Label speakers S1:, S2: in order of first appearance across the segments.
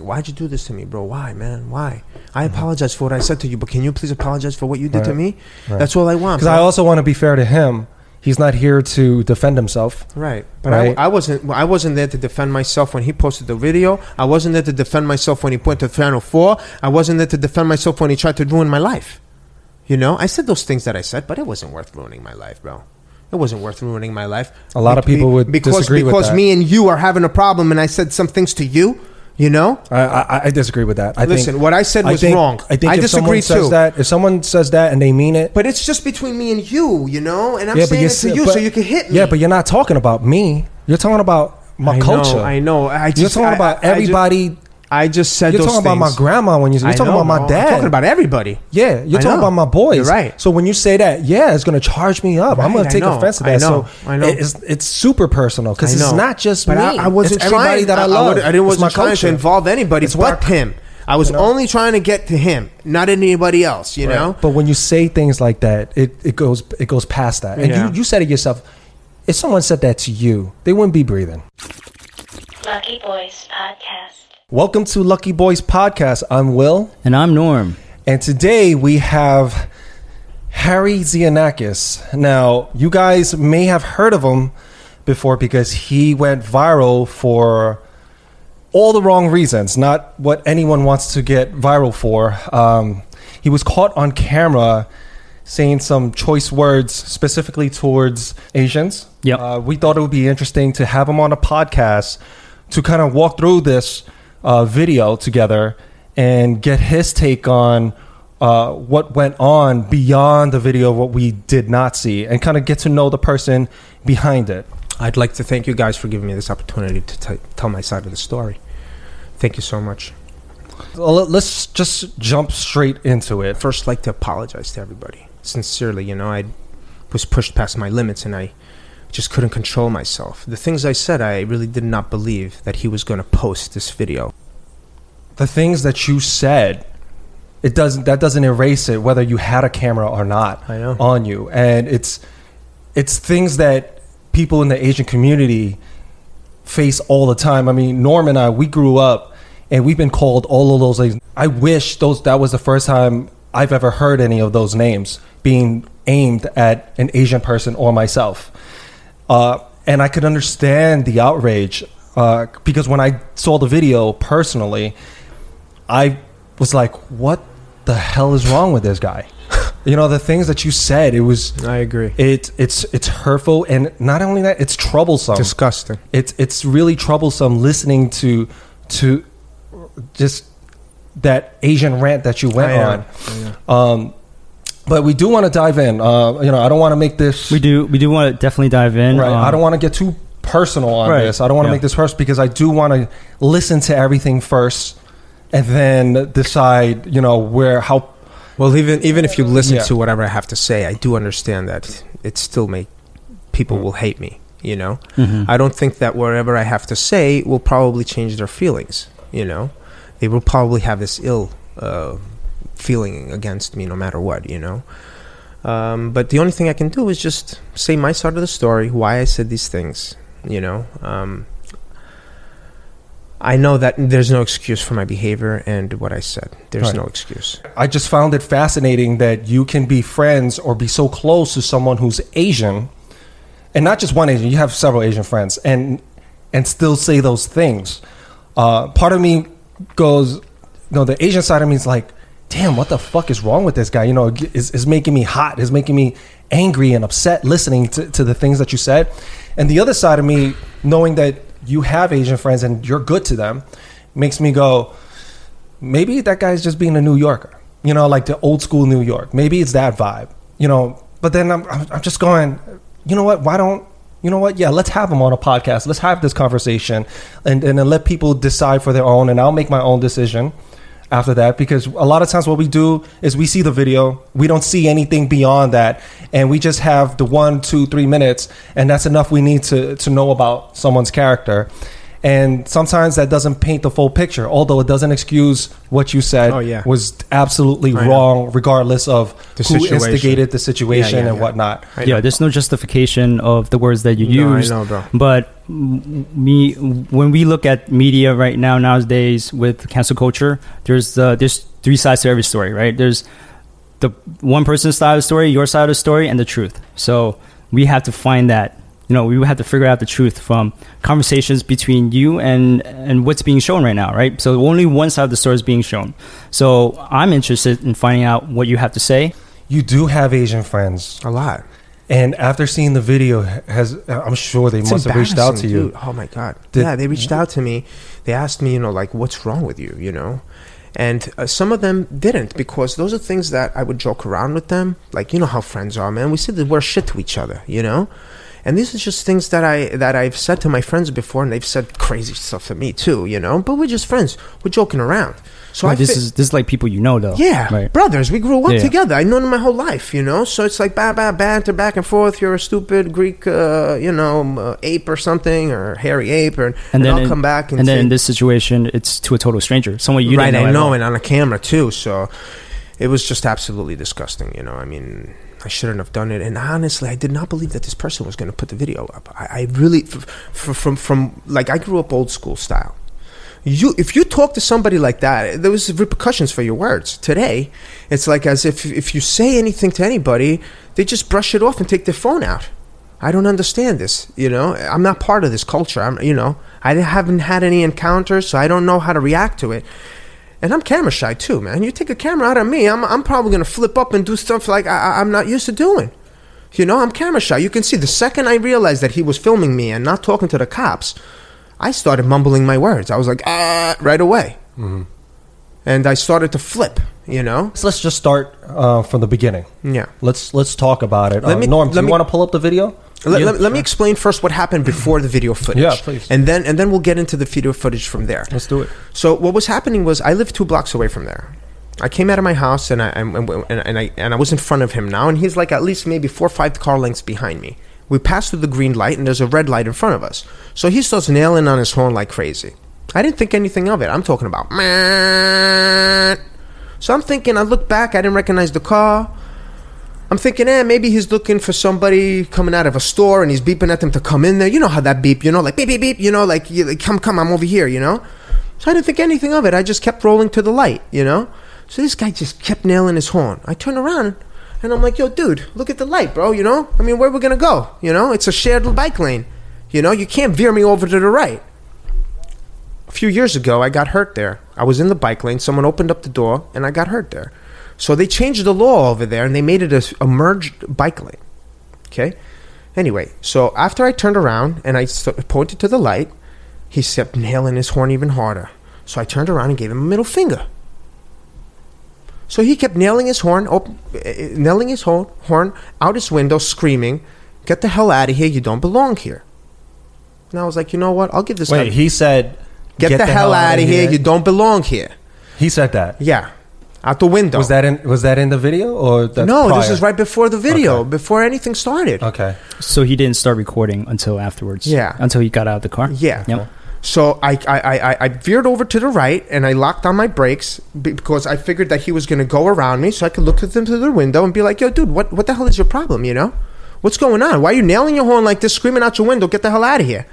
S1: why'd you do this to me, bro? Why, man? Why? I apologize for what I said to you, but can you please apologize for what you did to
S2: Mm-hmm. Right.
S1: me?
S2: Right.
S1: That's all I want.
S2: Because I
S1: bro."
S2: also want to be fair to him. He's not here to defend himself.
S1: Right, but
S2: Right.
S1: I, I wasn't. I wasn't there to defend myself when he posted the video. I wasn't there to defend myself when he went to Final Four. I wasn't there to defend myself when he tried to ruin my life. You know, I said those things that I said, but it wasn't worth ruining my life, bro. It wasn't worth ruining my life.
S2: A lot of
S1: Be-
S2: people would
S1: because
S2: disagree with
S1: because
S2: that.
S1: me and you are having a problem, and I said some things to you. You know,
S2: I, I, I disagree with that. I
S1: Listen,
S2: think,
S1: what I said was
S2: think-
S1: wrong.
S2: I think
S1: I
S2: if someone
S1: disagree
S2: says
S1: too.
S2: that, if someone says that and they mean it,
S1: but it's just between me and you. You know, and I'm saying it
S2: s-
S1: to you so
S2: but-
S1: you can hit me.
S2: Yeah, but you're not talking about me. You're talking about my
S1: I know,
S2: culture.
S1: I know. I
S2: you're
S1: just-
S2: talking
S1: I-
S2: about
S1: I- I ju-
S2: everybody.
S1: I just said
S2: you're
S1: those
S2: talking about my
S1: things.
S2: grandma when you. You're
S1: I
S2: talking
S1: know,
S2: about my
S1: bro. I'm
S2: dad.
S1: talking about everybody.
S2: Yeah, you're
S1: I
S2: talking
S1: know.
S2: about my boys.
S1: You're right.
S2: So when you say that, yeah, it's going to charge me up.
S1: Right,
S2: I'm going
S1: I
S2: to take
S1: know.
S2: offense to
S1: I
S2: that.
S1: know.
S2: So
S1: I know.
S2: it's it's super personal because it's
S1: know.
S2: not just
S1: but
S2: me.
S1: I, I wasn't
S2: it's
S1: trying,
S2: everybody that I,
S1: I
S2: love.
S1: would- I, didn't
S2: It's my
S1: wasn't trying
S2: culture.
S1: to involve anybody
S2: It's
S1: but
S2: my-
S1: him. I was
S2: you know?
S1: only trying to get to him, not anybody else. You know.
S2: But when you say things like that, it, it goes it goes past that. And
S1: Yeah.
S2: you, you said it yourself. If someone said that to you, they wouldn't be breathing.
S3: Lucky Boys Podcast.
S2: Welcome to Lucky Boys Podcast. I'm Will.
S4: And I'm Norm.
S2: And today we have Harry Zianakis. Now, you guys may have heard of him before because he went viral for all the wrong reasons, not what anyone wants to get viral for. Um, he was caught on camera saying some choice words specifically towards Asians.
S4: Yep.
S2: Uh, we thought it would be interesting to have him on a podcast to kind of walk through this uh, video together and get his take on uh, what went on beyond the video, what we did not see, and kind of get to know the person behind it.
S1: I'd like to thank you guys for giving me this opportunity to t- tell my side of the story. Thank you so much.
S2: Well, let- Let's just jump straight into it.
S1: First, like to apologize to everybody sincerely. You know, I was pushed past my limits, and I just couldn't control myself. The things I said, I really did not believe that he was going to post this video.
S2: the things that you said it doesn't that doesn't erase it whether you had a camera or not
S1: I know.
S2: on you and it's it's things that people in the asian community face all the time i mean norm and i we grew up and we've been called all of those things i wish those that was the first time i've ever heard any of those names being aimed at an asian person or myself uh, and I could understand the outrage uh, because when I saw the video personally, I was like, "What the hell is wrong with this guy?" you know, the things that you said, it was
S1: I agree.
S2: it it's it's hurtful, and not only that, it's troublesome.
S1: Disgusting.
S2: it's it's really troublesome listening to to just that Asian rant that you went
S1: I know.
S2: on. Um, but we do want to dive in. Uh, you know, I don't want to make this
S4: We do we do want to definitely dive in.
S2: Right.
S4: um,
S2: I don't want to get too personal on
S4: Right.
S2: this. I don't want to
S4: Yeah.
S2: make this first because I do want to listen to everything first and then decide, you know, where how
S1: Well, even even if you listen
S2: Yeah.
S1: to whatever I have to say, I do understand that it still may people
S2: Mm.
S1: will hate me. You know,
S2: Mm-hmm.
S1: I don't think that whatever I have to say will probably change their feelings. You know, they will probably have this ill uh, feeling against me no matter what. You know, um, but the only thing I can do is just say my side of the story, why I said these things. You know, um, I know that there's no excuse for my behavior and what I said. There's
S2: Right.
S1: no excuse.
S2: I just found it fascinating that you can be friends or be so close to someone who's Asian and not just one Asian, you have several Asian friends and and still say those things. Uh, part of me goes, you know, the Asian side of me is like, damn, what the fuck is wrong with this guy? You know, it's, it's making me hot, it's making me angry and upset listening to, to the things that you said. And the other side of me, knowing that you have Asian friends and you're good to them, makes me go, maybe that guy's just being a New Yorker, you know, like the old school New York. Maybe it's that vibe, you know. But then I'm, I'm, I'm just going, you know what? Why don't you know what? Yeah, let's have him on a podcast. Let's have this conversation, and and then let people decide for their own. And I'll make my own decision after that because a lot of times what we do is we see the video, we don't see anything beyond that, and we just have the one, two, three minutes, and that's enough we need to to know about someone's character. And sometimes that doesn't paint the full picture, although it doesn't excuse what you said
S1: Oh, yeah.
S2: was absolutely
S1: I know.
S2: wrong, regardless of
S1: The
S2: who
S1: situation.
S2: instigated the situation
S1: yeah,
S2: and
S1: yeah.
S2: whatnot.
S1: I
S4: yeah,
S1: know.
S4: there's no justification of the words that you
S1: No, I
S4: used.
S1: know, bro.
S4: But m- me when we look at media right now nowadays with cancel culture, there's uh, there's three sides to every story, right? There's the one person's side of the story, your side of the story, and the truth. So we have to find that. You know, we have to figure out the truth from conversations between you and and what's being shown right now, right? So only one side of the story is being shown. So I'm interested in finding out what you have to say.
S2: You do have Asian friends,
S1: a lot.
S2: and after seeing the video, has I'm sure they
S1: It's
S2: must have reached out to
S1: embarrassing,
S2: you.
S1: dude. Oh my god.
S2: Did-
S1: yeah, they reached out to me. They asked me, you know, like what's wrong with you, you know? And uh, some of them didn't because those are things that I would joke around with them. Like, you know how friends are, man. We said that we're shit to each other, you know? And these are just things that I that I've said to my friends before and they've said crazy stuff to me too, you know? But we're just friends. We're joking around. So I
S4: this
S1: fi-
S4: is this is like people you know though.
S1: yeah,
S4: Right.
S1: brothers. We grew up
S4: Yeah.
S1: together. I known him my whole life, you know. So it's like bah, bah, banter back and forth. You're a stupid Greek, uh, you know, um, uh, ape or something, or hairy ape, or, and,
S4: And then
S1: I'll
S4: in-
S1: come back and,
S4: and then
S1: say-
S4: in this situation, it's to a total stranger, someone you
S1: right,
S4: didn't know.
S1: I
S4: at
S1: know,
S4: all.
S1: and on a camera too. So it was just absolutely disgusting. You know, I mean, I shouldn't have done it. And honestly, I did not believe that this person was going to put the video up. I, I really, f- f- from from like, I grew up old school style. You, if you talk to somebody like that, there was repercussions for your words. Today, it's like as if if you say anything to anybody, they just brush it off and take their phone out. I don't understand this. You know, I'm not part of this culture. I'm, you know, I haven't had any encounters, so I don't know how to react to it. And I'm camera shy too, man. You take a camera out of me, I'm, I'm probably gonna flip up and do stuff like I, I- I'm not used to doing. You know, I'm camera shy. You can see the second I realized that he was filming me and not talking to the cops, I started mumbling my words. I was like, ah, right away. And I started to flip, you know?
S2: So let's just start uh, from the beginning.
S1: Yeah.
S2: Let's let's talk about it.
S1: Let
S2: Uh,
S1: me-
S2: Norm,
S1: let
S2: do you
S1: me-
S2: want to pull up the video?
S1: Let,
S4: Yeah,
S1: let, let me explain first what happened before the video footage.
S2: Yeah, please.
S1: And then, and then we'll get into the video footage from there.
S2: Let's do it.
S1: So what was happening was I lived two blocks away from there. I came out of my house and I and, and, and I and I was in front of him now, and he's like at least maybe four or five car lengths behind me. We passed through the green light, and there's a red light in front of us. So he starts nailing on his horn like crazy. I didn't think anything of it. I'm talking about. So I'm thinking. I look back. I didn't recognize the car. I'm thinking, eh, maybe he's looking for somebody coming out of a store and he's beeping at them to come in there. You know how that beep, you know, like beep, beep, beep, you know, like, you, like come, come, I'm over here, you know? So I didn't think anything of it. I just kept rolling to the light, you know? So this guy just kept nailing his horn. I turn around and I'm like, yo, dude, look at the light, bro, you know? I mean, where we going to go? You know, it's a shared bike lane. You know, you can't veer me over to the right. A few years ago, I got hurt there. I was in the bike lane, someone opened up the door, and I got hurt there. So they changed the law over there and they made it a, s- a merged bike lane. Okay? Anyway, so after I turned around and I st- pointed to the light, he kept nailing his horn even harder. So I turned around and gave him a middle finger. So he kept nailing his horn, op- eh, eh, nailing his horn, horn out his window, screaming, "Get the hell out of here! You don't belong here." And I was like, you know what? I'll give this. guy-
S2: Wait, he said,
S1: Get, the, hell, out of here. You don't belong here.
S2: He said that.
S1: Yeah. Out the window.
S2: Was that in Was that in the video or that's
S1: no, this
S2: prior?
S1: is right before the video,
S2: Okay.
S1: before anything started.
S2: Okay.
S4: So he didn't start recording until afterwards.
S1: Yeah.
S4: Until he got out of the car.
S1: Yeah.
S4: Yep.
S1: So I, I, I, I- I veered over to the right and I locked on my brakes be- because I figured that he was going to go around me so I could look at them through the window and be like, yo, dude, what, what the hell is your problem, you know? What's going on? Why are you nailing your horn like this, screaming out your window? Get the hell out of here.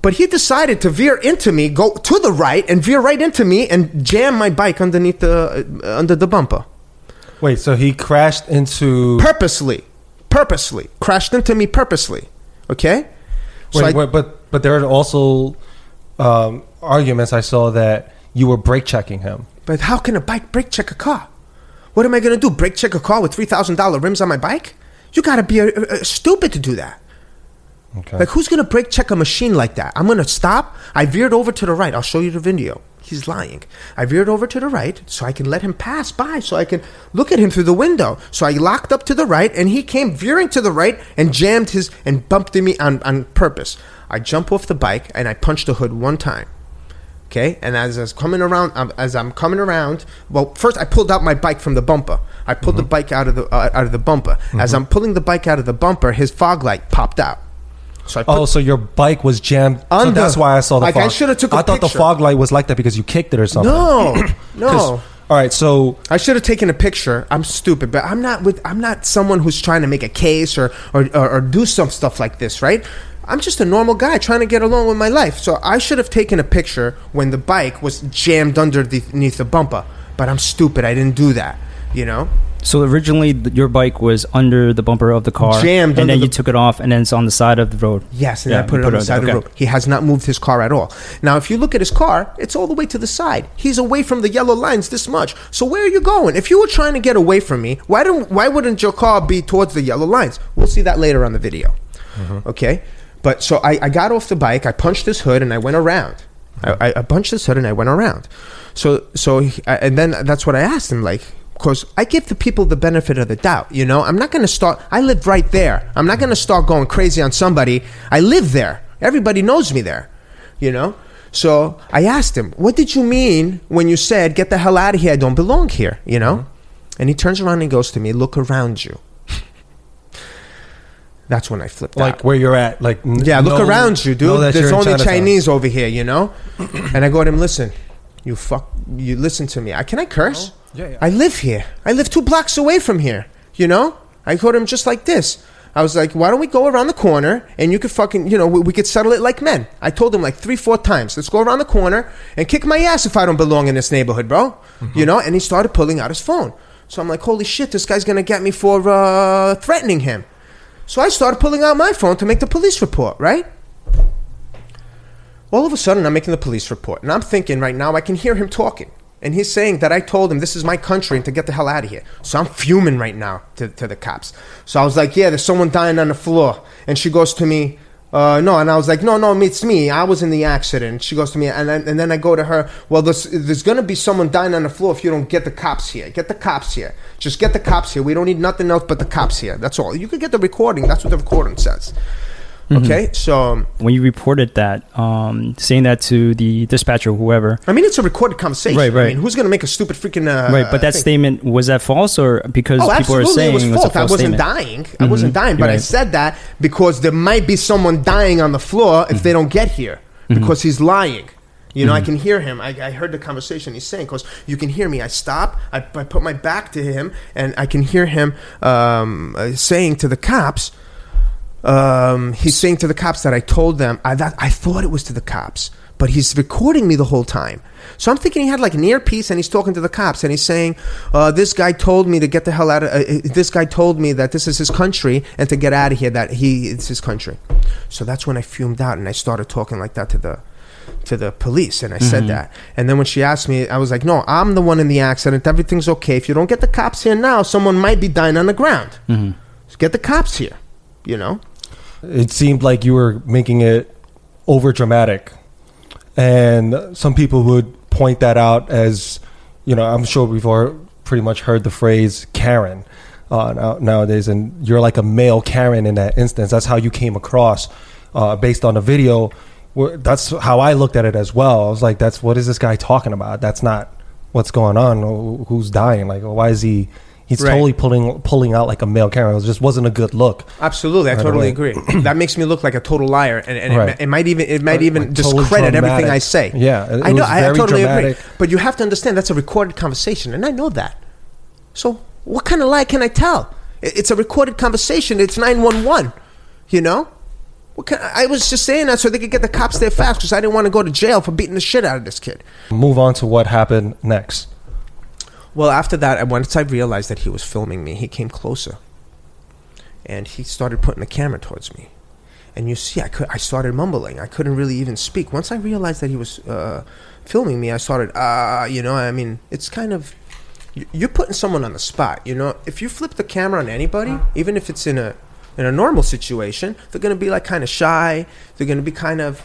S1: But he decided to veer into me, go to the right and veer right into me and jam my bike underneath the, uh, under the bumper.
S2: Wait, so he crashed into.
S1: purposely, purposely crashed into me purposely. Okay, so
S2: wait,
S1: I,
S2: wait, but but there are also um, arguments I saw that you were brake checking him.
S1: but how can a bike brake check a car? What am I gonna do? Brake check a car with three thousand dollar rims on my bike? You gotta be a, a, a stupid to do that.
S2: Okay.
S1: Like who's gonna brake check a machine like that? I'm gonna stop. I veered over to the right. I'll show you the video. He's lying. I veered over to the right so I can let him pass by, so I can look at him through the window. So I locked up to the right, and he came veering to the right and jammed his and bumped me on, on purpose. I jump off the bike and I punch the hood one time. Okay, and as I was coming around, um, as I'm coming around, well, first I pulled out my bike from the bumper. I pulled
S2: Mm-hmm.
S1: the bike out of the uh, out of the bumper. As I'm pulling the bike out of the bumper, his fog light popped out. So I put
S2: Oh, so your bike was jammed. so
S1: Under.
S2: that's why I saw the
S1: Like, I
S2: fog.
S1: shoulda took a
S2: I thought
S1: picture.
S2: the fog light was like that because you kicked it or something.
S1: No,
S2: 'Cause-
S1: no.
S2: All right, so
S1: I should have taken a picture. I'm stupid, but I'm not with. I'm not someone who's trying to make a case or or, or, or do some stuff like this, right? I'm just a normal guy trying to get along with my life. So I should have taken a picture when the bike was jammed underneath the bumper. But I'm stupid. I didn't do that. You know?
S4: So originally, th- your bike was under the bumper of the car,
S1: Jammed
S4: and
S1: under
S4: then
S1: the-
S4: you took it off, and then it's on the side of the road.
S1: Yes, and
S4: Yeah,
S1: I put
S4: you
S1: it on the side of the
S4: okay.
S1: road. He has not moved his car at all. Now, if you look at his car, it's all the way to the side. He's away from the yellow lines this much. So where are you going? If you were trying to get away from me, why don't why wouldn't your car be towards the yellow lines? We'll see that later on the video. Okay, but so I, I got off the bike. I punched his hood and I went around. I, I- I punched his hood and I went around. So so he, I- and then that's what I asked him like. Because I give the people the benefit of the doubt, you know. I'm not going to start. I live right there. I'm not going to start going crazy on somebody. I live there. Everybody knows me there, you know. So I asked him, "What did you mean when you said get the hell out of here? I don't belong here," you know. And he turns around and goes to me, "Look around you." That's when I flipped out.
S2: Like where you're at. Like n-
S1: Yeah, look
S2: know-
S1: around you,
S2: know
S1: dude.
S2: that
S1: There's
S2: you're in
S1: only
S2: Chinatown.
S1: Chinese over here, you know. and I go to him, listen, you fuck, you listen to me. I can I curse?
S2: No. Oh, Yeah, yeah.
S1: I live here. I live two blocks away from here. You know. I go to him just like this. I was like, why don't we go around the corner and you could fucking, you know, we, we could settle it like men. I told him like three, four times, let's go around the corner and kick my ass if I don't belong in this neighborhood, bro.
S2: Mm-hmm.
S1: You know. And he started pulling out his phone. So I'm like, holy shit, this guy's gonna get me for uh, threatening him. So I started pulling out my phone to make the police report, right? All of a sudden, I'm making the police report, and I'm thinking right now, I can hear him talking. And he's saying that I told him this is my country and to get the hell out of here. So I'm fuming right now to, to the cops. So I was like, Yeah, there's someone dying on the floor. And she goes to me, uh, No. And I was like, No, no, it's me. I was in the accident. She goes to me, and, then and then I go to her, Well, there's, there's going to be someone dying on the floor if you don't get the cops here. Get the cops here. Just get the cops here. We don't need nothing else but the cops here. That's all. You could get the recording. That's what the recording says. Okay? So. um,
S4: When you reported that, um, saying that to the dispatcher, or whoever,
S1: I mean, it's a recorded conversation.
S4: Right, right.
S1: I mean, who's going to make a stupid freaking uh,
S4: right? But that
S1: thing?
S4: statement was that false, or because
S1: Oh,
S4: people are
S1: absolutely,
S4: saying
S1: it was
S4: it was a
S1: false. I
S4: false
S1: wasn't
S4: statement? Mm-hmm.
S1: dying. I wasn't dying, but I
S4: Right.
S1: said that because there might be someone dying on the floor
S4: Mm-hmm.
S1: if they don't get here because he's lying. You know, I can hear him. I, I heard the conversation he's saying because you can hear me. I stop. I, I put my back to him, and I can hear him um, uh, saying to the cops. Um, he's saying to the cops that I told them. I that, I thought it was to the cops, but he's recording me the whole time. So I'm thinking he had like an earpiece and he's talking to the cops and he's saying, uh, "This guy told me to get the hell out of. Uh, uh, this guy told me that this is his country and to get out of here. That he it's his country." So that's when I fumed out and I started talking like that to the to the police and I said that. And then when she asked me, I was like, "No, I'm the one in the accident. Everything's okay. If you don't get the cops here now, someone might be dying on the ground. So get the cops here." You know,
S2: it seemed like you were making it over dramatic. And some people would point that out as, you know, I'm sure we've all pretty much heard the phrase Karen uh, now, nowadays. And you're like a male Karen in that instance. That's how you came across uh, based on the video. Where- That's how I looked at it as well. I was like, that's what is this guy talking about? That's not what's going on. Who- Who's dying? Like, why is he? He's
S1: Right.
S2: totally pulling pulling out like a male Karen. It just wasn't a good look.
S1: Absolutely, I
S2: Right
S1: totally
S2: away.
S1: agree. that makes me look like a total liar, and, and it
S2: Right.
S1: ma- it, might even it might even
S2: like totally
S1: discredit everything
S2: dramatic.
S1: I say.
S2: Yeah, it- it
S1: I know.
S2: was
S1: I, I
S2: very
S1: totally
S2: dramatic.
S1: agree. But you have to understand that's a recorded conversation, and I know that. So what kind of lie can I tell? I- It's a recorded conversation. It's nine one one. You know. What can, I was just saying that so they could get the cops there fast because I didn't want to go to jail for beating the shit out of this kid.
S2: move on to what happened next.
S1: Well, after that, I- once I realized that he was filming me, he came closer, and he started putting the camera towards me. And you see, I could, I started mumbling. I couldn't really even speak. Once I realized that he was uh, filming me, I started, ah, you know. I mean, it's kind of you- you're putting someone on the spot. You know, if you flip the camera on anybody, even if it's in a in a normal situation, they're going to be like kind of shy. They're going to be kind of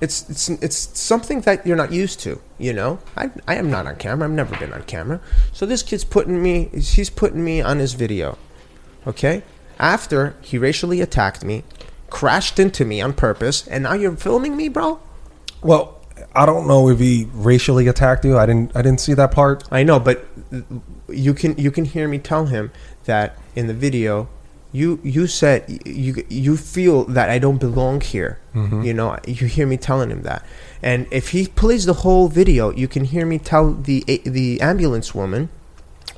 S1: it's it's it's something that you're not used to. You know, I I am not on camera. I've never been on camera. So this kid's putting me. He's putting me on his video. Okay. After he racially attacked me, crashed into me on purpose, and now you're filming me, bro.
S2: Well, I don't know if he racially attacked you. I didn't. I didn't see that part.
S1: I know, but you can you can hear me tell him that in the video. You you said you you feel that I don't belong here. You know, you hear me telling him that. And if he plays the whole video, you can hear me tell the the ambulance woman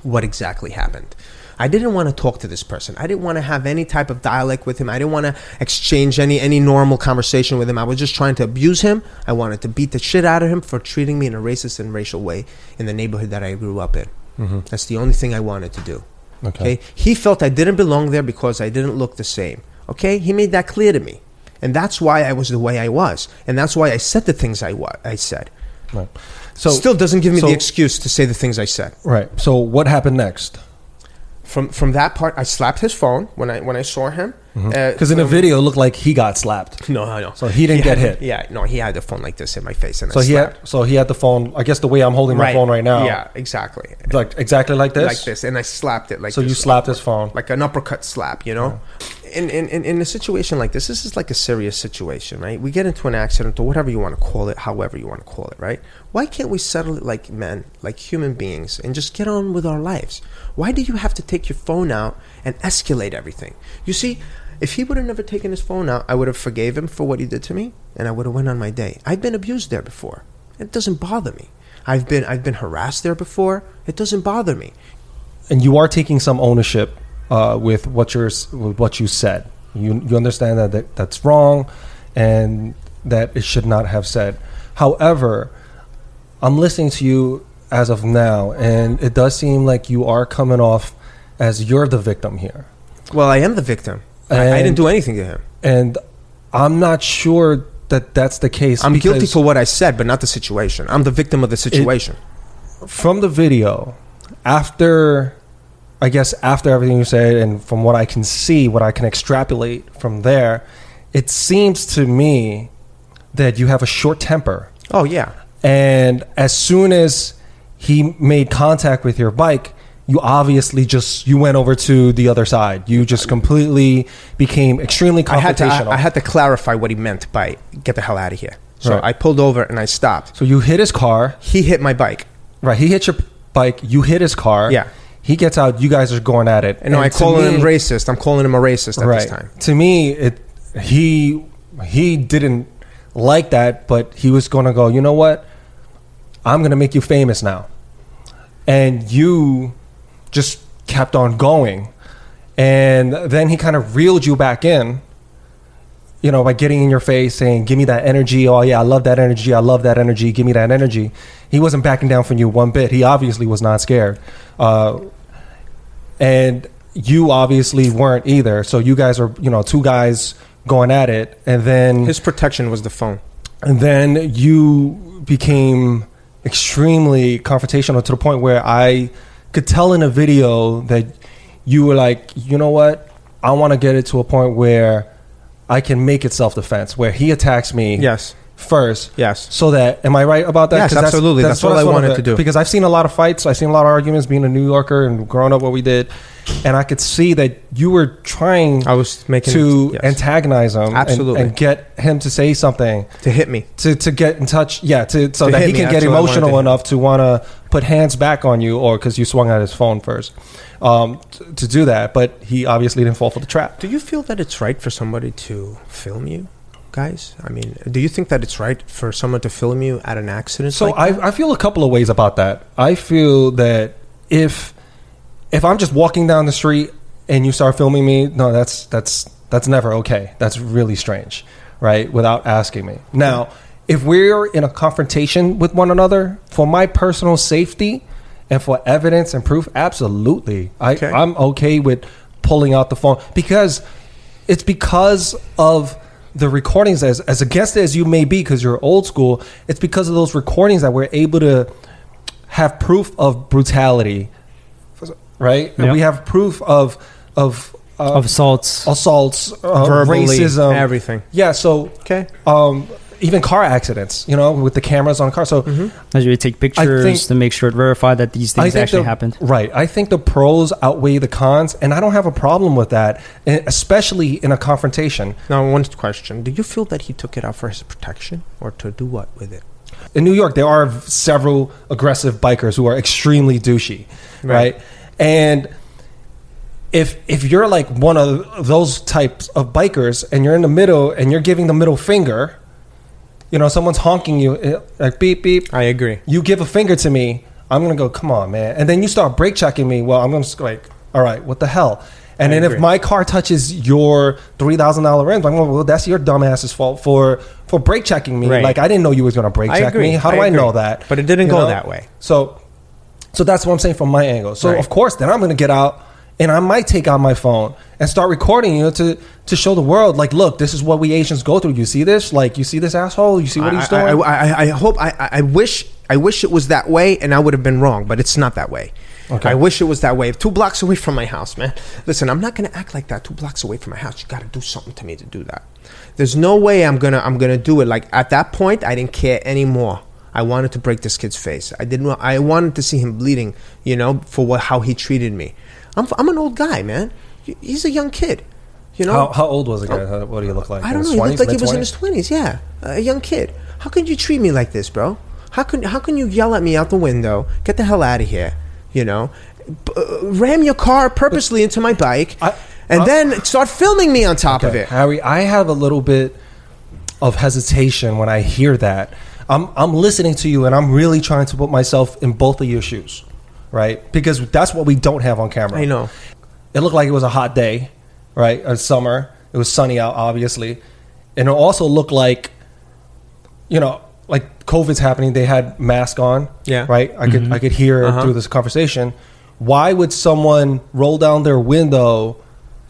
S1: what exactly happened. I didn't want to talk to this person. I didn't want to have any type of dialect with him. I didn't want to exchange any any normal conversation with him. I was just trying to abuse him. I wanted to beat the shit out of him for treating me in a racist and racial way in the neighborhood that I grew up in. That's the only thing I wanted to do.
S2: Mm-hmm. Okay.
S1: Okay. He felt I didn't belong there because I didn't look the same. Okay. He made that clear to me. And that's why I was the way I was. And that's why I said the things I, wa- I said.
S2: Right. So
S1: Still doesn't give me
S2: so-
S1: the excuse to say the things I said.
S2: Right. So what happened next?
S1: From, from that part, I slapped his phone when I, when I saw him. uh,
S2: Because in the video, it looked like he got slapped.
S1: No, no, no.
S2: Mm-hmm. So he didn't get hit.
S1: Yeah, no, he had the phone like this in my face. And
S2: So
S1: I
S2: he
S1: slapped.
S2: had. So he had the phone. I guess the way I'm holding my phone right now.
S1: Yeah, exactly.
S2: Like exactly like this.
S1: Like this. And I slapped it like
S2: So you
S1: this.
S2: slapped his phone.
S1: like an uppercut slap, you know? In, in, in, in a situation like this, this is like a serious situation, right? We get into an accident or whatever you want to call it, however you want to call it, right? Why can't we settle it like men, like human beings, and just get on with our lives? Why do you have to take your phone out and escalate everything? You see, if he would have never taken his phone out, I would have forgave him for what he did to me, and I would have went on my day. I've been abused there before. It doesn't bother me. I've been I've been harassed there before. It doesn't bother me.
S2: and you are taking some ownership uh, with what you're s- with what you said. You you understand that, that that's wrong, and that it should not have said. However, I'm listening to you as of now, and it does seem like you are coming off as you're the victim here,
S1: Well, I am the victim. I, I
S2: And-
S1: didn't do anything to him.
S2: and I'm not sure that that's the case.
S1: I'm guilty
S2: because
S1: for what I said, but not the situation. I'm the victim of the situation.
S2: from the video after. I guess after everything you said, and from what I can see, what I can extrapolate from there, it seems to me that you have a short temper.
S1: oh yeah,
S2: And as soon as he made contact with your bike, you obviously just you went over to the other side. You just completely became extremely confrontational.
S1: I had to. I, I had to clarify what he meant by "get the hell out of here." So
S2: Right.
S1: I pulled over and I stopped.
S2: so you hit his car,
S1: He hit my bike,
S2: right? He hit your bike. You hit his car.
S1: Yeah.
S2: He gets out. You guys are going at it.
S1: and, no, I
S2: to
S1: call
S2: me-
S1: him racist. I'm calling him a racist at
S2: right.
S1: this time.
S2: To me, it he he didn't like that, but he was going to go. You know what? I'm going to make you famous now, and you just kept on going, and then he kind of reeled you back in. You know, by getting in your face, saying, "Give me that energy." Oh yeah, I love that energy. I love that energy. Give me that energy. He wasn't backing down from you one bit. He obviously was not scared. Uh, and you obviously weren't either. So you guys are, you know, two guys going at it, and then
S1: His protection was the phone.
S2: and then you became extremely confrontational to the point where I could tell in a video that you were like, you know what, I want to get it to a point where I can make it self defense, where he attacks me
S1: Yes.
S2: first,
S1: Yes.
S2: so that am I right about that?
S1: Yes,
S2: 'Cause
S1: absolutely. That's
S2: what
S1: all I
S2: sort of
S1: wanted
S2: the-
S1: to do.
S2: Because I've seen a lot of fights, I've seen a lot of arguments. Being a New Yorker and growing up, what we did, and I could see that you were trying
S1: I was making
S2: to
S1: yes.
S2: antagonize him, and-
S1: Absolutely.
S2: and get him to say something
S1: to hit me.
S2: to, to get in touch yeah to, so
S1: To
S2: that
S1: hit
S2: he
S1: me,
S2: can get
S1: that's what I wanted to
S2: emotional
S1: hit.
S2: enough to want to put hands back on you or because you swung at his phone first um, t- to do that but he obviously didn't fall for the trap
S1: Do you feel that it's right for somebody to film you, guys? I mean, do you think that it's right for someone to film you at an accident?
S2: so
S1: like
S2: I, I feel a couple of ways about that i feel that if if i'm just walking down the street and you start filming me no that's that's that's never okay that's really strange right without asking me now if we're in a confrontation with one another for my personal safety and for evidence and proof absolutely I,
S1: Okay.
S2: i'm okay with pulling out the phone because it's because of the recordings as, as against it as you may be because you're old school it's because of those recordings that we're able to have proof of brutality right
S4: Yeah.
S2: we have proof of of, uh,
S4: of salts.
S2: assaults uh,
S1: verbally,
S2: racism
S1: everything.
S2: yeah so
S1: Okay.
S2: um, even car accidents you know with the cameras on cars so
S4: As we take pictures to make sure verify that these things
S2: think
S4: actually
S2: the-
S4: happened.
S2: Right. I think the pros outweigh the cons, and I don't have a problem with that, and especially in a confrontation.
S1: Now, one question: Do you feel that he took it out for his protection, or to do what with it?
S2: In New York, there are v- several aggressive bikers who are extremely douchey, right?
S1: Right.
S2: And if if you're like one of those types of bikers, and you're in the middle, and you're giving the middle finger, you know, someone's honking you, eh, like beep beep,
S1: I agree.
S2: you give a finger to me, I'm gonna go, come on, man. And then you start break checking me. Well, I'm gonna just like, all right, what the hell? And
S1: I
S2: then if
S1: agree.
S2: my car touches your three thousand dollar rims, I'm going, well, that's your dumbass's fault for for brake checking me.
S1: Right.
S2: Like I didn't know you was going to brake
S1: I
S2: check
S1: agree.
S2: me. How do
S1: I
S2: I, know
S1: agree.
S2: that?
S1: But it didn't go that way.
S2: So, so that's what I'm saying from my angle. So
S1: Right.
S2: of course, then I'm going to get out and I might take out my phone and start recording you to to show the world, like, look, this is what we Asians go through. You see this? Like, you see this asshole? You see what he's doing?
S1: I, I, I, I hope I, I I wish I wish it was that way, and I would have been wrong, but it's not that way.
S2: Okay.
S1: I wish it was that way. Two blocks away from my house, man. Listen, I'm not gonna act like that. Two blocks away from my house, you gotta do something to me to do that. There's no way I'm gonna I'm gonna do it. Like at that point, I didn't care anymore. I wanted to break this kid's face. I didn't. wa- I wanted to see him bleeding. You know, for what how he treated me. I'm f- I'm an old guy, man. He- He's a young kid. You know,
S2: how, how old was the guy? How- What do you look like?
S1: I
S2: In
S1: don't know.
S2: his
S1: He looked
S2: 20s,
S1: like he was in his
S2: mid-twenties?
S1: twenties. Yeah, a young kid. How could you treat me like this, bro? How can how can you yell at me out the window? Get the hell out of here. You know, B- uh, ram your car purposely into my bike,
S2: I-
S1: and
S2: I-
S1: then start filming me on top of
S2: Okay,
S1: it.
S2: Harry, I have a little bit of hesitation when I hear that. I'm I'm listening to you and I'm really trying to put myself in both of your shoes, right? Because that's what we don't have on camera.
S1: I know.
S2: It looked like it was a hot day, right? A summer. It was sunny out, obviously. And it also looked like, you know, like COVID's happening. They had mask on,
S1: Yeah.
S2: right? I could I could hear
S1: Uh-huh.
S2: through this conversation. Why would someone roll down their window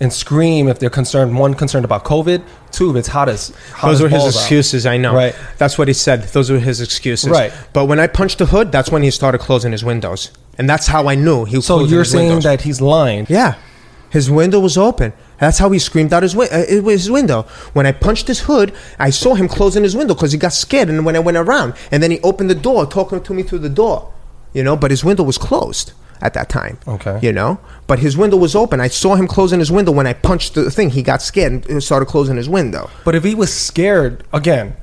S2: and scream if they're concerned? One concerned about COVID. Two, if it's hot as hot
S1: Those
S2: as
S1: were his
S2: balls out.
S1: excuses. I know.
S2: Right.
S1: That's what he said. Those were his excuses.
S2: Right.
S1: But when I punched the hood, that's when he started closing his windows, and that's how I knew he. was
S2: So
S1: closing
S2: you're
S1: his
S2: saying
S1: windows.
S2: that he's lying?
S1: Yeah. His window was open. That's how he screamed out his, win- uh, it was his window. When I punched his hood, I saw him closing his window because he got scared. And when I went around, and then he opened the door, talking to me through the door, you know. But his window was closed at that time.
S2: Okay.
S1: You know, but his window was open. I saw him closing his window when I punched the thing. He got scared and uh, started closing his window.
S2: But if he was scared again,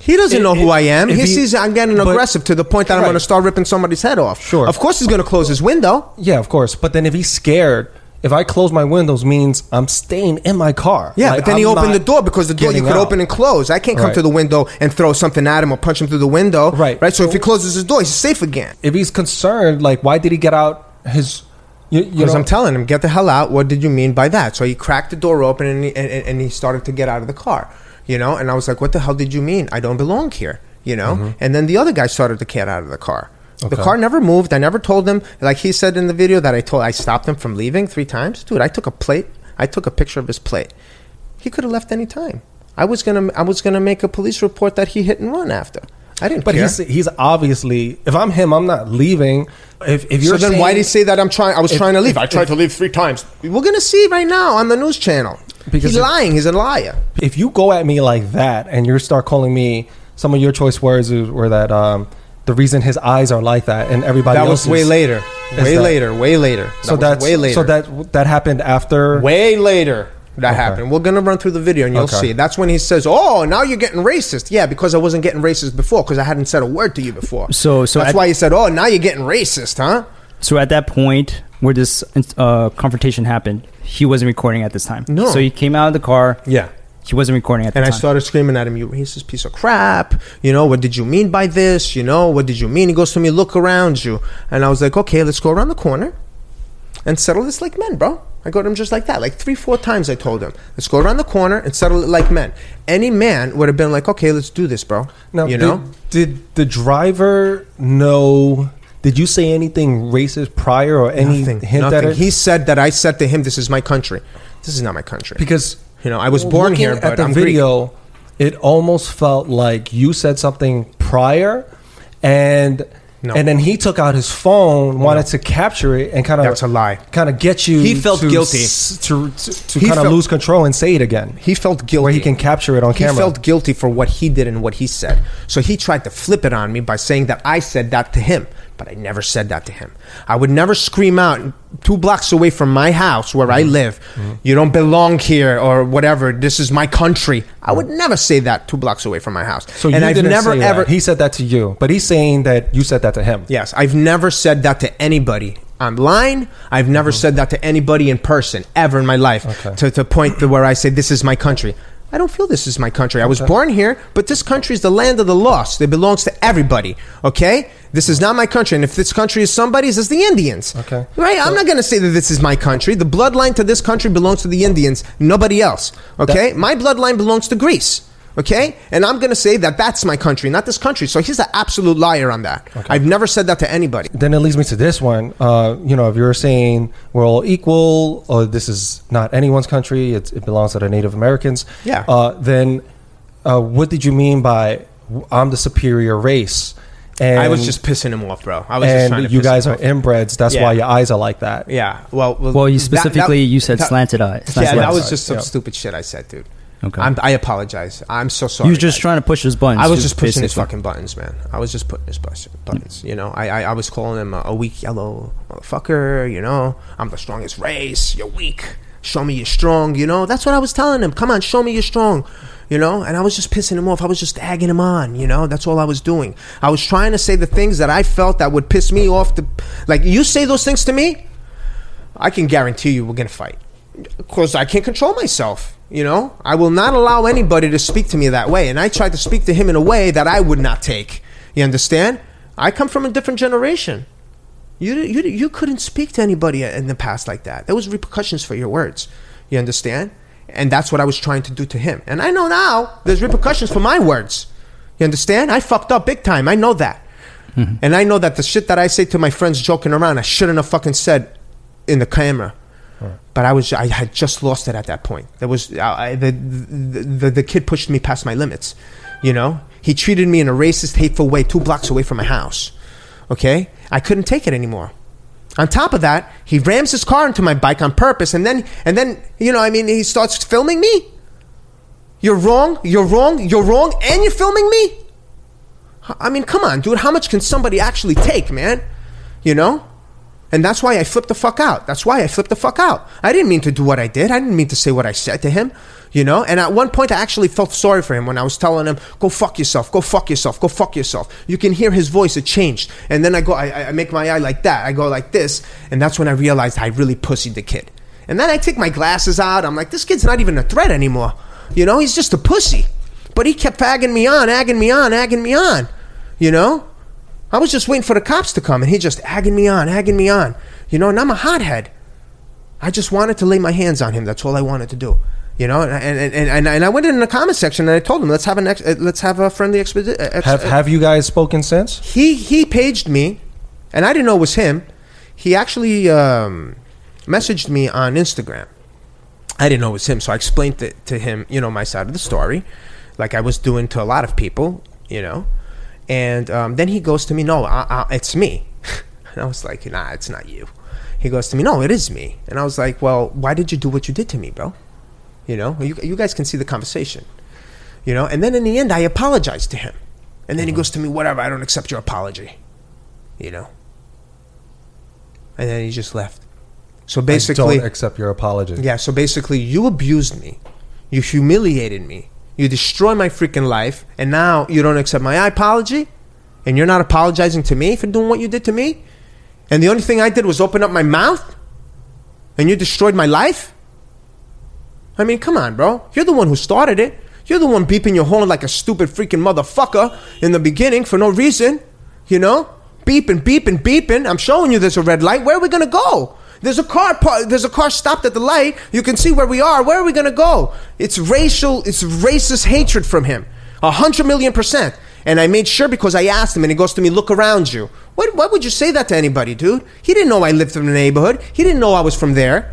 S1: He doesn't
S2: It-
S1: know who
S2: it-
S1: I am.
S2: if
S1: He,
S2: he-
S1: sees I'm getting
S2: but-
S1: aggressive to the point that I'm
S2: Right.
S1: going to start ripping somebody's head off.
S2: Sure.
S1: Of course, he's going to close his window.
S2: yeah, of course. But then if he's scared. If I close my windows means I'm staying in my car.
S1: Yeah,
S2: Like,
S1: but then
S2: I'm
S1: he opened
S2: not
S1: the door because the door you
S2: getting
S1: could
S2: out.
S1: open and close. I can't come
S2: Right.
S1: to the window and throw something at him or punch him through the window.
S2: Right.
S1: Right. So if he closes his door, he's safe again.
S2: if he's concerned, like why did he get out his? You, you
S1: Because
S2: know,
S1: I'm telling him, get the hell out. What did you mean by that? So he cracked the door open and he, and, and and he started to get out of the car. You know, and I was like, what the hell did you mean? I don't belong here. You know. And then the other guy started to get out of the car. The
S2: Mm-hmm. Okay.
S1: car never moved. I never told him. Like he said in the video that I told, I stopped him from leaving three times. Dude, I took a plate. I took a picture of his plate. He could have left any time. I was gonna, I was gonna make a police report that he hit and run after. I didn't.
S2: but
S1: care.
S2: he's he's obviously. If I'm him, I'm not leaving. If if
S1: So
S2: you're
S1: then, why
S2: saying-
S1: did he say that I'm trying? I was
S2: If-
S1: trying to leave.
S2: if-
S1: I tried
S2: if-
S1: to leave three times. We're gonna see right now on the news channel.
S2: Because
S1: he's
S2: if-
S1: lying. He's a liar.
S2: if you go at me like that and you start calling me some of your choice words is- were that um the reason his eyes are like that and everybody
S1: That was
S2: else's-
S1: way later.
S2: Is
S1: Way
S2: that-
S1: later. Way later.
S2: So
S1: that
S2: that's
S1: was way later.
S2: So that that happened after.
S1: way later that happened. We're gonna run through the video and you'll
S2: Okay.
S1: see. That's when he says, "Oh, now you're getting racist." Yeah, because I wasn't getting racist before because I hadn't said a word to you before.
S4: So- so
S1: that's
S4: at-
S1: why he said, "Oh, now you're getting racist, huh?"
S4: So at that point where this uh, confrontation happened, he wasn't recording at this time.
S1: No.
S4: So he came out of the car.
S1: Yeah.
S4: He wasn't recording at the
S1: And I
S4: time.
S1: started screaming at him, "You racist piece of crap! You know what did you mean by this? You know what did you mean?" He goes to me, "Look around you," and I was like, "Okay, let's go around the corner and settle this like men, bro." I go to him just like that, like three, four times. I told him, "Let's go around the corner and settle it like men." Any man would have been like, "Okay, let's do this, bro."
S2: Now,
S1: you
S2: did,
S1: know,
S2: did the driver know? Did you say anything racist prior or any
S1: nothing,
S2: hint
S1: nothing.
S2: at it?
S1: He said that I said to him, "This is my country. This is not my country."
S2: because
S1: You know, I was born
S2: looking
S1: here, but
S2: at the
S1: I'm Greek.
S2: video, it almost felt like you said something prior, and
S1: No.
S2: and then he took out his phone, wanted to capture it, and kind of
S1: That's a lie.
S2: Kind of get you.
S1: He felt
S2: to
S1: guilty.
S2: s- to to, to
S1: He
S2: kind of
S1: felt-
S2: lose control and say it again.
S1: He felt guilty.
S2: Where he can capture it on
S1: He
S2: camera.
S1: felt guilty for what he did and what he said. So he tried to flip it on me by saying that I said that to him, but I never said that to him. I would never scream out two blocks away from my house where
S2: Mm-hmm.
S1: I live, you don't belong here or whatever, this is my country. I would never say that two blocks away from my house.
S2: so
S1: and
S2: you
S1: I've
S2: didn't
S1: never
S2: say that.
S1: ever
S2: He said that to you, but he's saying that you said that to him.
S1: Yes, I've never said that to anybody online. I've never said that to anybody in person ever in my life. To, to point to where I say this is my country. I don't feel this is my country. I was born here, but this country is the land of the lost. It belongs to everybody. Okay, this is not my country, and if this country is somebody's, it's the Indians.
S2: Okay.
S1: right? I'm not going to say that this is my country. The bloodline to this country belongs to the Indians, nobody else. Okay, my bloodline belongs to Greece. Okay, and I'm going to say that that's my country, not this country. So he's an absolute liar on that. I've never said that to anybody.
S2: Then it leads me to this one. Uh, you know, if you're saying we're all equal, or this is not anyone's country, it, it belongs to the Native Americans.
S1: Yeah.
S2: Uh, then, uh, what did you mean by w- "I'm the superior race"? And
S1: I was just pissing him off, bro. I was just trying to
S2: and you
S1: piss him
S2: guys are
S1: off.
S2: inbreds. That's
S1: Yeah.
S2: why your eyes are like that.
S1: Yeah. Well.
S4: Well, you
S1: that- that-
S4: specifically you said
S1: that-
S4: slanted eye.
S1: Yeah,
S4: Slanted
S1: that
S4: eyes.
S1: was just some
S2: Yeah.
S1: stupid shit I said, dude.
S4: Okay.
S1: I'm, I apologize. I'm so sorry.
S4: you were just
S1: guys.
S4: trying to push his buttons.
S1: I was
S4: is
S1: just pushing his
S4: basically-
S1: fucking buttons, man. I was just putting his bus- buttons. You know, I, I I was calling him a, a weak yellow motherfucker. You know, I'm the strongest race. You're weak. Show me you're strong. You know, that's what I was telling him. Come on, show me you're strong. You know, and I was just pissing him off. I was just egging him on. You know, that's all I was doing. I was trying to say the things that I felt that would piss me off. To like, you say those things to me, I can guarantee you we're going to fight. Of course, I can't control myself. You know, I will not allow anybody to speak to me that way. And I tried to speak to him in a way that I would not take. You understand? I come from a different generation. You, you, you couldn't speak to anybody in the past like that. There was repercussions for your words. You understand? And that's what I was trying to do to him. And I know now there's repercussions for my words. You understand? I fucked up big time. I know that. And I know that the shit that I say to my friends joking around, I shouldn't have fucking said in the camera. But I was I had just lost it at that point. There was I, I- the, the the the kid pushed me past my limits. You know, he treated me in a racist, hateful way, two blocks away from my house. Okay, I couldn't take it anymore. On top of that, he rams his car into my bike on purpose, and then and then you know I mean he starts filming me. You're wrong. You're wrong. You're wrong, and you're filming me. I mean, come on, dude. How much can somebody actually take, man? You know? And that's why I flipped the fuck out. That's why I flipped the fuck out. I didn't mean to do what I did. I didn't mean to say what I said to him, you know? And at one point, I actually felt sorry for him when I was telling him, go fuck yourself, go fuck yourself, go fuck yourself. You can hear his voice, it changed. And then I go, I- I, I make my eye like that. I go like this. And that's when I realized I really pussied the kid. And then I take my glasses out. I'm like, this kid's not even a threat anymore. You know, he's just a pussy. But he kept agging me on, agging me on, agging me on. You know? I was just waiting for the cops to come and he just agging me on, agging me on. You know, and I'm a hothead. I just wanted to lay my hands on him. That's all I wanted to do. You know, and and, and, and, and I went in the comment section and I told him, let's have an ex- uh, let's have a friendly expedition. Ex- uh,
S2: Have Have you guys spoken since?
S1: he he paged me, and I didn't know it was him. He actually um, messaged me on Instagram. I didn't know it was him, so I explained to, to him, you know, my side of the story, like I was doing to a lot of people, you know. And um, then he goes to me, "No, I, I, it's me," and I was like, "Nah, it's not you." He goes to me, "No, it is me," and I was like, "Well, why did you do what you did to me, bro?" You know, you, you guys can see the conversation you know and then in the end i apologized to him and
S2: Mm-hmm.
S1: then he goes to me whatever i don't accept your apology you know and then he just left so
S2: I
S1: basically
S2: don't accept your apology.
S1: yeah so basically you abused me you humiliated me you destroyed my freaking life and now you don't accept my apology and you're not apologizing to me for doing what you did to me and the only thing i did was open up my mouth and you destroyed my life I mean, come on, bro. You're the one who started it. You're the one beeping your horn like a stupid freaking motherfucker in the beginning for no reason. You know? Beeping, beeping, beeping. I'm showing you there's a red light. Where are we gonna go? There's a car par- there's a car stopped at the light. You can see where we are. Where are we gonna go? It's racial, it's racist hatred from him. A hundred million percent. And I made sure because I asked him, and he goes to me, "Look around you. What? Why would you say that to anybody, dude? He didn't know I lived in the neighborhood. He didn't know I was from there.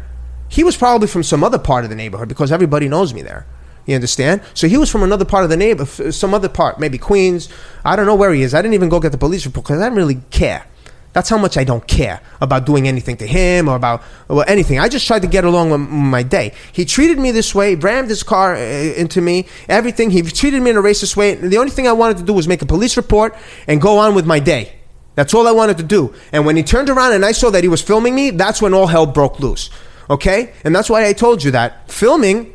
S1: He was probably from some other part of the neighborhood because everybody knows me there. You understand? So he was from another part of the neighbor, f- some other part, maybe Queens. I don't know where he is. I didn't even go get the police report because I didn't really care. That's how much I don't care about doing anything to him or about or anything. I just tried to get along with my day. He treated me this way, rammed his car uh, into me, everything. He treated me in a racist way. The only thing I wanted to do was make a police report and go on with my day. That's all I wanted to do. And when he turned around and I saw that he was filming me, that's when all hell broke loose. Okay? And that's why I told you that filming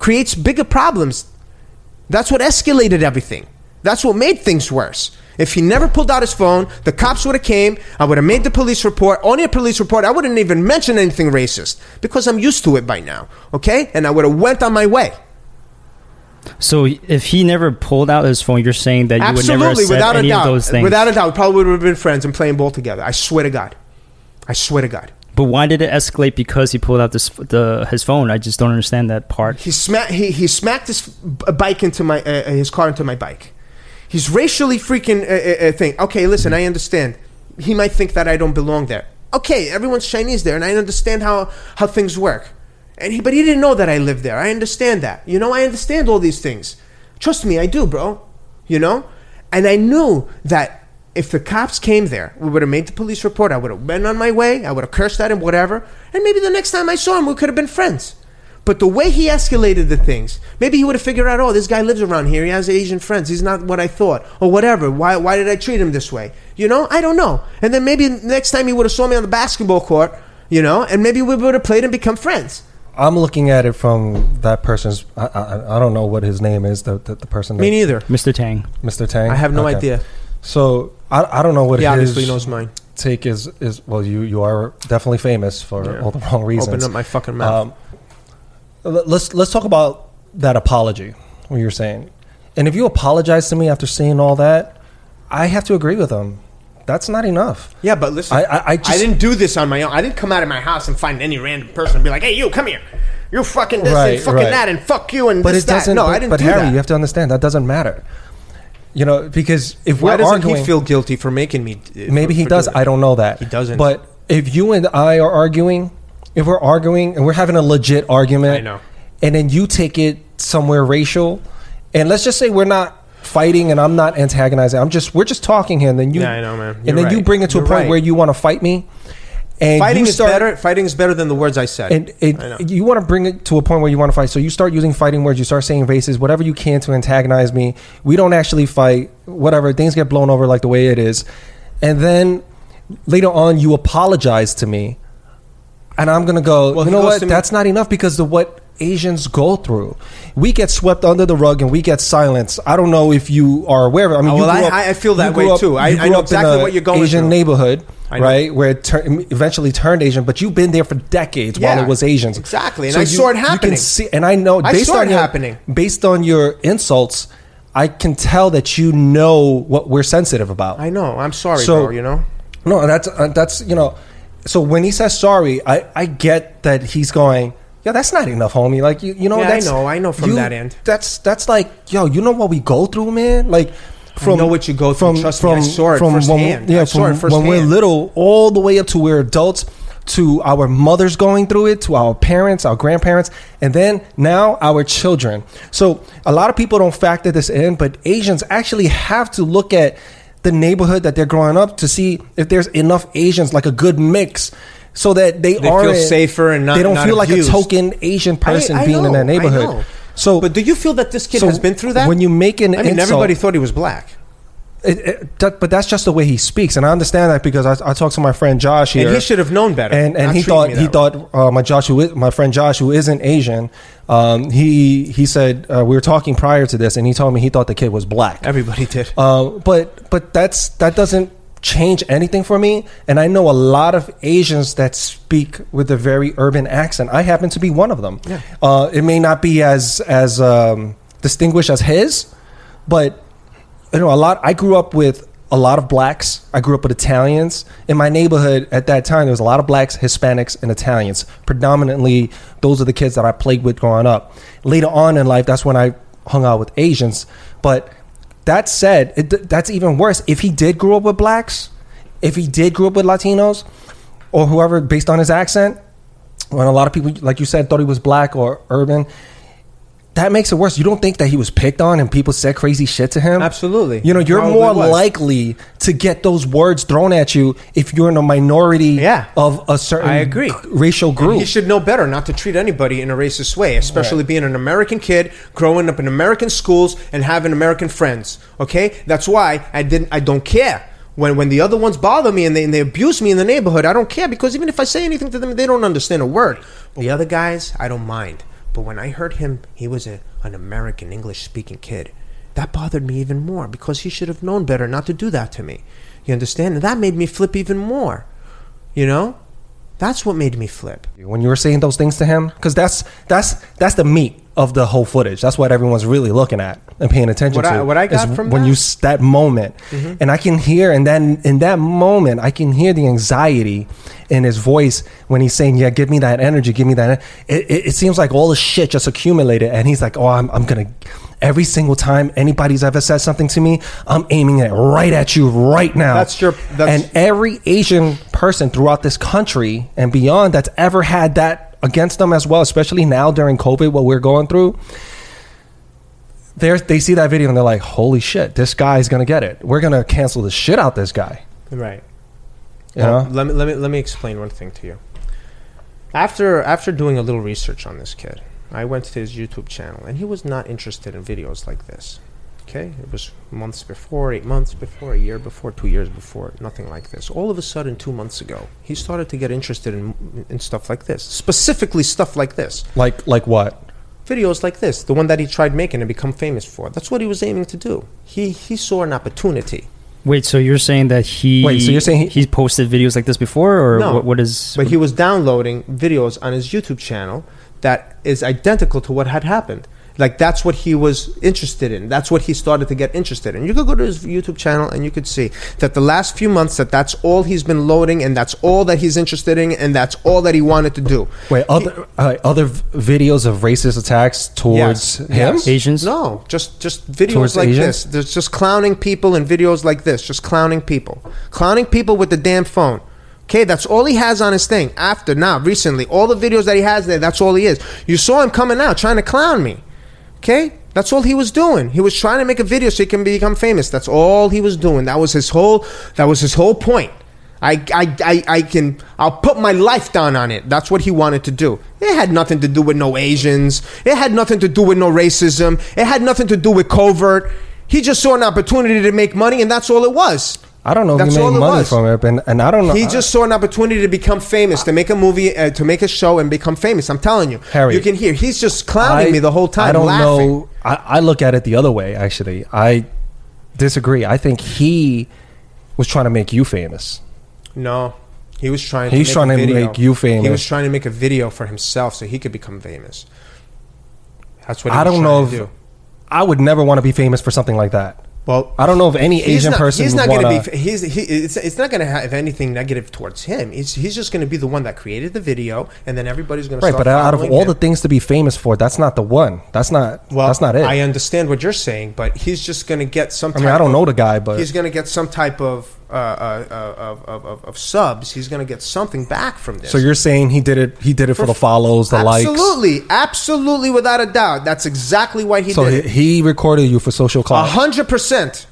S1: creates bigger problems. That's what escalated everything. That's what made things worse. If he never pulled out his phone, the cops would have came. I would have made the police report. Only a police report. I wouldn't even mention anything racist because I'm used to it by now. Okay? And I would have went on my way.
S4: So if he never pulled out his phone, you're saying that you would never have
S1: Absolutely,
S4: said
S1: without
S4: any
S1: a doubt.
S4: of those things.
S1: Without a doubt, we probably would have been friends and playing ball together. I swear to God. I swear to God.
S4: but why did it escalate because he pulled out this the his phone? I just don't understand that part.
S1: He smacked he, he smacked his b- bike into my uh, uh, his car into my bike. He's racially freaking uh, uh, uh, thing. Okay, listen, I understand. He might think that I don't belong there. Okay, everyone's Chinese there, and I understand how how things work. And he, but he didn't know that I lived there. I understand that. You know, I understand all these things. Trust me, I do, bro. You know, and I knew that if the cops came there, we would have made the police report. I would have been on my way. I would have cursed at him, whatever. And maybe the next time I saw him, we could have been friends. But the way he escalated the things, maybe he would have figured out, oh, this guy lives around here. He has Asian friends. He's not what I thought, or whatever. Why, why did I treat him this way? You know, I don't know. And then maybe next time he would have saw me on the basketball court, you know, and maybe we would have played and become friends.
S2: I'm looking at it from that person's. I, I, I don't know what his name is. The the, the person.
S1: Me
S2: that-
S1: neither.
S4: Mr. Tang.
S2: Mr. Tang.
S1: I have no
S2: Okay.
S1: idea.
S2: So I, I don't know what
S1: He obviously
S2: his
S1: knows mine.
S2: take is is. Well, you you are definitely famous for
S1: Yeah.
S2: all the wrong reasons.
S1: Open up my fucking mouth.
S2: Um, l- let's let's talk about that apology. What you were saying, and if you apologize to me after seeing all that, I have to agree with him. That's not enough.
S1: yeah, but listen,
S2: I I, I, just,
S1: I didn't do this on my own. I didn't come out of my house and find any random person and be like, "Hey, you, come here. You fucking this
S2: Right,
S1: and fucking
S2: right.
S1: that and fuck you and
S2: But
S1: this
S2: it doesn't.
S1: that." No,
S2: but,
S1: I didn't
S2: But
S1: do
S2: Harry,
S1: that.
S2: you have to understand that doesn't matter. You know, because if
S1: Why
S2: we're
S1: doesn't
S2: arguing,
S1: he feel guilty for making me? uh,
S2: maybe
S1: for-
S2: he
S1: for
S2: does.
S1: doing
S2: I
S1: it?
S2: don't know that.
S1: He doesn't.
S2: But if you and I are arguing, if we're arguing and we're having a legit argument,
S1: I know.
S2: And then you take it somewhere racial, and let's just say we're not fighting, and I'm not antagonizing. I'm just we're just talking here, and then you.
S1: Yeah, I know, man. You're
S2: and then you
S1: right.
S2: bring it to a
S1: You're
S2: point
S1: right.
S2: where you want to fight me, and
S1: Fighting
S2: you
S1: is
S2: start,
S1: better. Fighting is better than the words I said.
S2: and
S1: I know.
S2: it, you want to bring it to a point where you want to fight. So you start using fighting words. You start saying racist, whatever you can to antagonize me. We don't actually fight. Whatever things get blown over like the way it is, and then later on you apologize to me, and I'm gonna go.
S1: Well, he
S2: you know
S1: goes
S2: what?
S1: to me-
S2: That's not enough because of what Asians go through. We get swept under the rug and we get silenced. I don't know if you are aware of it. I mean,
S1: Oh,
S2: you
S1: well,
S2: grew
S1: I-
S2: up-
S1: I feel
S2: you
S1: that
S2: grew
S1: way,
S2: up-
S1: too. I-
S2: you
S1: I
S2: grew
S1: know
S2: up in
S1: exactly
S2: a
S1: what you're going
S2: Asian
S1: through.
S2: neighborhood,
S1: I know.
S2: right? Where it tur- eventually turned Asian, but you've been there for decades while
S1: Yeah,
S2: it was Asians.
S1: exactly, and I saw it
S2: You
S1: happening.
S2: can see, and I know
S1: I
S2: based
S1: saw
S2: on
S1: it
S2: your,
S1: happening.
S2: based on your insults, I can tell that you know what we're sensitive about.
S1: I know. I'm sorry,
S2: So-
S1: bro. You know.
S2: No, and that's uh, that's you know. So when he says sorry, I I get that he's going. Yeah, that's not enough, homie. Like you, you know.
S1: Yeah, I
S2: that's,
S1: know, I know from
S2: you-
S1: that end.
S2: That's that's like yo. You know what we go through, man. Like from
S1: know what you go through, trust me, I saw it
S2: When,
S1: firsthand.
S2: yeah,
S1: I saw
S2: from
S1: it
S2: when we're
S1: firsthand.
S2: little all the way up to we're adults, to our mothers going through it, to our parents, our grandparents, and then now our children. So a lot of people don't factor this in, but Asians actually have to look at the neighborhood that they're growing up to see if there's enough Asians, like a good mix, so that they,
S1: They feel
S2: aren't
S1: safer and not-
S2: they don't
S1: not
S2: feel
S1: abused.
S2: like a token Asian person
S1: I- I
S2: being
S1: know,
S2: in that
S1: I
S2: neighborhood.
S1: know.
S2: So,
S1: But do you feel that this kid
S2: so
S1: has been through that?
S2: when you make an
S1: I mean,
S2: insult-
S1: everybody thought he was black.
S2: It, it, that, but that's just the way he speaks, and I understand that because I, I talked to my friend Josh here,
S1: And he should have known better,
S2: And and
S1: not
S2: he
S1: treating
S2: thought
S1: me
S2: he
S1: that
S2: thought uh, my Josh, who is, my friend Josh, who isn't Asian, um, he he said uh, we were talking prior to this, and he told me he thought the kid was black.
S1: Everybody did.
S2: Uh, but but that's that doesn't change anything for me. And I know a lot of Asians that speak with a very urban accent. I happen to be one of them.
S1: Yeah.
S2: Uh, it may not be as as um, distinguished as his, but you know a lot. I grew up with a lot of blacks. I grew up with Italians in my neighborhood at that time. There was a lot of blacks, Hispanics, and Italians. Predominantly, those are the kids that I played with growing up. Later on in life, that's when I hung out with Asians, but that said, it, that's even worse. If he did grow up with blacks, if he did grow up with Latinos, or whoever, based on his accent, when a lot of people, like you said, thought he was black or urban, that makes it worse. You don't think that he was picked on and people said crazy shit to him?
S1: Absolutely.
S2: You know, you're
S1: Probably
S2: more
S1: was.
S2: likely to get those words thrown at you if you're in a minority
S1: Yeah.
S2: of a certain
S1: I agree.
S2: racial group.
S1: He should know better not to treat anybody in a racist way, especially being an American kid, growing up in American schools, and having American friends. Okay, that's why I didn't. I don't care when when the other ones bother me and they, and they abuse me in the neighborhood. I don't care because even if I say anything to them, they don't understand a word. The other guys, I don't mind. But when I heard him, he was a, an American English speaking kid. That bothered me even more because he should have known better not to do that to me. You understand? And that made me flip even more. You know? That's what made me flip.
S2: when you were saying those things to him because that's that's that's the meat of the whole footage. That's what everyone's really looking at and paying attention
S1: What I-
S2: to.
S1: what I
S2: is
S1: got from
S2: when
S1: that-
S2: you s- that moment,
S1: Mm-hmm.
S2: and I can hear, and then in that moment, I can hear the anxiety in his voice when he's saying, "Yeah, give me that energy, give me that." en-" It, it, it seems like all the shit just accumulated, and he's like, "Oh, I'm, I'm gonna." Every single time anybody's ever said something to me, I'm aiming it right at you right now.
S1: That's your- that's-
S2: and every Asian person throughout this country and beyond that's ever had that against them as well, especially now during COVID, what we're going through. They're, they see that video and they're like, "Holy shit, this guy is gonna get it. We're gonna cancel the shit out this guy."
S1: Right.
S2: You
S1: Well,
S2: know?
S1: let me let me let me explain one thing to you. After after doing a little research on this kid, I went to his YouTube channel, and he was not interested in videos like this. Okay, it was months before, eight months before, a year before, two years before, nothing like this. All of a sudden, two months ago, he started to get interested in in stuff like this, specifically stuff like this,
S2: Like like what?
S1: videos like this, the one that he tried making and become famous for. That's what he was aiming to do. He he saw an opportunity.
S4: Wait, so you're saying that he?
S2: Wait, so you're saying he-
S4: he's posted videos like this before, or
S1: No.
S4: what, what is?
S1: But he was downloading videos on his YouTube channel that is identical to what had happened. Like that's what he was interested in. That's what he started to get interested in. You could go to his YouTube channel and you could see that the last few months that that's all he's been loading and that's all that he's interested in and that's all that he wanted to do.
S2: Wait, other uh, other v- videos of racist attacks towards
S1: Yes,
S2: him?
S1: yes.
S4: Asians?
S1: No, just just videos
S2: Towards
S1: like this.
S2: Asians?
S1: There's just clowning people and videos like this. Just clowning people, clowning people with the damn phone. Okay, that's all he has on his thing. After now, recently, all the videos that he has there, that's all he is. You saw him coming out trying to clown me. Okay, that's all he was doing. He was trying to make a video so he can become famous. That's all he was doing. That was his whole. That was his whole point. I, I, I, I can I'll put my life down on it. That's what he wanted to do. It had nothing to do with no Asians. It had nothing to do with no racism. It had nothing to do with covert. He just saw an opportunity to make money, and that's all it was.
S2: I don't know if he made money from it, and, and I don't know.
S1: He
S2: I-
S1: just saw an opportunity to become famous, to make a movie, uh, to make a show, and become famous. I'm telling you,
S2: Harry,
S1: you can hear he's just clowning
S2: I-
S1: me the whole time.
S2: I don't
S1: laughing.
S2: know. I, I look at it the other way. Actually, I disagree. I think he was trying to make you famous.
S1: No, he was trying.
S2: He's
S1: to make
S2: trying
S1: a
S2: to
S1: video.
S2: make you
S1: He
S2: famous.
S1: was trying to make a video for himself so he could become famous. That's what he
S2: I
S1: was
S2: don't
S1: trying
S2: know
S1: to
S2: if
S1: do.
S2: I would never want to be famous for something like that.
S1: Well,
S2: I don't know if any
S1: he's
S2: Asian
S1: not,
S2: person
S1: He's
S2: would
S1: not going
S2: wanna-
S1: to be. He's, he, it's, it's not going to have anything negative towards him. He's, he's just going to be the one that created the video, and then everybody's going to
S2: Right, but out of all the things to be famous for, that's not the one. That's not.
S1: well,
S2: that's not it.
S1: I understand what you're saying, but he's just going to get some.
S2: I mean, I
S1: type
S2: don't
S1: of-
S2: know the guy, but
S1: he's going to get some type of uh, uh, uh, of, of, of, of subs. He's going to get something back from this.
S2: so you're saying he did it? He did it for, the follows, the likes.
S1: absolutely, absolutely, without a doubt. That's exactly why he
S2: So he,
S1: did it.
S2: he recorded you for social
S1: A
S2: clout.
S1: hundred percent,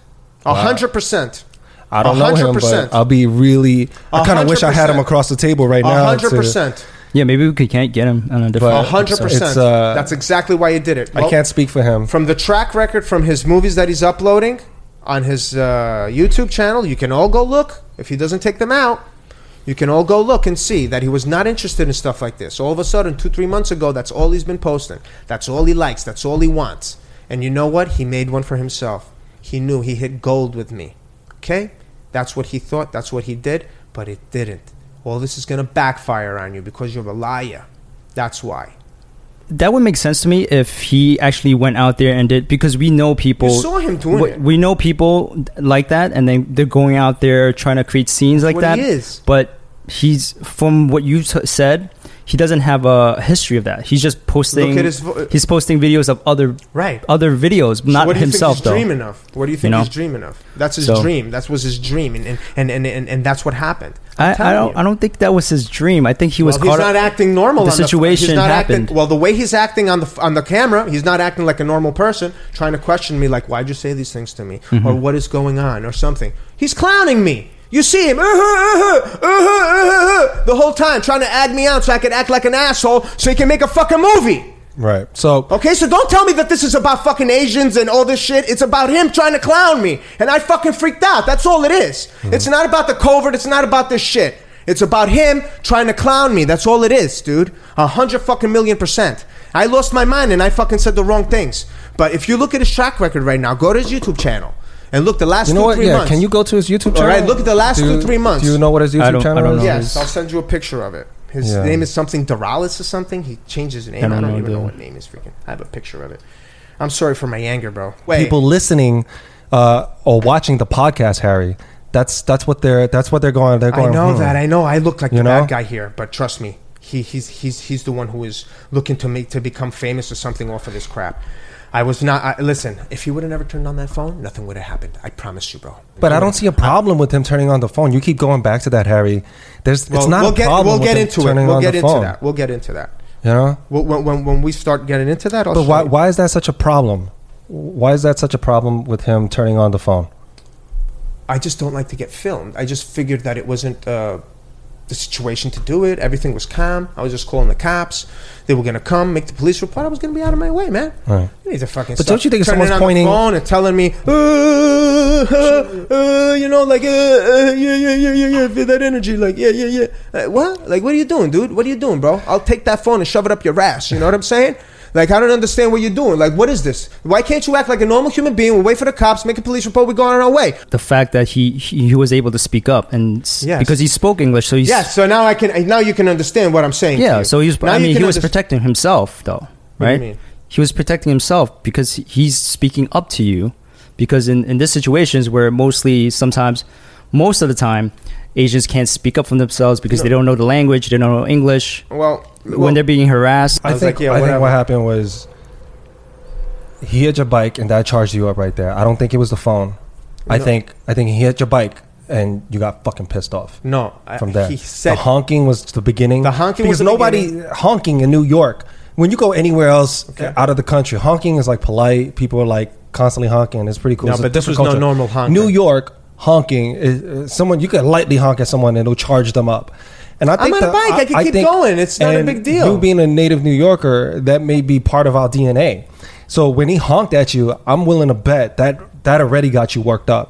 S1: a hundred percent.
S2: I don't know him, but
S1: 100%.
S2: I'll be really. I kind of wish I had him
S1: 100%.
S2: across the table right
S1: A
S2: now.
S1: hundred
S2: to-
S1: percent,
S4: yeah, maybe we could, can't get him on a
S1: a
S4: different.
S2: But-
S1: hundred percent.
S2: it's, uh,
S1: That's exactly why he did it.
S2: I
S1: Well,
S2: can't speak for him.
S1: From the track record, from his movies that he's uploading on his uh, YouTube channel, you can all go look. If he doesn't take them out, you can all go look and see that he was not interested in stuff like this. All of a sudden, two, three months ago, that's all he's been posting. That's all he likes. That's all he wants. And you know what? He made one for himself. He knew he hit gold with me. Okay? That's what he thought. That's what he did. But it didn't. All this is going to backfire on you because you're a liar. That's why.
S4: That would make sense to me if he actually went out there and did because we know people.
S1: You saw him doing
S4: we,
S1: it.
S4: we know people like that, and then they're going out there trying to create scenes like
S1: what
S4: that.
S1: he is.
S4: But he's from what you t- said. He doesn't have a history of that. He's just posting.
S1: Look at his vo- uh,
S4: he's posting videos of other
S1: Right.
S4: other videos,
S1: So
S4: not
S1: what do you
S4: himself
S1: think he's
S4: though.
S1: dreaming of? What do you think
S4: know?
S1: he's dreaming of? That's his
S4: So-
S1: dream. That was his dream, and and and and, and, and that's what happened. I'm
S4: I, I
S1: telling
S4: don't.
S1: you.
S4: I don't think that was his dream. I think he was
S1: Well, he's
S4: caught
S1: not
S4: up.
S1: acting normal.
S4: the
S1: on The,
S4: situation
S1: he's not
S4: happened.
S1: Acting, well, the way he's acting on the on the camera, he's not acting like a normal person. Trying to question me, like, why'd you say these things to me,
S4: Mm-hmm.
S1: or what is going on, or something. He's clowning me. You see him uh-huh, uh-huh, uh-huh, uh-huh, uh-huh, the whole time, trying to add me out so I could act like an asshole, so he can make a fucking movie.
S2: Right. So
S1: Okay, so don't tell me that this is about fucking Asians and all this shit. It's about him trying to clown me. And I fucking freaked out. That's all it is.
S2: Hmm.
S1: It's not about the covert. It's not about this shit. It's about him trying to clown me. That's all it is, dude. A hundred fucking million percent. I lost my mind and I fucking said the wrong things. But if you look at his track record right now, go to his YouTube channel and look the last
S2: you know
S1: two,
S2: what?
S1: three
S2: Yeah.
S1: months.
S2: Can you go to his YouTube channel?
S1: All right, look at the last
S2: Do
S1: two,
S2: you-
S1: three months.
S2: Do you know what his YouTube
S4: don't- I
S2: channel
S4: don't
S2: is?
S4: know.
S1: Yes, I'll send you a picture of it. His
S2: Yeah.
S1: name is something Doralis or something. He changed his name.
S4: I
S1: I
S4: don't
S1: don't,
S4: know,
S1: even know
S4: dude.
S1: what name is freaking. I have a picture of it. I'm sorry for my anger, bro. Wait,
S2: people listening uh, or watching the podcast, Harry. That's that's what they're that's what they're going. They're
S1: I
S2: going.
S1: know
S2: hmm.
S1: that. I know. I look like
S2: You
S1: the
S2: know?
S1: bad guy here, but trust me, he, he's he's he's the one who is looking to make to become famous or something off of this crap. I was not. I, listen, if he would have never turned on that phone, nothing would have happened. I promise you, bro.
S2: But I don't see a problem with him turning on the phone. You keep going back to that, Harry. There's it's
S1: Well,
S2: not
S1: we'll
S2: a
S1: get
S2: problem.
S1: we'll
S2: with
S1: get
S2: him
S1: into it.
S2: turning
S1: We'll
S2: on
S1: get
S2: the
S1: into
S2: phone,
S1: that. We'll get into that.
S2: You know.
S1: Well, when, when when we start getting into that, I'll
S2: But
S1: show
S2: why
S1: you.
S2: why is that such a problem? Why is that such a problem with him turning on the phone?
S1: I just don't like to get filmed. I just figured that it wasn't uh, the situation to do it. Everything was calm. I was just calling the cops. They were gonna come, make the police report. I was gonna be out of my way, man.
S2: Right.
S1: You need to fucking.
S2: But
S1: stop
S2: don't you think if
S1: turning
S2: someone's
S1: on the
S2: pointing-
S1: phone and telling me, uh, uh, uh, you know, like, uh, uh, yeah, yeah, yeah, yeah, yeah, feel that energy, like, yeah, yeah, yeah. Like, what? Like, what are you doing, dude? What are you doing, bro? I'll take that phone and shove it up your ass. You know what I'm saying? Like, I don't understand what you're doing. Like, what is this? Why can't you act like a normal human being? We wait for the cops, make a police report, we go on our way.
S4: The fact that he he, he was able to speak up and s-
S1: Yes.
S4: because he spoke English, so he's
S1: Yeah, so now I can now you can understand what I'm saying. to
S4: yeah.
S1: you.
S4: So he was.
S1: Now
S4: I
S1: you
S4: mean,
S1: can
S4: he was
S1: underst-
S4: protecting himself though,
S1: What do you
S4: right?
S1: mean?
S4: He was protecting himself because he's speaking up to you. Because in in this situations where mostly sometimes, most of the time, Asians can't speak up for themselves because they don't know the language, they don't know English.
S1: Well, well,
S4: when they're being harassed,
S1: I
S2: I
S1: was
S2: think
S1: like, yeah,
S2: I think
S1: whatever.
S2: what happened was he hit your bike and that charged you up right there. I don't think it was the phone. I
S1: No.
S2: think I think he hit your bike and you got fucking pissed off.
S1: no, I-
S2: From there,
S1: he said
S2: the honking was the beginning.
S1: The honking
S2: because
S1: was the
S2: nobody honking in New York. When you go anywhere else
S1: Okay.
S2: out of the country, honking is like polite. People are like constantly honking. and It's pretty cool.
S1: No,
S2: It's a
S1: but this
S2: different
S1: was no
S2: culture.
S1: normal honking.
S2: New York honking is uh, someone you could lightly honk at someone and it'll charge them up. And I
S1: I'm
S2: think
S1: on a
S2: that-
S1: bike. I can keep
S2: think-
S1: going. It's not a
S2: and
S1: big deal.
S2: You being a native New Yorker, that may be part of our DNA. So when he honked at you, I'm willing to bet that that already got you worked up.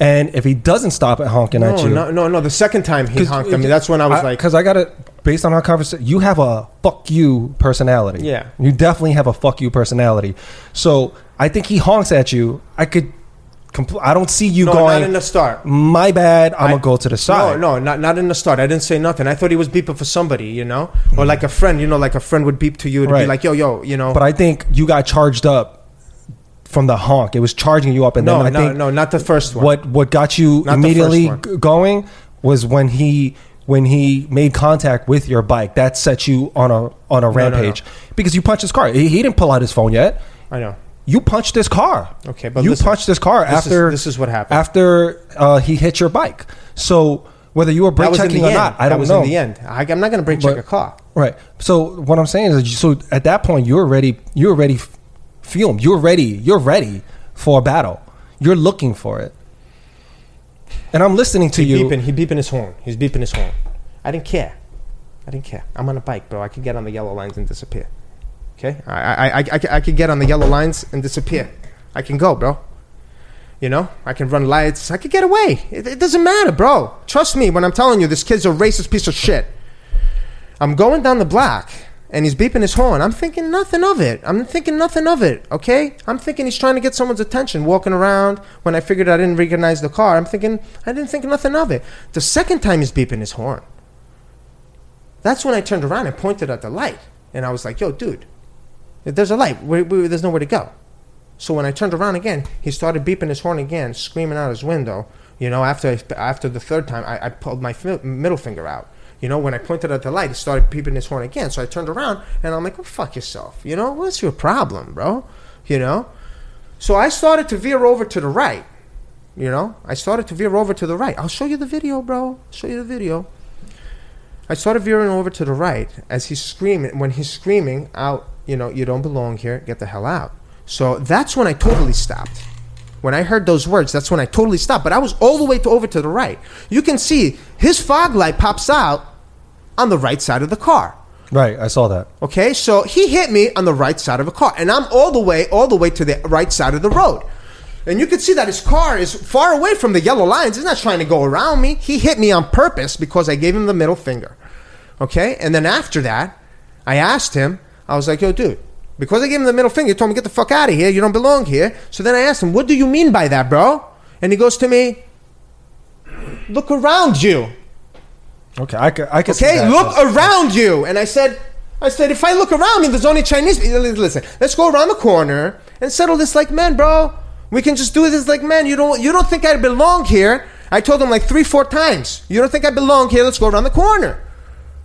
S2: And if he doesn't stop at honking at
S1: no,
S2: you,
S1: no, no, no. The second time he
S2: 'Cause
S1: honked at me, that's when I was like,
S2: because I got to based on our conversation, you have a fuck you personality.
S1: Yeah.
S2: you definitely have a fuck you personality. So I think he honks at you. I could, compl- I don't see you
S1: no,
S2: going.
S1: not in the start.
S2: My bad. I'm gonna go to the
S1: No,
S2: side.
S1: no, not not in the start. I didn't say nothing. I thought he was beeping for somebody, you know, or like a friend, you know, like a friend would beep to you to be
S2: Right.
S1: like, yo, yo, you know.
S2: But I think you got charged up from the honk. It was charging you up, and
S1: no,
S2: then I
S1: no,
S2: think
S1: no, not the first one.
S2: what what got you
S1: Not the
S2: immediately
S1: first
S2: g- going was when he when he made contact with your bike that set you on a on a
S1: no, no.
S2: rampage because you punched his car he, he didn't pull out his phone yet
S1: I know.
S2: you punched this car
S1: Okay, but
S2: you
S1: listen,
S2: punched this car
S1: this is-
S2: after
S1: this is what happened.
S2: after uh, he hit your bike so whether you were
S1: That
S2: brake
S1: was in the
S2: checking
S1: end.
S2: or not i
S1: that
S2: don't
S1: was
S2: know
S1: in the end. I, I'm not going to break check
S2: But-
S1: a car.
S2: Right. So what I'm saying is, so at that point, you're ready. You're ready. f- Fumed. You're ready. You're ready for a battle. You're looking for it. And I'm listening to
S1: He
S2: you.
S1: beeping. He beeping his horn. He's beeping his horn. I didn't care. I didn't care. I'm on a bike, bro. I could get on the yellow lines and disappear. Okay, I I I, I, I could get on the yellow lines and disappear. I can go, bro. You know, I can run lights. I could get away. It, it doesn't matter, bro. Trust me when I'm telling you, this kid's a racist piece of shit. I'm going down the block and he's beeping his horn. I'm thinking nothing of it. I'm thinking nothing of it, okay? I'm thinking he's trying to get someone's attention walking around. When I figured I didn't recognize the car, I'm thinking, I didn't think nothing of it. The second time he's beeping his horn, that's when I turned around and pointed at the light. And I was like, yo, dude, if there's a light. We, we, there's nowhere to go. So when I turned around again, he started beeping his horn again, screaming out his window. You know, after after the third time, I, I pulled my fi- middle finger out. You know, when I pointed at the light, he started beeping his horn again. So I turned around and I'm like, well, fuck yourself. You know, what's your problem, bro? You know? So I started to veer over to the right. You know, I started to veer over to the right. I'll show you the video, bro. I'll show you the video. I started veering over to the right as he's screaming. When he's screaming out, you know, you don't belong here, get the hell out. So that's when I totally stopped. When I heard those words, that's when I totally stopped. But I was all the way to over to the right. You can see his fog light pops out on the right side of the car.
S2: right. I saw that.
S1: Okay, so he hit me on the right side of a car, and I'm all the way, all the way to the right side of the road. And you can see that his car is far away from the yellow lines. He's not trying to go around me. He hit me on purpose because I gave him the middle finger. Okay, and then after that, I asked him, I was like, yo, dude, because I gave him the middle finger, he told me, get the fuck out of here. You don't belong here. So then I asked him, what do you mean by that, bro? And he goes to me, look around you.
S2: Okay, I could. I could see
S1: Okay,
S2: that
S1: look
S2: as-
S1: around you. And I said, I said, if I look around and there's only Chinese, listen, let's go around the corner and settle this like men, bro. We can just do this like men. You don't, you don't think I belong here? I told him like three, four times. You don't think I belong here? Let's go around the corner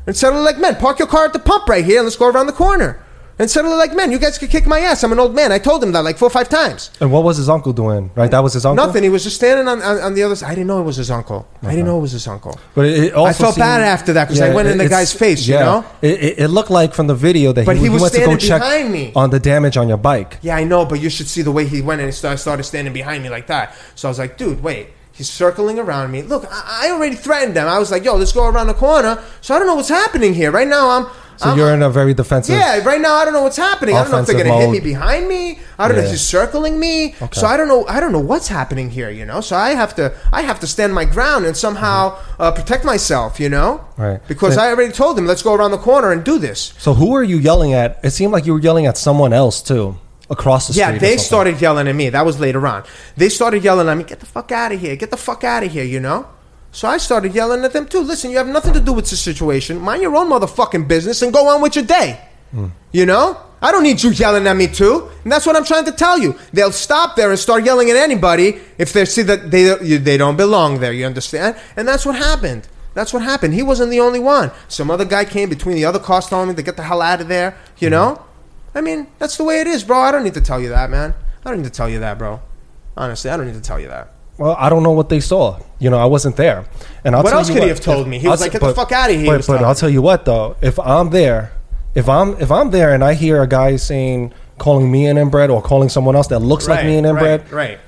S1: and settle it like men. Park your car at the pump right here and let's go around the corner and settle it like men. You guys could kick my ass. I'm an old man. I told him that like four, or five times.
S2: And what was his uncle doing? Right, that was his uncle.
S1: Nothing. He was just standing on, on, on the other side. I didn't know it was his uncle. I didn't know it was his uncle.
S2: But it, it also
S1: I felt
S2: seemed-
S1: bad after that 'cause I went in the
S2: it's-
S1: guy's face, you know?
S2: it, it, it looked like from the video that
S1: But
S2: he,
S1: he was
S2: went to go
S1: standing
S2: check
S1: behind me.
S2: on the damage on your bike.
S1: Yeah, I know, but you should see the way he went and started, started standing behind me like that. So I was like, dude, wait. He's circling around me. Look, I, I already threatened him. I was like, yo, let's go around the corner. So I don't know what's happening here. Right now, I'm.
S2: So
S1: I'm-
S2: you're in a very defensive.
S1: Uh-huh. yeah, right now I don't know what's happening. I don't know if they're
S2: Offensive
S1: gonna hit
S2: mode.
S1: me behind me. I don't know
S2: Yeah.
S1: if he's circling me. So I don't know. I don't know what's happening here. You know. So I have to. I have to stand my ground and somehow uh, protect myself. You know.
S2: Mm-hmm. Right.
S1: Because
S2: So-
S1: I already told him, let's go around the corner and do this.
S2: So who are you yelling at? It seemed like you were yelling at someone else too, across the
S1: Yeah,
S2: street. or
S1: they
S2: something.
S1: started yelling at me. That was later on. They started yelling at me, get the fuck out of here, get the fuck out of here, you know? So I started yelling at them too. Listen, you have nothing to do with this situation. Mind your own motherfucking business and go on with your day.
S2: Hmm.
S1: You know? I don't need you yelling at me too. And that's what I'm trying to tell you. They'll stop there and start yelling at anybody if they see that they, you- they don't belong there. You understand? And that's what happened. That's what happened. He wasn't the only one. Some other guy came between the other cars telling me to get the hell out of there,
S2: Hmm.
S1: you know? I mean, that's the way it is, bro. I don't need to tell you that, man. I don't need to tell you that, bro. Honestly, I don't need to tell you that.
S2: Well, I don't know what they saw. You know, I wasn't there. And I'll
S1: What
S2: tell
S1: else
S2: you
S1: could he
S2: what,
S1: have told me? He
S2: I'll
S1: was
S2: t-
S1: like, "Get the fuck outta here," he
S2: But,
S1: was
S2: but
S1: telling
S2: I'll
S1: me.
S2: tell you what, though, if I'm there, if I'm if I'm there and I hear a guy saying, calling me an inbred or calling someone else that looks like me an inbred,
S1: right? Right.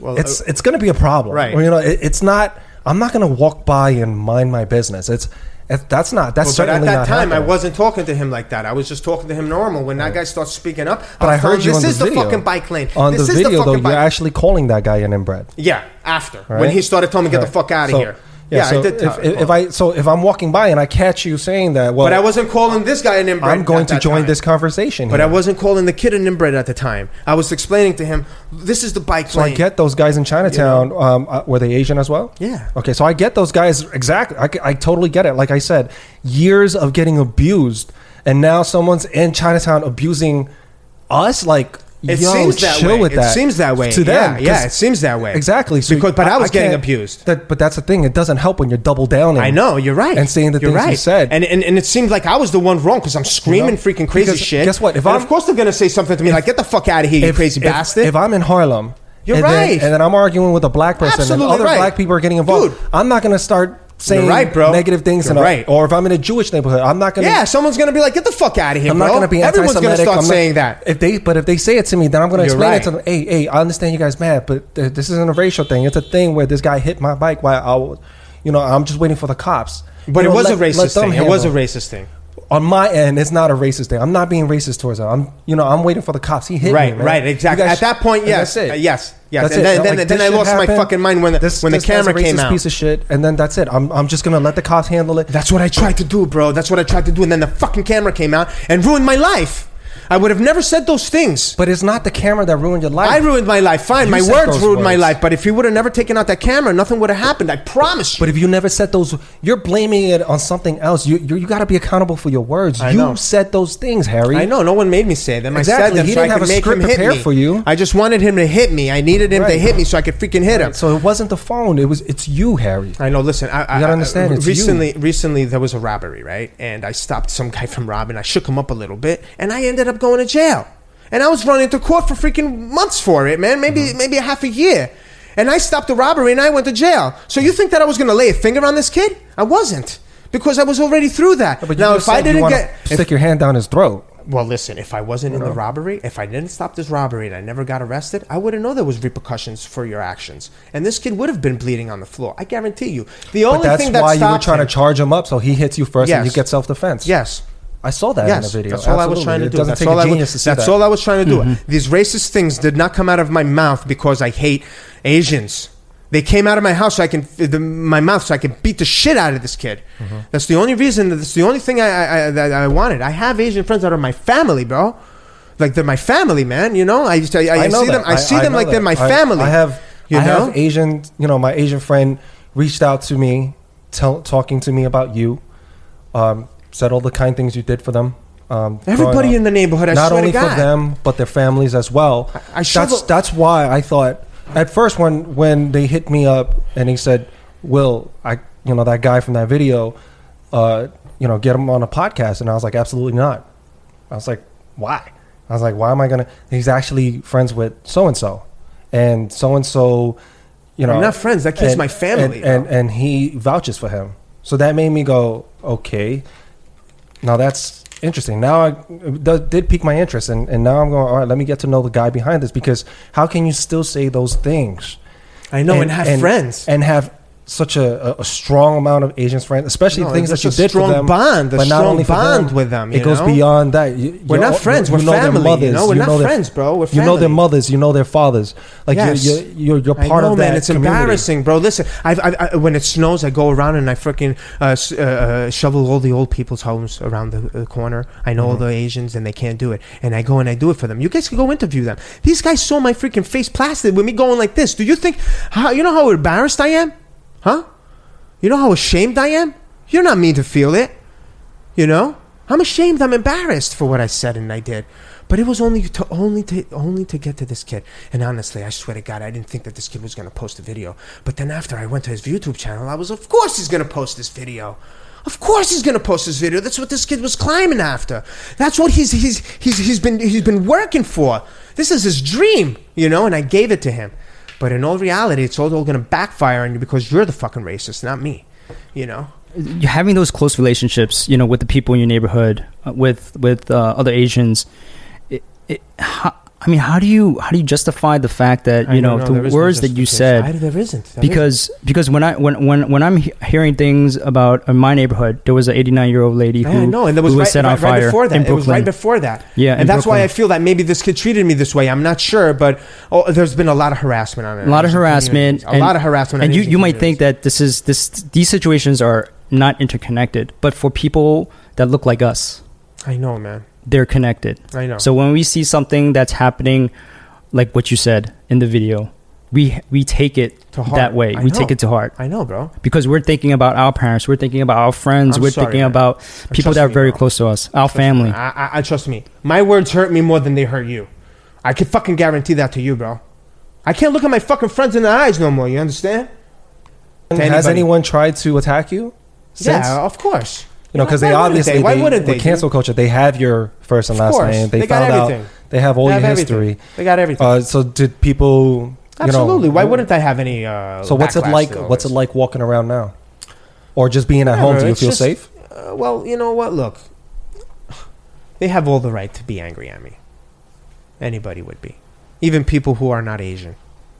S1: Well, uh,
S2: it's it's going to be a problem,
S1: Right.
S2: Or, you know, it, it's not. I'm not going to walk by and mind my business. It's it, that's not that's
S1: But, but at
S2: certainly
S1: that
S2: not
S1: time, I
S2: happening.
S1: wasn't talking to him like that. I was just talking to him normal. When that guy starts speaking up, I'll
S2: But I
S1: tell
S2: heard
S1: him,
S2: you
S1: This
S2: on the
S1: is
S2: video.
S1: the fucking bike lane.
S2: On
S1: this
S2: the
S1: is the
S2: video, though,
S1: fucking
S2: you're
S1: bike.
S2: actually calling that guy an inbred.
S1: yeah, after
S2: right?
S1: when he started telling me, "Get the
S2: Right.
S1: fuck out of
S2: So-
S1: here." Yeah,
S2: so
S1: I did. Tell
S2: if,
S1: him.
S2: if, if I so if I'm walking by and I catch you saying that, well,
S1: but I wasn't calling this guy an inbred.
S2: I'm going
S1: at
S2: to
S1: that
S2: join
S1: time.
S2: this conversation.
S1: But
S2: here.
S1: I wasn't calling the kid an inbred at the time. I was explaining to him, "This is the bike
S2: So I
S1: lane."
S2: get those guys in Chinatown. um, uh, were they Asian as well?
S1: Yeah.
S2: Okay, so I get those guys exactly. I, c- I totally get it. Like I said, years of getting abused, and now someone's in Chinatown abusing us. Like
S1: It
S2: yo,
S1: seems that
S2: chill
S1: way.
S2: with
S1: It
S2: that.
S1: seems that way.
S2: to them.
S1: Yeah, yeah,
S2: 'cause-
S1: it seems that way.
S2: Exactly.
S1: Because- but I was getting
S2: can't-
S1: abused.
S2: That, but that's the thing. It doesn't help when you're double downing.
S1: I know you're right,
S2: And saying the
S1: you're
S2: things you said.
S1: and, and and it seemed like I was the one wrong because I'm screaming freaking crazy
S2: Because
S1: shit.
S2: guess what? If
S1: And
S2: I'm-
S1: of course they're gonna say something to me like, "Get the fuck out of here, you crazy bastard!"
S2: If I'm in Harlem,
S1: You're
S2: and
S1: right.
S2: then, and then I'm arguing with a black person, and
S1: Absolutely
S2: other
S1: right.
S2: black people are getting involved.
S1: Dude.
S2: I'm not going to start saying
S1: right, bro.
S2: negative things,
S1: You're
S2: and I-
S1: right.
S2: or if I'm in a Jewish neighborhood, I'm not going to.
S1: yeah, someone's gonna be like, "Get the fuck out of here!"
S2: I'm
S1: bro.
S2: not going to be
S1: Everyone's
S2: anti-Semitic.
S1: gonna start
S2: I'm not-
S1: saying that.
S2: if they, but if they say it to me, then I'm going to
S1: You're
S2: explain
S1: right.
S2: it to them. Hey, hey, I understand you guys mad, but th- this isn't a racial thing. It's a thing where this guy hit my bike while I, was, you know, I'm just waiting for the cops.
S1: But it
S2: You know,
S1: was
S2: let-
S1: a
S2: let
S1: racist
S2: them
S1: thing. It was a
S2: handle
S1: racist thing.
S2: on my end, it's not a racist thing. I'm not being racist towards her. I'm, you know, I'm waiting for the cops. He hit
S1: Right,
S2: me, man.
S1: right, exactly.
S2: You guys
S1: At that point,
S2: and
S1: yes,
S2: that's it.
S1: uh, yes, yes.
S2: That's
S1: And
S2: it.
S1: then-
S2: Now,
S1: then- then
S2: this
S1: I
S2: shit
S1: lost my fucking mind when the- when the
S2: guy's a
S1: camera came
S2: racist
S1: out.
S2: Piece of shit, and then that's it. I'm, I'm just gonna let the cops handle it.
S1: That's what I tried to do, bro. That's what I tried to do, and then the fucking camera came out and ruined my life. I would have never said those things.
S2: But it's not the camera that ruined your life.
S1: I ruined my life. Fine,
S2: You
S1: my
S2: said
S1: words
S2: those
S1: ruined my
S2: words.
S1: life. But if you would have never taken out that camera, nothing would have happened. I promise you.
S2: But if you never said those, you're blaming it on something else. You you, you got to be accountable for your words.
S1: I
S2: you
S1: know.
S2: said those things, Harry.
S1: I know no one made me say them. I said
S2: Exactly.
S1: them
S2: He
S1: so I
S2: didn't
S1: could
S2: have a
S1: make him
S2: script
S1: hit
S2: prepared
S1: me.
S2: for you.
S1: I just wanted him to hit me. I needed him to
S2: Right.
S1: hit me so I could freaking hit him.
S2: So it wasn't the phone. It was it's you, Harry.
S1: I know. Listen, I, I
S2: gotta understand,
S1: I,
S2: it's
S1: recently, recently there was a robbery, right? And I stopped some guy from robbing. I shook him up a little bit, and I ended up going to jail. And I was running to court for freaking months for it, man. Maybe
S2: Mm-hmm.
S1: maybe a half a year. And I stopped the robbery, and I went to jail. So you think that I was going to lay a finger on this kid? I wasn't. Because I was already through that.
S2: But you
S1: now,
S2: just
S1: if I
S2: said you
S1: didn't
S2: wanna
S1: get, if
S2: stick your hand down his throat.
S1: well, listen, if I wasn't in the robbery, if I didn't stop this robbery and I never got arrested, I wouldn't know there was repercussions for your actions. And this kid would have been bleeding on the floor. I guarantee you. The
S2: But
S1: only
S2: that's
S1: thing that
S2: why you were
S1: stopped
S2: trying
S1: him-
S2: to charge him up, so he hits you first, and
S1: Yes.
S2: you get self defense.
S1: Yes.
S2: I saw that
S1: Yes,
S2: in the video.
S1: that's all I was
S2: Absolutely.
S1: trying to
S2: It
S1: do.
S2: doesn't
S1: That's
S2: take
S1: all
S2: a
S1: I
S2: genius to
S1: was.
S2: see
S1: That's
S2: that.
S1: all
S2: Mm-hmm.
S1: I was trying to do. These racist things did not come out of my mouth because I hate Asians. They came out of my house so I can the, my mouth so I can beat the shit out of this kid.
S2: Mm-hmm.
S1: That's the only reason. That's the only thing I, I, I that I wanted. I have Asian friends that are my family, bro. Like they're my family, man. You know, I I, I,
S2: know
S1: see them.
S2: that.
S1: I see them
S2: know
S1: like they're
S2: that.
S1: my
S2: I-
S1: family.
S2: I have,
S1: You
S2: I
S1: know?
S2: have Asian. You know, my Asian friend reached out to me tell, talking to me about you. Um, said all the kind things you did for them. Um, growing
S1: Everybody
S2: up.
S1: in the neighborhood, I
S2: not
S1: swear
S2: only
S1: to God.
S2: for them but their families as well.
S1: I
S2: that's
S1: shovel-
S2: that's why I thought at first when when they hit me up and he said, "Will I you know that guy from that video, uh, you know get him on a podcast?" and I was like, "Absolutely not." I was like, "Why?" I was like, "Why am I gonna?" He's actually friends with so and so, and so and so, you know,
S1: We're not friends. That kid's
S2: and-
S1: my family,
S2: and, and
S1: though.
S2: and he vouches for him. So that made me go, "Okay." Now that's interesting. Now I it does- did pique my interest, and, and now I'm going. All right, let me get to know the guy behind this because how can you still say those things?
S1: I know, and, have friends.
S2: and have such a, a, a strong amount of Asian friends, especially
S1: No,
S2: things that
S1: there's
S2: you
S1: a
S2: did
S1: strong
S2: for them.
S1: bond, a
S2: but not
S1: strong
S2: only for
S1: bond with them,
S2: It
S1: you
S2: goes
S1: know?
S2: beyond that. You- you-
S1: We're
S2: you're-
S1: not friends,
S2: you
S1: we're
S2: know their
S1: family, you
S2: mothers,
S1: know? We're not
S2: their-
S1: friends, bro, we're
S2: You know their
S1: family.
S2: mothers. You know their fathers. Like
S1: Yes.
S2: you're, you're, you're, you're
S1: I
S2: part
S1: know,
S2: of that
S1: man. It's
S2: community.
S1: embarrassing, bro. Listen, I've, I've, I, when it snows, I go around and I freaking uh, s- uh, uh, shovel all the old people's homes around the uh, corner. I know all
S2: Mm-hmm.
S1: the Asians, and they can't do it. And I go and I do it for them. You guys can go interview them. These guys saw my freaking face plastered with me going like this. Do you think? How you know how embarrassed I am? Huh? You know how ashamed I am? You're not mean to feel it. You know, I'm ashamed. I'm embarrassed for what I said and I did. But it was only to only to only to get to this kid. And honestly, I swear to God, I didn't think that this kid was gonna post a video. But then after I went to his YouTube channel, I was, of course, he's gonna post this video. Of course, he's gonna post this video. That's what this kid was climbing after. That's what he's he's he's he's been he's been working for. This is his dream, you know. And I gave it to him. But in all reality, it's all, all gonna backfire on you because you're the fucking racist, not me. You know.
S4: you- having those close relationships, you know, with the people in your neighborhood, uh, with with uh, other Asians, it, it, how, I mean, how do you how do you justify the fact that
S1: I
S4: you
S1: don't
S4: know,
S1: there
S4: the
S1: is no
S4: words that you
S1: justification.
S4: said?
S1: I, there isn't There
S4: Because because when I when when when I'm he- hearing things about in my neighborhood, there was an 89 year old lady
S1: isn't. I
S4: who,
S1: know, and that was
S4: who
S1: right,
S4: was set
S1: right-
S4: on
S1: right
S4: fire
S1: before that.
S4: in
S1: It was
S4: Brooklyn.
S1: right before that.
S4: Yeah, in
S1: and that's why
S4: Brooklyn.
S1: I feel that maybe this kid treated me this way. I'm not sure, but oh, there's been a lot of harassment on it.
S4: a lot of harassment,
S1: A lot of harassment,
S4: and
S1: on
S4: you
S1: Asian
S4: you might think
S1: communities.
S4: that this is this these situations are not interconnected, but for people that look like us,
S1: I know, man.
S4: they're connected.
S1: I know.
S4: So when we see something that's happening, like what you said in the video, we we take it
S1: To heart.
S4: that way.
S1: I
S4: we
S1: know.
S4: take it to heart
S1: I know, bro.
S4: because we're thinking about our parents, we're thinking about our friends,
S1: I'm
S4: we're
S1: sorry,
S4: thinking
S1: man.
S4: about
S1: trust
S4: people that are
S1: me,
S4: very
S1: bro.
S4: close to us, our family.
S1: I, I, I trust me. My words hurt me more than they hurt you. I can fucking guarantee that to you, bro. I can't look at my fucking friends in the eyes no more. You understand?
S2: And
S1: To
S2: Has
S1: anybody.
S2: anyone tried to attack you? Since?
S1: Yeah, of course.
S2: You know, because
S1: Why
S2: they
S1: wouldn't
S2: obviously
S1: Why wouldn't
S2: with
S1: they? dude?
S2: cancel culture, they have your first and
S1: Of
S2: last
S1: course.
S2: name. They,
S1: They got
S2: found out
S1: everything.
S2: they have all
S1: They
S2: your
S1: have everything.
S2: history.
S1: They got everything.
S2: Uh, so did people? you know-
S1: Absolutely. Why wouldn't I have any? Uh,
S2: So what's it
S1: backlash
S2: like?
S1: to all
S2: What's it
S1: this?
S2: like walking around now, or just being at home?
S1: Yeah,
S2: Do you
S1: it's
S2: feel
S1: just-
S2: safe?
S1: Uh, well, you know what? Look, they have all the right to be angry at me. Anybody would be, even people who are not Asian.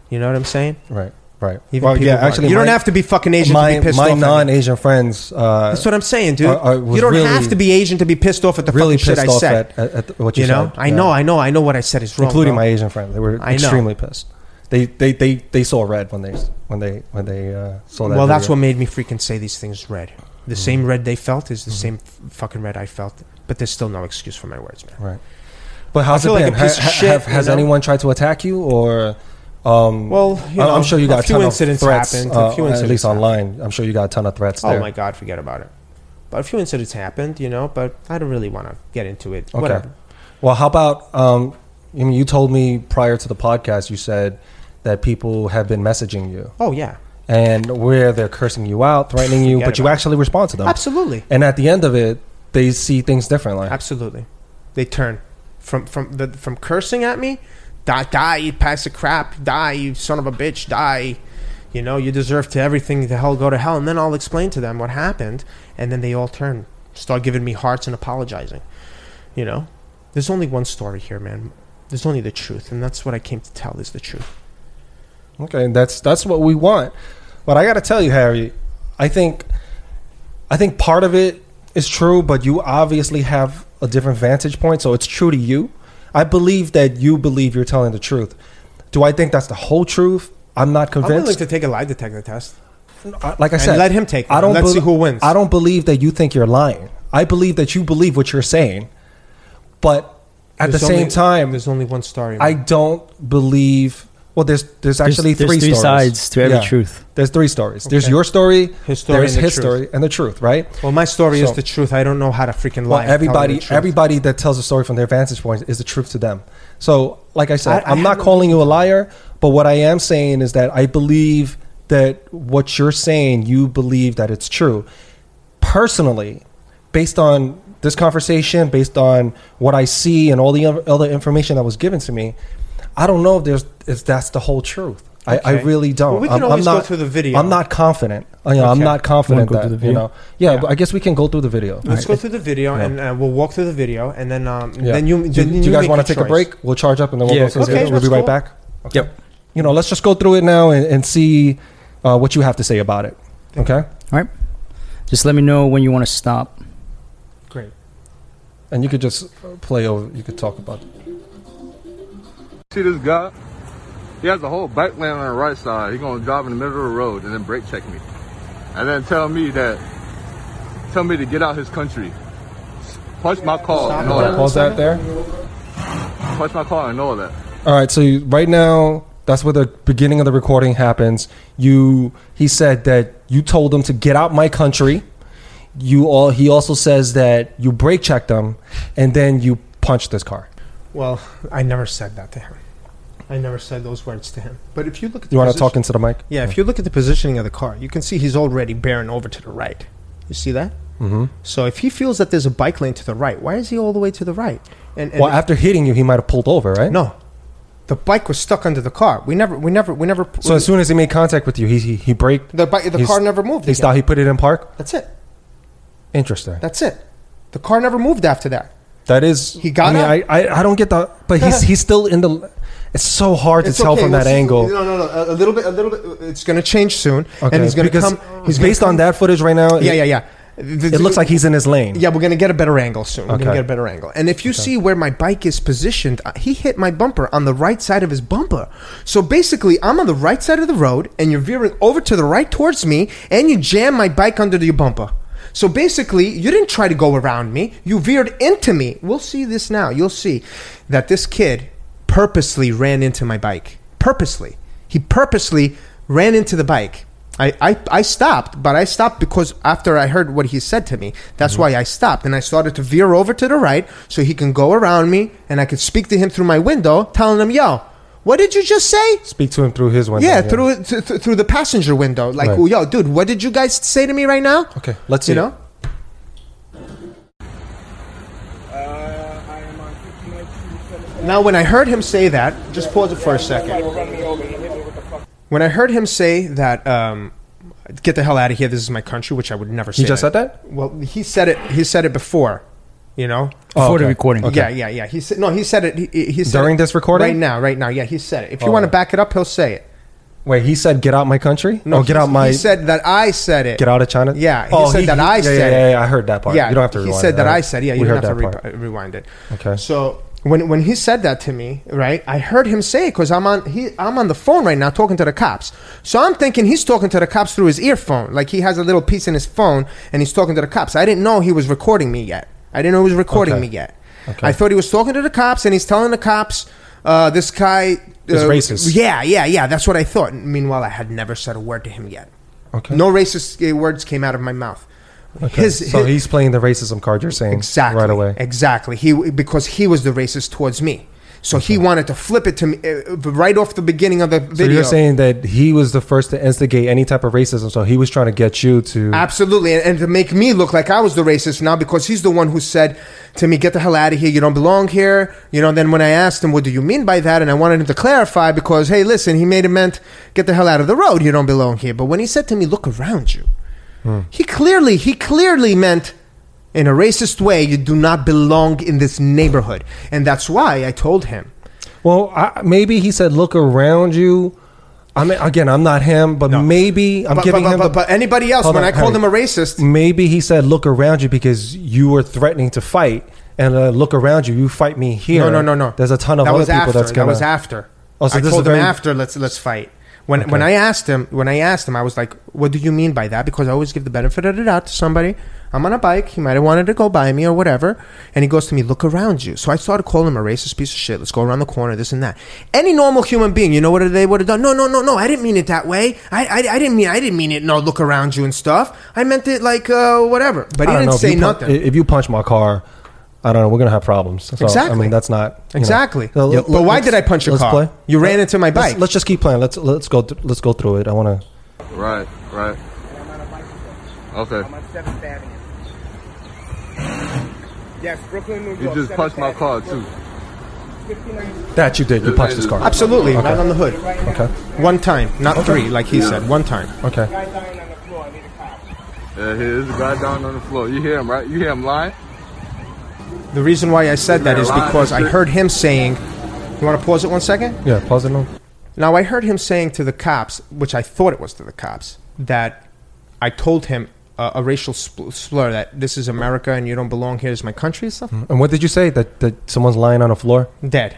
S1: You know what I'm saying?
S2: Right, right.
S1: Even
S2: well,
S1: people
S2: yeah,
S1: who are-
S2: actually,
S1: you
S2: my,
S1: don't have to be fucking Asian
S2: my,
S1: to be pissed
S2: my
S1: off. at me.
S2: non-Asian friends uh,
S1: That's what I'm saying, dude.
S2: I- I was
S1: you don't
S2: really-
S1: have to be Asian to be pissed off at the
S2: really
S1: fucking shit
S2: pissed
S1: I
S2: off
S1: said.
S2: at, at, at what you,
S1: you know?
S2: said.
S1: I
S2: yeah.
S1: know, I know, I know what I said is wrong,
S2: including
S1: bro.
S2: my Asian friends. They were
S1: I know.
S2: extremely pissed. They, they, they, they saw red when they when they when they Mm-hmm. uh, saw that.
S1: Well, that's
S2: video.
S1: what made me freaking say these things red. The same red they felt
S2: Mm-hmm.
S1: is the same f- fucking red I felt. But there's still no excuse for my words, man.
S2: Right. But how's
S1: I
S2: it
S1: feel
S2: been?
S1: like a piece of
S2: Ha- ha-
S1: shit,
S2: have-
S1: you
S2: has
S1: know?
S2: anyone tried to attack you or? Um,
S1: Well, you
S2: I-
S1: know,
S2: I'm sure you
S1: a
S2: got a,
S1: few
S2: ton
S1: incidents
S2: of threats.
S1: happened, a
S2: uh,
S1: few
S2: at
S1: incidents
S2: least
S1: happened.
S2: online, I'm sure you got a ton of threats
S1: Oh
S2: there.
S1: my god, forget about it. But a few incidents happened, you know. But I don't really want to get into it.
S2: Okay.
S1: Whatever.
S2: Well, how about? Um, I mean, you told me prior to the podcast, you said that people have been messaging you
S1: Oh yeah,
S2: and where they're cursing you out, threatening you,
S1: Forget
S2: but you
S1: about it.
S2: actually respond to them.
S1: absolutely,
S2: And at the end of it, they see things differently.
S1: absolutely. They turn from from the from cursing at me, die, die, you pass of crap, die, you son of a bitch, die. You know, you deserve to everything. The hell, go to hell. And then I'll explain to them what happened, and then they all turn, start giving me hearts and apologizing. You know, there's only one story here, man. There's only the truth, and that's what I came to tell is the truth.
S2: Okay, and that's that's what we want. But I got to tell you, Harry, I think I think part of it is true, but you obviously have a different vantage point, so it's true to you. I believe that you believe you're telling the truth. Do I think that's the whole truth? I'm not
S1: I'm willing
S2: convinced.
S1: to take a lie detector test.
S2: I- uh, like I
S1: And
S2: said,
S1: let him take
S2: I
S1: it.
S2: don't.
S1: Let's see who wins.
S2: I don't believe that you think you're lying. I believe that you believe what you're saying, but at the
S1: There's
S2: same
S1: only-
S2: time,
S1: there's only one story.
S2: I
S1: man.
S2: don't believe Well, there's there's actually
S4: there's,
S2: three,
S4: there's three
S2: stories.
S4: sides to every
S2: Yeah.
S4: truth.
S2: There's three stories. There's
S1: Okay.
S2: your story,
S1: His story
S2: there's
S1: and the
S2: his
S1: truth.
S2: story, and the truth, right?
S1: Well, my story is
S2: So-
S1: the truth. I don't know how to freaking
S2: Well,
S1: lie.
S2: everybody,
S1: everybody.
S2: everybody that tells a story from their vantage point is the truth to them. So, like I said,
S1: I- I
S2: I, am not
S1: haven't-
S2: calling you a liar, but what I am saying is that I believe that what you're saying, you believe that it's true. Personally, based on this conversation, based on what I see and all the other- other information that was given to me, I don't know if there's if that's the whole truth. I, I
S1: Okay.
S2: really don't.
S1: Well, we can
S2: I'm, I'm
S1: always go
S2: not-
S1: through the video.
S2: I'm not confident. You know, I'm
S1: Okay.
S2: not confident
S4: Wanna go
S2: that
S4: through the
S2: you
S4: video?
S2: know. Yeah,
S1: Yeah.
S2: but I guess we can go through the video.
S1: Let's go through the video and uh, we'll walk through the video and then um,
S2: Yeah.
S1: then you
S2: do,
S1: then
S2: do you guys
S1: make
S2: want
S1: your
S2: to take a
S1: choice.
S2: break? We'll charge up and then we'll
S4: Yeah,
S2: go through the
S1: okay,
S2: video. We'll be
S1: that's
S2: right
S1: cool.
S2: back.
S4: Yep.
S2: You know, let's just go through it now and, and see uh, what you have to say about it. Okay.
S4: Just let me know when you want to stop.
S1: Great.
S2: And you could just uh, play over. You could talk about.
S5: See this guy? He has a whole bike lane on the right side. He gonna drive in the middle of the road and then brake check me. And then tell me that, tell me to get out his country. Punch my car and all that.
S2: Pause that there.
S5: Punch my car and all that.
S2: All right. So you, right now, that's where the beginning of the recording happens. You. He said that you told him to get out my country. You all. He also says that you brake checked them, and then you punched this car.
S1: Well, I never said that to him. I never said those words to him. But if you look at the
S2: You want to
S1: position-
S2: talk into the mic?
S1: Yeah, if you look at the positioning of the car, you can see he's already bearing over to the right. You see that? Mm-hmm. So if he feels that there's a bike lane to the right, why is he all the way to the right? And, and
S2: Well, after hitting you, he might have pulled over, right?
S1: no, the bike was stuck under the car. We never, we never, we never.
S2: So as soon as he made contact with you, he he, he braked.
S1: the bike, the
S2: he's-
S1: car never moved.
S2: He
S1: again.
S2: stopped. He put it in park.
S1: That's it.
S2: Interesting.
S1: That's it. The car never moved after that.
S2: that is.
S1: He got
S2: I mean,
S1: up.
S2: I, I I don't get the. But he's he's still in the. It's so hard to tell from
S1: let's
S2: that
S1: just-
S2: angle.
S1: No, no, no. A, a little bit, a little bit. It's going to change soon, and he's going to
S2: because
S1: come. He's gonna
S2: based
S1: come-
S2: on that footage right now.
S1: Yeah, yeah,
S2: It,
S1: yeah. It,
S2: it looks like he's in his lane.
S1: Yeah, we're gonna get a better angle soon. We're gonna
S2: Okay.
S1: get a better angle. And if you see where my bike is positioned, uh, he hit my bumper on the right side of his bumper. So basically, I'm on the right side of the road, and you're veering over to the right towards me, and you jam my bike under your bumper. So basically, you didn't try to go around me. You veered into me. We'll see this now. You'll see that this kid purposely ran into my bike. Purposely. He purposely ran into the bike. I, I, I stopped, but I stopped because after I heard what he said to me, that's why I stopped. And I started to veer over to the right so he can go around me and I could speak to him through my window, telling him, yo, what did you just say?
S2: Speak to him through his window.
S1: Yeah, through th- th- through the passenger window. Like,
S2: Right.
S1: "Oh, yo, dude, what did you guys say to me right now?
S2: Okay, let's see.
S1: You know?
S6: Uh, I am on 5927.
S1: Now, when I heard him say that, just pause it for a second.
S6: Try to run me over. He hit me with a fuck.
S1: When I heard him say that, um, get the hell out of here, this is my country, which I would never say.
S2: He just said that.
S1: Well, he said it. He said it before, you know.
S4: Before
S2: Oh, okay.
S4: the recording.
S1: Yeah, yeah, yeah. He said no. He said it. He, he he said
S2: During
S1: it
S2: this recording? Oh.
S1: right now, right now. Yeah, he said it. If you
S2: All
S1: want to
S2: right.
S1: back it up, he'll say it.
S2: Wait, he said, "Get out my country." No,
S1: he-
S2: Oh, get out my.
S1: He said that I said it.
S2: "Get out of China." Oh,
S1: Yeah, he said that I
S2: yeah,
S1: said
S2: yeah, yeah,
S1: it.
S2: yeah, I heard that part.
S1: Yeah,
S2: you don't have to.
S1: He
S2: rewind
S1: said
S2: it,
S1: that
S2: right?
S1: I said. Yeah, you
S2: we
S1: don't
S2: heard
S1: have to
S2: that
S1: re- uh,
S2: part.
S1: rewind it.
S2: Okay.
S1: So when when he said that to me, right, I heard him say it because I'm on he I'm on the phone right now talking to the cops. So I'm thinking he's talking to the cops through his earphone, like he has a little piece in his phone and he's talking to the cops. I didn't know he was recording me yet. I didn't know he was recording
S2: Okay.
S1: me yet.
S2: Okay.
S1: I thought he was talking to the cops and he's telling the cops. Uh, this guy
S2: Is
S1: uh,
S2: racist.
S1: Yeah, yeah, yeah. That's what I thought. Meanwhile, I had never said a word to him yet.
S2: Okay.
S1: No racist uh, words came out of my mouth.
S2: Okay, so
S1: his-
S2: he's playing the racism card. You're saying
S1: Exactly.
S2: right away.
S1: Exactly. He because he was the racist towards me. So he wanted to flip it to me uh, uh, right off the beginning of the
S2: So
S1: video.
S2: you're saying that he was the first to instigate any type of racism. So he was trying to get you to.
S1: Absolutely, and, and to make me look like I was the racist now because he's the one who said to me, "Get the hell out of here! You don't belong here." You know. Then when I asked him, "What do you mean by that?" and I wanted him to clarify because, hey, listen, he made it meant, "Get the hell out of the road! You don't belong here." But when he said to me, "Look around you,"
S2: Hmm.
S1: he clearly, he clearly meant. In a racist way, you do not belong in this neighborhood. And that's why I told him.
S2: Well, I, maybe he said, "Look around you." I mean, again, I'm not him, but maybe I'm
S1: But,
S2: giving
S1: but,
S2: him
S1: but,
S2: the.
S1: but anybody else,
S2: Hold
S1: when
S2: on,
S1: I called
S2: Harry.
S1: him a racist,
S2: maybe he said, "Look around you," because you were threatening to fight, and uh, look around you. You fight me here.
S1: No, no, no, no.
S2: There's a ton of
S1: that
S2: other
S1: was
S2: people
S1: after.
S2: that's gonna.
S1: That was after.
S2: Oh, so
S1: I
S2: this is
S1: told him
S2: very-
S1: after. Let's let's fight. When when
S2: Okay.
S1: I asked him, when I asked him, I was like, "What do you mean by that?" Because I always give the benefit of the doubt to somebody. I'm on a bike. He might have wanted to go by me or whatever, and he goes to me, "Look around you." So I started calling him a racist piece of shit. Let's go around the corner, this and that. Any normal human being, you know what they would have done? No, no, no, no. I didn't mean it that way. I, I, I didn't mean I didn't mean it. No, look around you and stuff. I meant it like uh, whatever. But he
S2: I don't
S1: didn't
S2: know, if
S1: say
S2: you pun-
S1: nothing.
S2: if you punch my car, I don't know. We're gonna have problems. So, I
S1: Exactly.
S2: mean, that's not you know.
S1: Exactly.
S2: So,
S1: Yep. But why
S2: let's-
S1: did I punch your
S2: let's
S1: car? You ran into my
S2: Let's-
S1: bike.
S2: Let's, just keep playing. Let's let's go th- let's go through it. I want to.
S5: Right, right.
S6: I'm on a bicycle.
S5: Okay.
S6: I'm on 7th Avenue. Yes, Brooklyn, New York.
S5: You just
S6: 7th
S5: punched my
S6: Avenue,
S5: car too.
S6: Brooklyn. 59th.
S2: That you did. You punched his car.
S1: Absolutely, right on the hood.
S6: Right now,
S2: Okay.
S1: One time, not three, like he said. One time.
S2: Okay.
S6: guy dying on the floor. I need a cop.
S5: Yeah, here's a guy down on the floor. You hear him, right? You hear him lying?
S1: The reason why I said that is
S5: Marijuana
S1: because I
S5: shit.
S1: heard him saying, "You want to pause it one second?
S2: Yeah. Pause it. now.
S1: Now I heard him saying to the cops, which I thought it was to the cops, that I told him uh, a racial spl- slur that this is America and you don't belong here. This is my country and
S5: Mm-hmm.
S1: stuff.
S2: And what did you say? That that someone's lying on the floor.
S1: Dead.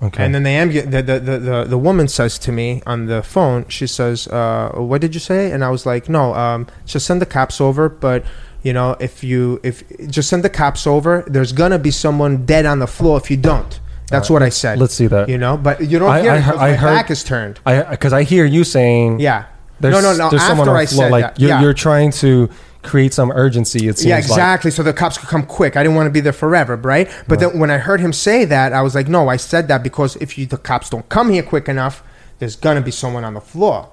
S2: Okay.
S1: And then the, ambu- the, the, the, the, the woman says to me on the phone, she says, uh, what did you say? And I was like, no, um, just send the cops over. But, you know, if you, if just send the cops over, there's going to be someone dead on the floor if you don't. That's what I said.
S2: Let's see that.
S1: You know, but you don't
S2: I-
S1: hear
S2: I
S1: it
S2: he-
S1: 'cause
S2: I
S1: my
S2: heard-
S1: back is turned.
S2: I because I hear you saying
S1: Yeah.
S2: There's,
S1: no, no, no.
S2: There's someone
S1: After
S2: on the
S1: I
S2: floor.
S1: said
S2: like
S1: that.
S2: you're
S1: yeah.
S2: you're trying to create some urgency. It seems
S1: yeah,
S2: like.
S1: exactly. So the cops could come quick. I didn't want to be there forever, right? But then when I heard him say that, I was like, no, I said that because if you the cops don't come here quick enough, there's gonna be someone on the floor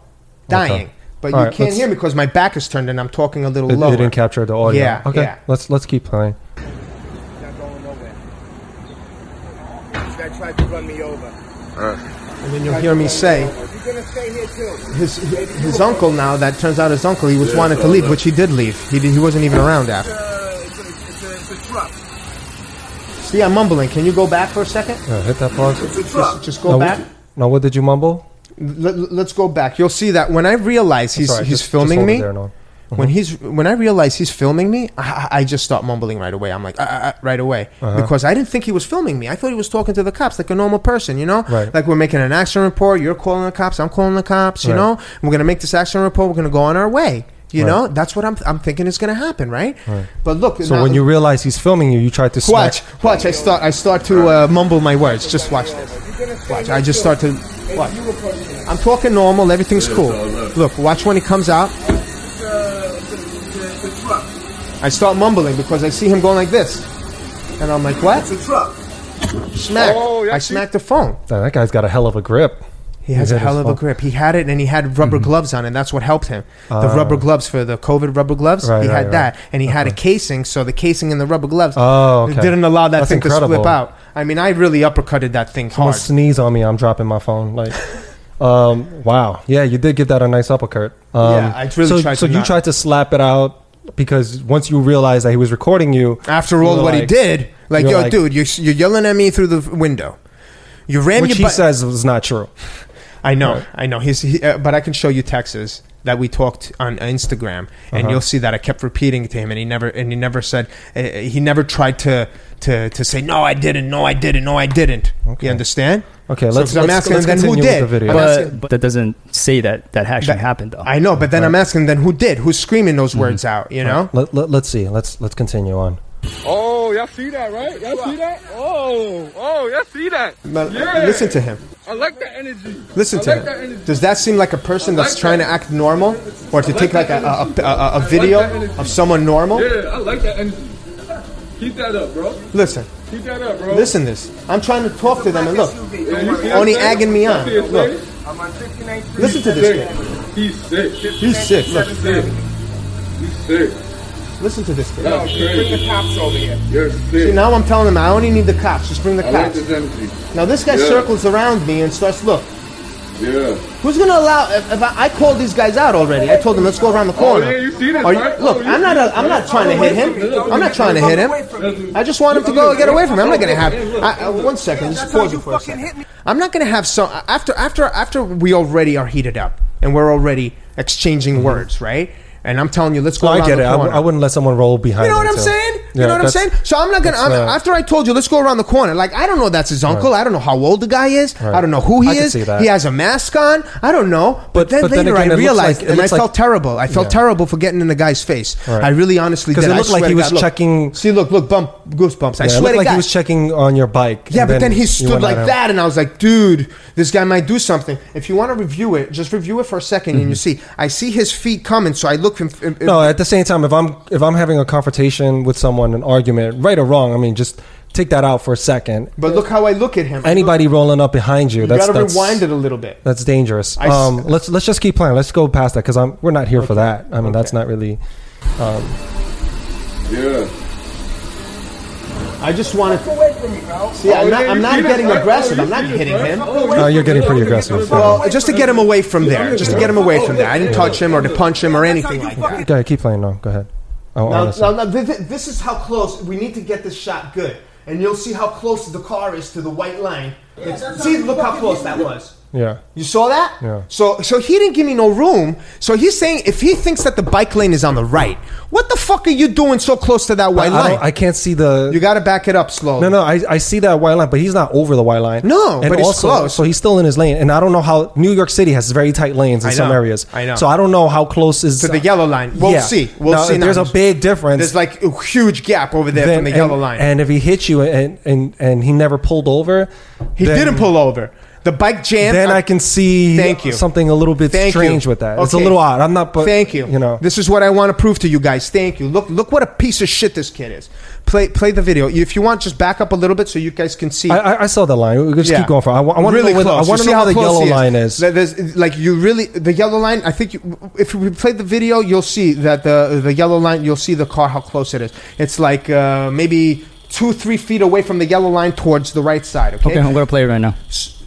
S1: dying. But
S2: All
S1: you
S2: right,
S1: can't
S2: let's-
S1: hear me because my back is turned and I'm talking a little
S2: It,
S1: lower.
S2: it didn't capture the audio.
S1: Yeah,
S2: Okay.
S1: yeah.
S2: Let's let's keep playing.
S6: He's not going nowhere. This guy tried to run me over.
S1: and then you'll hear me say
S6: You're going to stay here too.
S1: his his uncle now that turns out his uncle he was wanted to leave, which he did leave. He did, he wasn't even around after.
S6: Uh, it's, a, it's, a, it's a truck.
S1: See, I'm mumbling. Can you go back for a second?
S2: Yeah, hit that pause.
S6: It's a truck.
S1: Just, just go
S2: now,
S1: back.
S2: What, now what did you mumble?
S1: Let, let's go back. You'll see that when I realize he's
S2: Sorry,
S1: he's
S2: just- just
S1: filming
S2: hold it
S1: me.
S2: there, Noel.
S1: When he's when I realize he's filming me, I- I, I just start mumbling right away. I'm like, uh, uh, uh, right away,
S2: Uh-huh.
S1: because I didn't think he was filming me. I thought he was talking to the cops like a normal person, you know.
S2: Right.
S1: Like we're making an action report. You're calling the cops. I'm calling the cops. You
S2: Right.
S1: know, we're gonna make this action report. We're gonna go on our way. You
S2: Right.
S1: know, that's what I'm I'm thinking is gonna happen, right? But look,
S2: So
S1: now-
S2: when you realize he's filming you, you tried to smack-
S1: watch, watch, I start I start to uh, mumble my words. Just watch this. Watch. I just start to watch. I'm talking normal. Everything's cool. Look, watch when he comes out. I start mumbling because I see him going like this, and I'm like, "What?" Smack!
S5: Oh, yeah,
S1: I
S5: see?
S1: smacked the phone.
S2: Damn, that guy's got a hell of a grip.
S1: He has
S2: hit
S1: a
S2: his
S1: hell of a
S2: phone.
S1: grip. He had it, and he had rubber gloves on, and that's what helped him. The
S2: Ah.
S1: rubber gloves for the COVID rubber gloves.
S2: Right,
S1: he
S2: right,
S1: had
S2: right. Uh-huh.
S1: that, and he had a casing, so the casing and the rubber gloves
S2: Oh, okay.
S1: didn't allow that
S2: That's
S1: thing to
S2: incredible.
S1: slip out. I mean, I really uppercutted that thing
S2: Someone
S1: hard.
S2: sneeze on me, I'm dropping my phone. Like, um, wow. Yeah, you did give that a nice uppercut. Um,
S1: Yeah, I really
S2: so,
S1: tried
S2: So
S1: to
S2: you
S1: not-
S2: tried to slap it out because once you realized that he was recording you,
S1: After all,
S2: you're
S1: what he
S2: like-
S1: did, like,
S2: you're
S1: yo,
S2: like-
S1: dude, you're, you're yelling at me through the window. You ram
S2: which
S1: your
S2: he
S1: butt.
S2: says was not true.
S1: I know,
S2: Right.
S1: I know. He's, he, uh, but I can show you Texas that we talked on Instagram, and
S2: Uh-huh.
S1: you'll see that I kept repeating to him, and he never, and he never said, uh, he never tried to, to, to say, no, I didn't, no, I didn't, no, I didn't.
S2: Okay.
S1: You understand? So,
S2: Okay, let's,
S1: 'cause I'm
S2: let's,
S1: asking,
S2: let's
S1: then who
S2: continue
S1: did?
S2: with the video.
S1: I'm
S4: But,
S1: asking-
S4: but that doesn't say that that actually
S1: That-
S4: happened though.
S1: I know, but then I'm asking, then who did? Who's screaming
S2: Mm-hmm.
S1: those words out? You know?
S2: let, let, let's see. Let's let's continue on.
S5: Oh, y'all see that, right? Y'all see that? Oh, oh, y'all see that?
S1: But
S5: Yeah.
S1: Listen to him.
S5: I like that energy.
S1: Listen
S5: I
S1: to
S5: like that
S1: him.
S5: energy.
S1: Does that seem like a person that's
S5: like
S1: trying
S5: that.
S1: to act normal, or to take like
S5: like
S1: a,
S5: that
S1: a,
S5: energy.
S1: a, a- a
S5: like
S1: video
S5: that energy.
S1: of someone normal?
S5: Yeah, I like that energy. Keep that up, bro.
S1: Listen,
S5: Keep that up, bro.
S1: listen. This. I'm trying to talk to them, and look,
S5: Yeah, you see
S1: only
S5: his face?
S1: agging me
S5: You
S1: on.
S5: see his
S1: Look.
S5: face?
S6: I'm on 59th Street.
S1: listen to this. Guy.
S5: He's sick. He's
S1: He's sick. Look,
S5: sick. He's sick.
S1: listen to this. Guy.
S5: That's
S6: Bring
S5: crazy.
S6: Oh, the cops over here.
S5: You're
S1: See,
S5: sick.
S1: now I'm telling them I only need the cops. Just bring the
S5: I like
S1: cops.
S5: this energy.
S1: Now this guy
S5: Yeah.
S1: circles around me and starts. Look,
S5: Yeah.
S1: who's gonna allow? If, if I, I called these guys out already, I told them let's go around the corner.
S5: Oh, yeah, you see this,
S1: Are you-
S5: right?
S1: Look,
S5: Oh, you
S1: I'm not.
S5: see
S1: A, I'm not trying to hit him. I'm not trying to hit him. I just want him to go get away from me. I'm not gonna have. I, I, one second, just pause it for a second. I'm not gonna have some
S5: Mm-hmm.
S1: after after after we already are heated up and we're already exchanging words, right? And I'm telling you, let's go
S2: Well, I
S1: around
S2: get
S1: the
S2: it. I,
S1: corner.
S2: w- I wouldn't let someone roll behind.
S1: You know
S2: me,
S1: what I'm
S2: too.
S1: saying? you
S2: Yeah,
S1: know what I'm
S2: that's-
S1: saying? So I'm not gonna. I'm,
S2: that's, uh,
S1: after I told you, let's go around the corner. Like I don't know that's his uncle. I don't know how old the guy is.
S2: Right.
S1: I don't know who he
S2: I can
S1: is.
S2: see that.
S1: He has a mask on. I don't know. But,
S2: But-
S1: then
S2: but then
S1: later
S2: again, it
S1: I
S2: looks
S1: realized,
S2: like- it
S1: and I
S2: looks like-
S1: felt terrible. I felt
S2: Yeah.
S1: terrible for getting in the guy's face.
S2: Right.
S1: I really honestly
S2: 'Cause
S1: did.
S2: it
S1: I
S2: looked like
S1: swear
S2: he
S1: to
S2: was
S1: God, look.
S2: checking-
S1: See, look, look, bump, goosebumps. I
S2: Yeah, it
S1: swear
S2: looked
S1: to
S2: like
S1: God.
S2: he was checking on your bike.
S1: Yeah,
S2: and
S1: but then he
S2: you
S1: stood
S2: went at
S1: like
S2: him.
S1: that, and I was like, dude, this guy might do something. If you want to review it, just review it for a 2nd and you see. I see his feet coming, so I look. Inf- inf-
S2: Mm-hmm. No, at the same time, if I'm if I'm having a confrontation with someone, an argument, right or wrong, I mean, just take that out for a second.
S1: but look how I look at him.
S2: Anybody rolling up behind you,
S1: you
S2: that's
S1: gotta
S2: that's,
S1: rewind it a little bit.
S2: that's dangerous.
S1: I s-
S2: um, let's let's just keep playing. Let's go past that because I'm we're not here for that. I mean, that's not really.
S5: Yeah.
S1: I just wanted. To-
S6: Away from me, bro.
S1: See, I'm not,
S5: yeah,
S1: I'm
S5: you
S1: not
S5: see
S1: getting
S5: this, right?
S1: aggressive.
S5: Oh,
S1: I'm
S5: you
S1: not
S5: see this,
S1: hitting
S5: right?
S1: him.
S2: No, uh, you're getting pretty aggressive.
S1: Well, just to get him away from there. Just to get him away from there. I didn't touch him or to punch him or anything like that.
S2: Go ahead, keep playing. No, go ahead. Oh,
S1: Now,
S2: honestly.
S1: now, now thi- thi- this is how close we need to get this shot good, and you'll see how close the car is to the white line. It's- see, look how close that was.
S2: yeah.
S1: You saw that?
S2: Yeah.
S1: So, so he didn't give me no room. So he's saying if he thinks that the bike lane is on the right, what the fuck are you doing so close to that
S2: I,
S1: white
S2: I,
S1: line?
S2: don't, I can't see the.
S1: you got to back it up slowly.
S2: No, no, I, I see that white line, but he's not over the white line.
S1: No,
S2: and
S1: but he's
S2: also,
S1: close.
S2: So he's still in his lane, and I don't know how New York City has very tight lanes in
S1: I
S2: some
S1: know,
S2: areas.
S1: I know.
S2: So I don't know how close is
S1: To the yellow line. We'll
S2: Yeah.
S1: see. We'll
S2: Now,
S1: see. now.
S2: There's a big difference.
S1: There's like a huge gap over there
S2: then-
S1: from the
S2: and,
S1: yellow line.
S2: and if he hit you and and and he never pulled over,
S1: he didn't pull over. The bike jam.
S2: Then I can see
S1: Thank you.
S2: something a little bit
S1: Thank
S2: strange
S1: you.
S2: with that. It's a
S1: Okay.
S2: little odd. I'm not. But
S1: Thank you.
S2: You know.
S1: this is what I want to prove to you guys. Thank you. Look, look what a piece of shit this kid is. Play, play the video if you want. Just back up a little bit so you guys can see.
S2: I, I- I saw the line. We could just keep going for. It. I, wa- I want
S1: really
S2: to know. where the-
S1: close.
S2: I want
S1: You
S2: to
S1: see
S2: know
S1: how
S2: where the
S1: close
S2: yellow
S1: he
S2: line is.
S1: There- There's like you really the yellow line. I think you, if we play the video, you'll see that the the yellow line. You'll see the car how close it is. It's like uh, maybe two three feet away from the yellow line towards the right side.
S4: Okay,
S1: Okay,
S4: I'm gonna play it right now.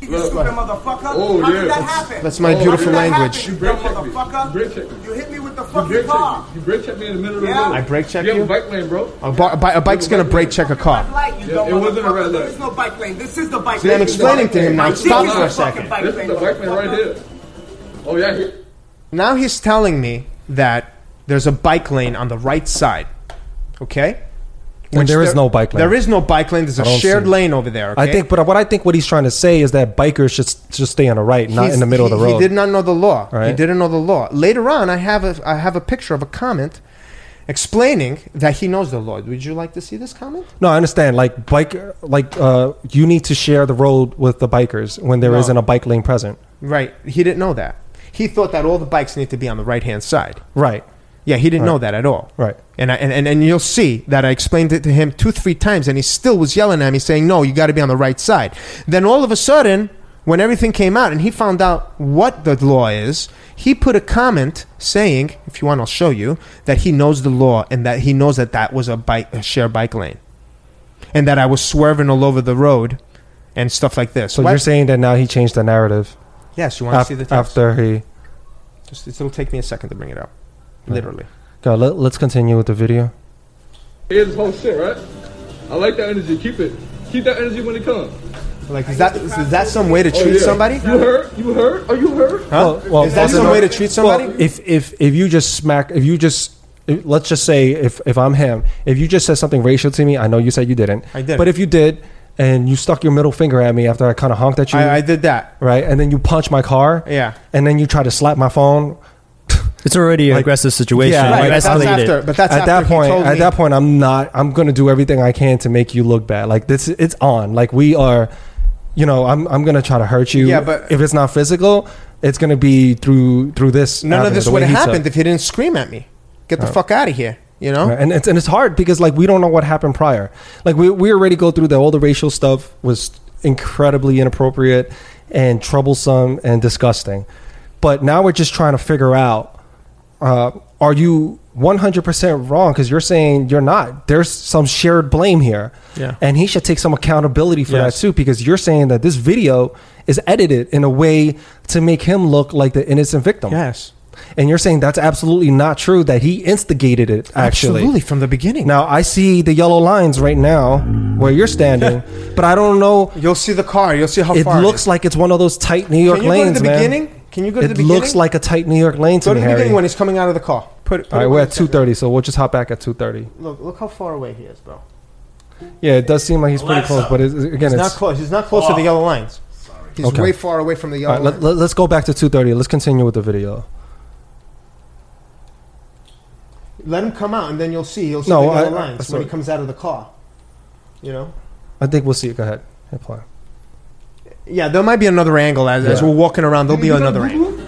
S6: You stupid motherfucker.
S5: Oh,
S6: How
S5: yeah.
S6: did that happen?
S1: that's my
S6: How
S1: beautiful
S6: did that
S1: language.
S6: happen,
S5: You
S6: You
S5: brake
S6: dumb
S5: checked me. You brake
S6: motherfucker.
S5: checked me.
S6: You hit me with the
S5: You
S6: fucking
S5: brake
S6: car.
S5: check me. You brake check me in the middle of the
S6: Yeah.
S5: road.
S6: I
S1: brake check
S5: you? have
S1: you?
S5: a bike lane, bro.
S1: a, bar, a, bi- a bike's gonna brake check a car.
S6: Red light, you
S5: Yeah,
S6: dumb
S5: it wasn't a
S6: motherfucker.
S5: red light.
S6: There is no bike lane. This is the bike
S1: See,
S6: lane.
S1: I'm explaining to him now.
S6: I think
S1: Stop
S6: it's
S1: for a
S6: the fucking
S1: second.
S6: bike
S5: This
S6: lane,
S5: is the bike lane right
S6: motherfucker.
S5: here. Oh yeah. Here.
S1: Now he's telling me that there's a bike lane on the right side. Okay?
S2: And there is no bike lane.
S1: There is no bike lane. There's a
S2: don't
S1: shared
S2: see it.
S1: lane over there.
S2: I
S1: okay?
S2: think, but what I think what he's trying to say is that bikers should s- just stay on the right, not
S1: He's-
S2: in the middle of
S1: he-
S2: the road.
S1: He did not know the law. He
S2: Right.
S1: didn't know the law. Later on, I have a I have a picture of a comment explaining that he knows the law. Would you like to see this comment?
S2: No, I understand. Like bike, like uh, you need to share the road with the bikers when there
S1: No.
S2: not a bike lane present.
S1: Right. He didn't know that. He thought that all the bikes need to be on the right hand side.
S2: Right.
S1: Yeah, he didn't know that at all.
S2: Right.
S1: And, I, and, and and you'll see that I explained it to him two, three times, and he still was yelling at me, saying, "No, you got to be on the right side." Then all of a sudden, when everything came out and he found out what the law is, he put a comment saying, "If you want, I'll show you that he knows the law and that he knows that that was a bike, a share bike lane, and that I was swerving all over the road." And stuff like this.
S2: So
S1: What-
S2: you're saying that now he changed the narrative
S1: yes? You want to
S2: af-
S1: see the text?
S2: after he.
S1: Just, it'll take me a second to bring it up. Literally.
S2: Go, let, us continue with the video.
S5: Here's this whole shit, right? I like that energy. Keep it. Keep that energy when it comes.
S1: Like, is that is, is that some way to
S5: Oh,
S1: treat
S5: yeah.
S1: somebody?
S5: You hurt? You hurt? Are you hurt?
S1: Huh?
S2: Well, well,
S1: is that
S2: also
S1: some
S2: no-
S1: way to treat somebody?
S2: Well, if if if you just smack, if you just if- let's just say if if I'm him, if you just said something racial to me, I know you said you didn't.
S1: I didn't.
S2: But if you did, and you stuck your middle finger at me after I kind of honked at you,
S1: I, I did that.
S2: right? And then you punch my car.
S1: Yeah.
S2: And then you try to slap my phone.
S4: It's already an
S2: Like-
S4: aggressive situation.
S2: Yeah, right,
S4: We've
S1: But that's
S4: escalated.
S1: after. But that's
S2: at
S1: after
S2: that
S1: he
S2: point,
S1: told
S2: at
S1: me-
S2: that point, I'm not. I'm gonna do everything I can to make you look bad. Like this, it's on. Like we are. You know, I'm. I'm gonna try to hurt you.
S1: Yeah, but-
S2: if it's not physical, it's gonna be through through this.
S1: none
S2: avenue,
S1: of this
S2: the
S1: would
S2: way
S1: have
S2: he took. Oh.
S1: happened if he didn't scream at me. Get the fuck out of here. You know.
S2: Right, And it's and it's hard because like we don't know what happened prior. Like we we already go through the all the racial stuff was incredibly inappropriate and troublesome and disgusting. But now we're just trying to figure out uh, are you 100% wrong because you're saying you're not. There's some shared blame here.
S1: Yeah.
S2: And he should take some accountability for
S1: Yes.
S2: that too because you're saying that this video is edited in a way to make him look like the innocent victim.
S1: Yes.
S2: And you're saying that's absolutely not true that he instigated it actually.
S1: Absolutely from the beginning.
S2: Now I see the yellow lines right now where you're standing, but I don't know.
S1: you'll see the car. You'll see how
S2: It
S1: far
S2: looks
S1: It
S2: like it's one of those tight New York
S1: Can you go to
S2: lanes,
S1: the
S2: man.
S1: beginning? Can you go to
S2: it
S1: the beginning?
S2: looks like a tight New York lane
S1: is. Go to
S2: to me,
S1: the beginning
S2: Harry.
S1: when he's coming out of the car. Put, it- put
S2: All
S1: it
S2: right,
S1: to
S2: we're at
S1: the
S2: two
S1: side.
S2: thirty, so we'll just hop back at two thirty.
S1: Look, look how far away he is, bro.
S2: Yeah, it does seem like he's pretty
S7: Alexa.
S2: close, but it's, again,
S1: He's not
S2: it's. Oh.
S1: close. He's not close to the yellow lines. He's
S2: Okay.
S1: way far away from the
S2: All
S1: yellow
S2: right, let,
S1: lines.
S2: let, let's go back to two thirty. Let's continue with the video.
S1: Let him come out, and then you'll see. You'll see
S2: No,
S1: the yellow
S2: I- I-
S1: lines
S2: sorry.
S1: when he comes out of the car. You know.
S2: I think we'll see it. Go ahead, hit play.
S1: Yeah, there might be another angle as, as
S2: Yeah.
S1: we're walking around. There'll be
S5: You got
S1: another angle.
S5: boo-boo?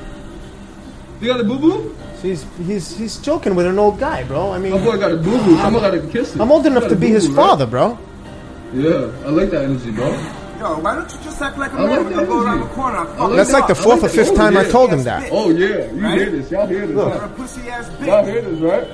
S5: You got a boo boo?
S1: So he's he's he's joking with an old guy, bro. I mean,
S5: My Oh, boy got a boo boo. Come on, gotta kiss it.
S1: I'm old
S5: You
S1: enough
S5: got
S1: to
S5: a
S1: be his
S5: boo-boo, right?
S1: father, bro.
S5: Yeah, I like that energy, bro.
S6: Yo, why don't you just act like a
S5: I like
S6: man?
S5: that
S6: I go around the
S5: energy.
S6: corner. I
S5: I
S6: fuck
S5: like
S1: That's
S6: you
S1: like the
S6: up.
S1: fourth or fifth time I
S5: yeah.
S1: told him that.
S5: Oh yeah, you
S6: Right?
S5: hear this? Y'all hear this?
S6: You're a
S5: Right?
S6: pussy ass
S5: Y'all
S6: bitch.
S5: hear this, right?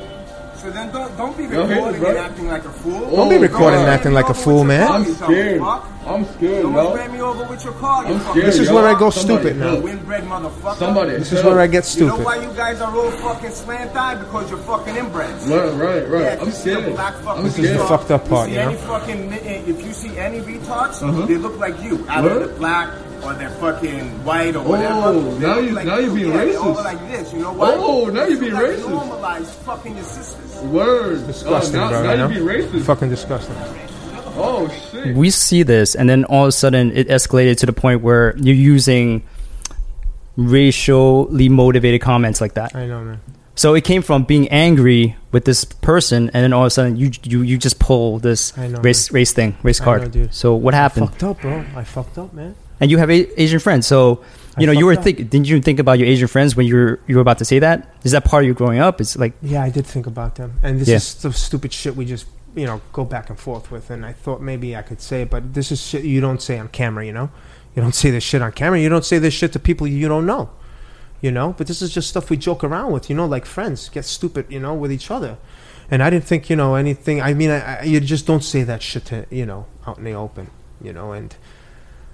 S6: So then don't don't be
S5: Y'all hear
S6: recording
S5: this,
S6: and
S5: right?
S6: acting like a fool.
S5: Don't be
S6: Don't
S5: recording and
S6: ran
S1: acting
S6: me
S1: like a
S6: over with
S1: fool,
S6: your
S1: man.
S6: car,
S5: I'm
S6: you
S5: scared.
S6: fuck.
S5: I'm scared,
S6: Almost
S5: yo.
S6: ran me over with your car. You
S5: I'm
S6: fucking
S5: scared.
S1: This is
S5: yo.
S1: where I go
S5: Somebody
S1: stupid now.
S5: help.
S6: Windbred motherfucker.
S5: Somebody.
S1: This is where I get
S6: You know
S1: stupid.
S6: why you guys are all fucking slant eyed because you're fucking inbreds.
S5: Right, right, right.
S6: Yeah, if
S5: I'm
S6: you see a
S5: scared.
S6: black fucking
S5: I'm
S1: This is
S5: scared.
S1: the
S6: retard,
S1: fucked up
S6: you
S1: part,
S6: see
S1: you know?
S6: any fucking, eh, if you see any retards,
S5: Uh-huh.
S6: they look like you. Either
S5: What?
S6: they're black or they're fucking white or
S5: Oh,
S6: whatever. They
S5: now
S6: look
S5: you- now you being
S6: yeah, they're all
S5: racist.
S6: like this, you know why?
S5: Oh, now you
S6: It's
S5: being
S6: like
S5: racist.
S6: Normalize fucking your sisters.
S5: Words.
S1: Disgusting,
S5: oh, now,
S1: bro.
S5: now
S1: you know?
S5: you be racist.
S1: Fucking disgusting.
S5: Oh shit.
S4: we see this and then all of a sudden it escalated to the point where you're using racially motivated comments like that
S1: I know, man.
S4: so it came from being angry with this person and then all of a sudden you you, you just pull this
S1: I know,
S4: race race thing race
S1: I
S4: card
S1: know, dude.
S4: so what happened
S1: Fucked up, bro. I fucked up, man.
S4: and you have a- asian friends so
S1: I
S4: you know you were
S1: fucked up.
S4: think didn't you think about your asian friends when you were you were about to say that is that part of you growing up it's like
S1: Yeah, I did think about them, and this
S4: Yeah.
S1: is the stupid shit we just you know go back and forth with. And I thought maybe I could say it, but this is shit you don't say on camera. You know, you don't say this shit on camera. You don't say this shit to people you don't know. You know, but this is just stuff we joke around with. You know, like friends get stupid. You know, with each other. And I didn't think you know anything. I mean, I, I, you just don't say that shit to you know out in the open. You know, and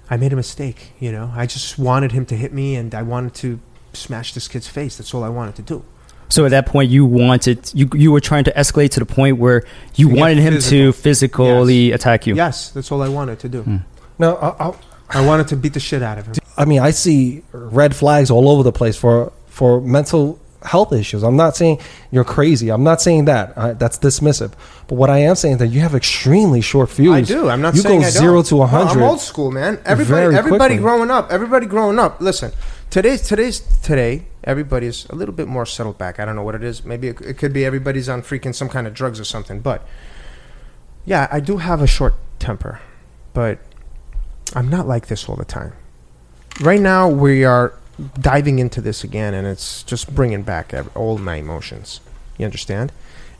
S1: I made a mistake. You know, I just wanted him to hit me, and I wanted to smash this kid's face. That's all I wanted to do.
S4: So at that point, you wanted you you were trying to escalate to the point where you
S1: To get
S4: wanted him
S1: physical.
S4: to physically attack you. Hmm.
S1: Yes, that's all I wanted to do.
S2: No, I, I,
S1: I wanted to beat the shit out of him.
S2: I mean, I see red flags all over the place for for mental health issues. I'm not saying you're crazy. I'm not saying that. I, that's dismissive. But what I am saying is that you have extremely short fuse.
S1: I do. I'm not
S2: You
S1: saying
S2: go
S1: I don't.
S2: zero to
S1: No,
S2: a hundred.
S1: I'm old school, man. Everybody,
S2: very
S1: everybody
S2: quickly.
S1: growing up. Everybody growing up. Listen, today's today's today. Everybody's a little bit more settled back. I don't know what it is. Maybe it, it could be everybody's on freaking some kind of drugs or something. But yeah, I do have a short temper, but I'm not like this all the time. Right now, we are diving into this again, and it's just bringing back ev- all my emotions. You understand?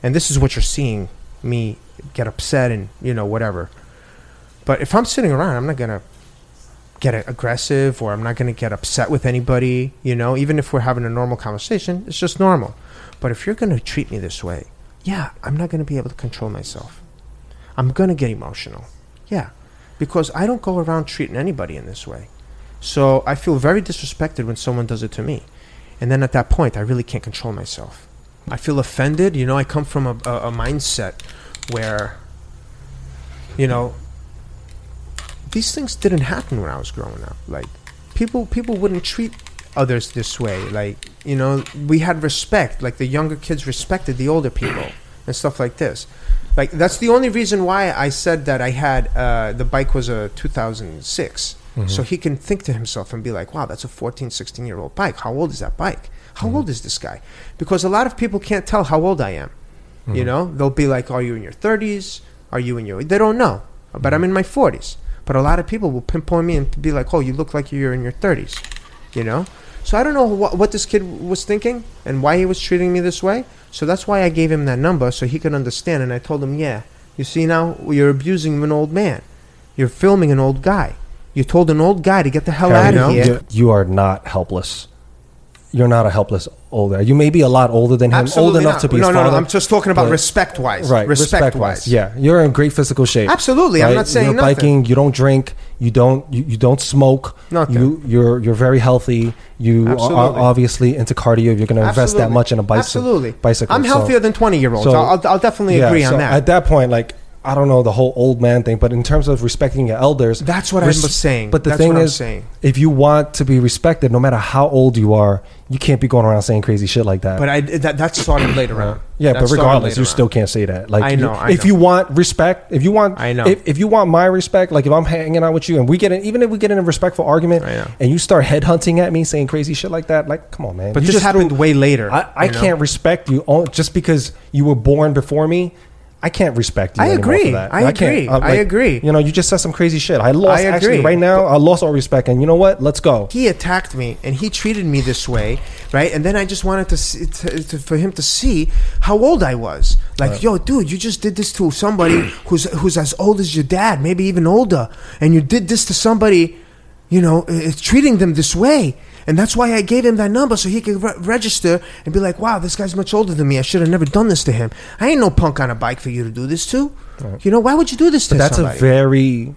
S1: And this is what you're seeing me get upset and you know whatever. But if I'm sitting around, I'm not gonna get aggressive or I'm not gonna get upset with anybody. You know, even if we're having a normal conversation, it's just normal. But if you're gonna treat me this way, yeah, I'm not gonna be able to control myself. I'm gonna get emotional. Yeah, because I don't go around treating anybody in this way. So I feel very disrespected when someone does it to me. And then at that point, I really can't control myself. I feel offended. You know, I come from a, a, a mindset where, you know, these things didn't happen when I was growing up. Like, people people wouldn't treat others this way. Like, you know, we had respect. Like, the younger kids respected the older people and stuff like this. Like, that's the only reason why I said that I had uh, the bike was a 2006. So he can think to himself and be like, wow, that's a 14, 16 year old bike. How old is that bike? How old is this guy? Because a lot of people can't tell how old I am. You
S2: Mm-hmm.
S1: know, they'll be like, are you in your 30s? Are you in your. They don't know, but
S2: Mm-hmm.
S1: I'm in my 40s. But a lot of people will pinpoint me and be like, oh, you look like you're in your 30s. You know? So I don't know what, what this kid was thinking and why he was treating me this way. So that's why I gave him that number so he could understand. And I told him, yeah, you see now, you're abusing an old man. You're filming an old guy. You told an old guy to get the hell
S2: Harry,
S1: out of
S2: you-
S1: here.
S2: You are not helpless. You're not a helpless older. You may be a lot older than him,
S1: Absolutely
S2: old enough
S1: not.
S2: to be
S1: no,
S2: his
S1: no,
S2: father.
S1: no. I'm just talking about
S2: but-
S1: respect wise.
S2: right
S1: Respect
S2: respect-wise.
S1: wise.
S2: yeah you're in great physical shape
S1: Absolutely, I'm not saying
S2: you're
S1: nothing.
S2: biking you don't drink you don't you, you don't smoke
S1: Nothing.
S2: you you're you're very healthy you
S1: Absolutely.
S2: are obviously into cardio you're going to invest that
S1: Absolutely.
S2: much in a bicycle
S1: Absolutely.
S2: bicycle
S1: I'm
S2: so-
S1: healthier than 20 year olds.
S2: so-
S1: I'll, I'll definitely
S2: yeah,
S1: agree on
S2: so
S1: that.
S2: at that point like I don't know the whole old man thing, but in terms of respecting your elders,
S1: That's what I
S2: res-
S1: was saying.
S2: But the
S1: That's
S2: thing
S1: what I'm
S2: is,
S1: saying.
S2: if you want to be respected, no matter how old you are, you can't be going around saying crazy shit like that.
S1: But I that that started later on.
S2: yeah,
S1: That
S2: but
S1: started
S2: regardless,
S1: later
S2: you
S1: on.
S2: still can't say that. Like,
S1: I
S2: you-
S1: know, I
S2: if
S1: know.
S2: you want respect, if you want,
S1: I know.
S2: if, if you want my respect, like if I'm hanging out with you and we get in, even if we get in a respectful argument,
S1: I know.
S2: and you start headhunting at me saying crazy shit like that, like, come on, man.
S1: But
S2: You
S1: this
S2: just
S1: happened way later.
S2: I, I
S1: you know?
S2: can't respect you on- just because you were born before me. I can't respect you.
S1: I
S2: anymore
S1: agree.
S2: For that.
S1: I agree.
S2: I'm
S1: I agree.
S2: You know, you just said some crazy shit. I lost.
S1: I
S2: Actually,
S1: agree.
S2: right now, I lost all respect. And you know what? Let's go.
S1: he attacked me and he treated me this way, right? And then I just wanted to, see, to, to for him to see how old I was. Like, yo, dude, you just did this to somebody who's who's as old as your dad, maybe even older, and you did this to somebody, you know, i- it's treating them this way. And that's why I gave him that number so he could re- register and be like, wow, this guy's much older than me. I should have never done this to him. I ain't no punk on a bike for you to do this to. You know, why would you do this to
S2: That's
S1: somebody?
S2: a very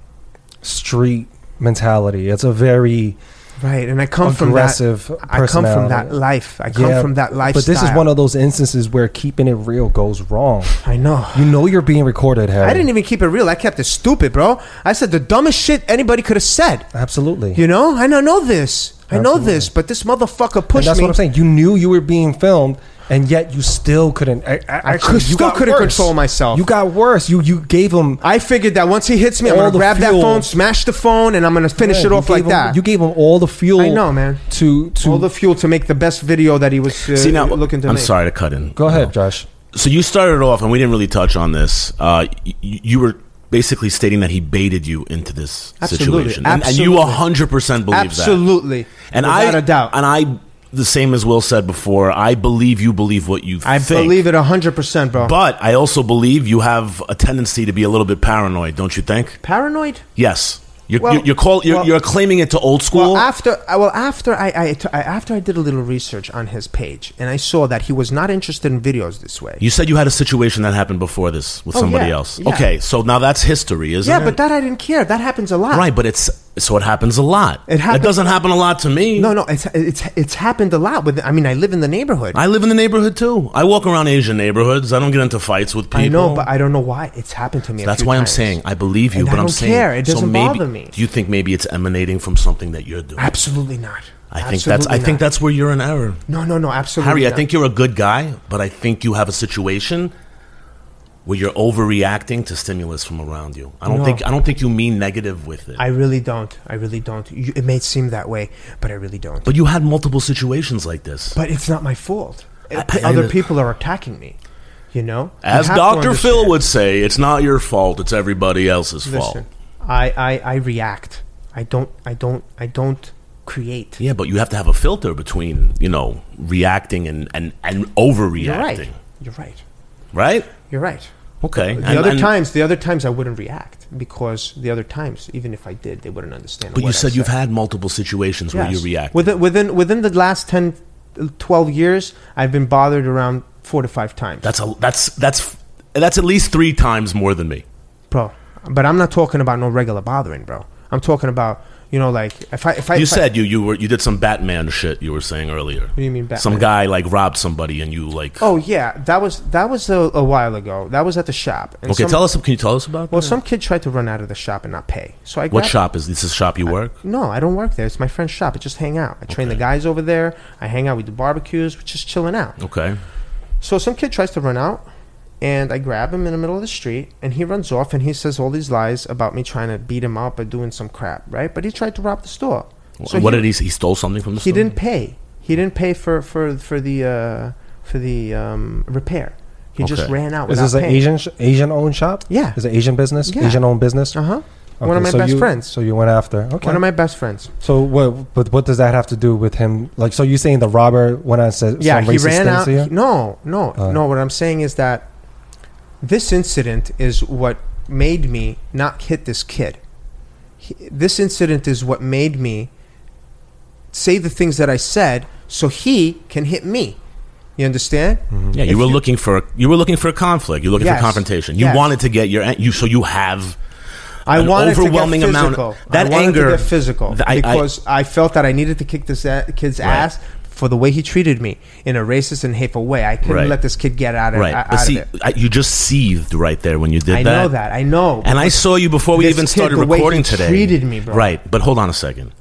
S2: street mentality. It's a very
S1: right. And I come from that.
S2: aggressive.
S1: I come from that
S2: personality.
S1: life. I come
S2: Yeah,
S1: from that lifestyle.
S2: But this is one of those instances where keeping it real goes wrong.
S1: I know.
S2: You know you're being recorded, Harry.
S1: I didn't even keep it real. I kept it stupid, bro. I said the dumbest shit anybody could have said.
S2: Absolutely.
S1: You know, I don't know this. I know this, but this motherfucker
S2: And
S1: pushed
S2: that's
S1: me.
S2: what I'm saying. You knew you were being filmed, and yet you still couldn't. I,
S1: I could- still couldn't control myself.
S2: You got worse. You you gave him.
S1: I figured that once he hits me, I'm
S2: All
S1: gonna
S2: the
S1: grab that
S2: fuel.
S1: phone, smash the phone, and I'm gonna finish it
S2: you
S1: off like
S2: gave him-
S1: that.
S2: You gave him all the fuel.
S1: I know, man.
S2: To to
S1: All the fuel to make the best video that he was uh,
S7: See now,
S1: looking to
S7: I'm
S1: make.
S7: sorry to cut in.
S2: go ahead, Josh.
S7: So you started off, and we didn't really touch on this. Uh, you, you were basically stating that he baited you into this
S1: Absolutely,
S7: situation, and, and you
S1: absolutely.
S7: 100 percent believe
S1: Absolutely,
S7: that. And
S1: without
S7: I,
S1: a doubt,
S7: and I, the same as Will said before, I believe you believe what you.
S1: I
S7: think.
S1: believe it hundred percent, bro.
S7: But I also believe you have a tendency to be a little bit paranoid, don't you think?
S1: Paranoid.
S7: Yes. You're,
S1: Well,
S7: you're, you're, call, you're,
S1: well-
S7: you're claiming it to old school.
S1: Well, after I- well after I, I, t- I- after I did a little research on his page and I saw that he was not interested in videos this way.
S7: you said you had a situation that happened before this with
S1: Oh,
S7: somebody
S1: yeah,
S7: else.
S1: yeah.
S7: Okay, so now that's history, isn't
S1: yeah,
S7: it?
S1: but that I didn't care. That happens a lot.
S7: right, but it's so it happens a lot.
S1: It happens-
S7: It doesn't happen a lot to me.
S1: No, no, it's it's it's happened a lot with I mean I live in the neighborhood.
S7: I live in the neighborhood too. I walk around Asian neighborhoods. I don't get into fights with people.
S1: I know, but I don't know why it's happened to me. a
S7: that's
S1: few
S7: why I'm
S1: times.
S7: saying I believe
S1: And
S7: you, but
S1: I
S7: am
S1: don't
S7: saying
S1: care. It
S7: so
S1: doesn't
S7: maybe,
S1: bother me.
S7: Do you think maybe it's emanating from something that you're doing?
S1: Absolutely not.
S7: I think that's I
S1: Absolutely
S7: think
S1: not.
S7: that's where you're in error.
S1: No, no, no, absolutely.
S7: Harry, I
S1: not.
S7: think you're a good guy, but I think you have a situation where you're overreacting to stimulus from around you. I don't
S1: No.
S7: think I don't think you mean negative with it.
S1: I really don't. I really don't. You, it may seem that way, but I really don't.
S7: but you had multiple situations like this.
S1: But it's not my fault.
S7: I-
S1: P-
S7: I
S1: Other
S7: know.
S1: people are attacking me. You know, You
S7: As
S1: have to
S7: Dr. Phil
S1: understand.
S7: would say, it's not your fault, it's everybody else's fault.
S1: Listen, I, I I react. I don't. I don't. I don't create.
S7: Yeah, but you have to have a filter between, you know, reacting and, and, and overreacting.
S1: You're right. You're right.
S7: Right?
S1: You're right.
S7: Okay.
S1: The
S7: And-
S1: other
S7: and-
S1: times, the other times I wouldn't react because the other times, even if I did, they wouldn't understand.
S7: But
S1: what
S7: you said
S1: I
S7: you've had multiple situations where you
S1: Yes.
S7: react.
S1: within within within the last 10, 12 years. I've been bothered around four to five times,
S7: that's a that's that's that's at least three times more than me.
S1: bro. But I'm not talking about no regular bothering, bro. I'm talking about you know like if I if I
S7: You
S1: if I-
S7: said you you were you did some Batman shit you were saying earlier. What
S1: do you mean
S7: Some
S1: Batman?
S7: guy like robbed somebody and you like.
S1: oh yeah, that was that was a, a while ago. That was at the shop. And
S7: okay.
S1: some-
S7: tell us. Can you tell us about?
S1: Well,
S7: that?
S1: some kid tried to run out of the shop and not pay. So I
S7: What
S1: grabbed-
S7: shop is this? Is shop you work?
S1: No, I don't work there. It's my friend's shop. I just hang out. I train the guys over there. I hang out. We do barbecues. We're just chilling out.
S7: Okay.
S1: So some kid tries to run out, and I grab him in the middle of the street, and he runs off, and he says all these lies about me trying to beat him up or doing some crap, right? But he tried to rob the store. So
S7: what
S1: he,
S7: did he? He stole something from the
S1: He
S7: store?
S1: didn't pay. He didn't pay for for for the uh, for the um, repair. He just
S7: Okay.
S1: ran out.
S2: Is
S1: without
S2: this an
S1: paying.
S2: Asian sh- Asian owned shop?
S1: Yeah.
S2: Is it Asian business?
S1: Yeah.
S2: Asian owned business.
S1: Uh huh.
S2: Okay,
S1: One of my
S2: so
S1: best
S2: you-
S1: friends.
S2: So you went after. Okay.
S1: One of my best friends.
S2: so what? But what does that have to do with him? Like, so you saying the robber went out and said
S1: yeah,
S2: some
S1: he
S2: racist
S1: ran
S2: things
S1: out.
S2: to you?
S1: he- no, no,
S7: Uh.
S2: Oh.
S1: no. What I'm saying is that this incident is what made me not hit this kid. He, this incident is what made me say the things that I said, so he can hit me. You understand?
S7: Yeah, you
S1: If
S7: were
S1: you-
S7: looking for you were looking for a conflict. You're looking
S1: Yes.
S7: for confrontation. You
S1: Yes.
S7: wanted to get your an- you so you have.
S1: I
S7: an
S1: wanted
S7: overwhelming
S1: to get
S7: amount
S1: physical.
S7: that
S1: I wanted
S7: anger
S1: to get physical
S7: th- I- I-
S1: because I, felt that I needed to kick this a- kid's ass for the way he treated me in a racist and hateful way. I couldn't
S7: Right.
S1: let this kid get out of,
S7: Right.
S1: out
S7: But
S1: of
S7: see,
S1: it.
S7: I, you just seethed right there when you did
S1: I
S7: that.
S1: know that. I know.
S7: And I saw you before we
S1: This
S7: even
S1: kid,
S7: started
S1: the way he
S7: recording today.
S1: treated me, bro.
S7: Right. But hold on a second.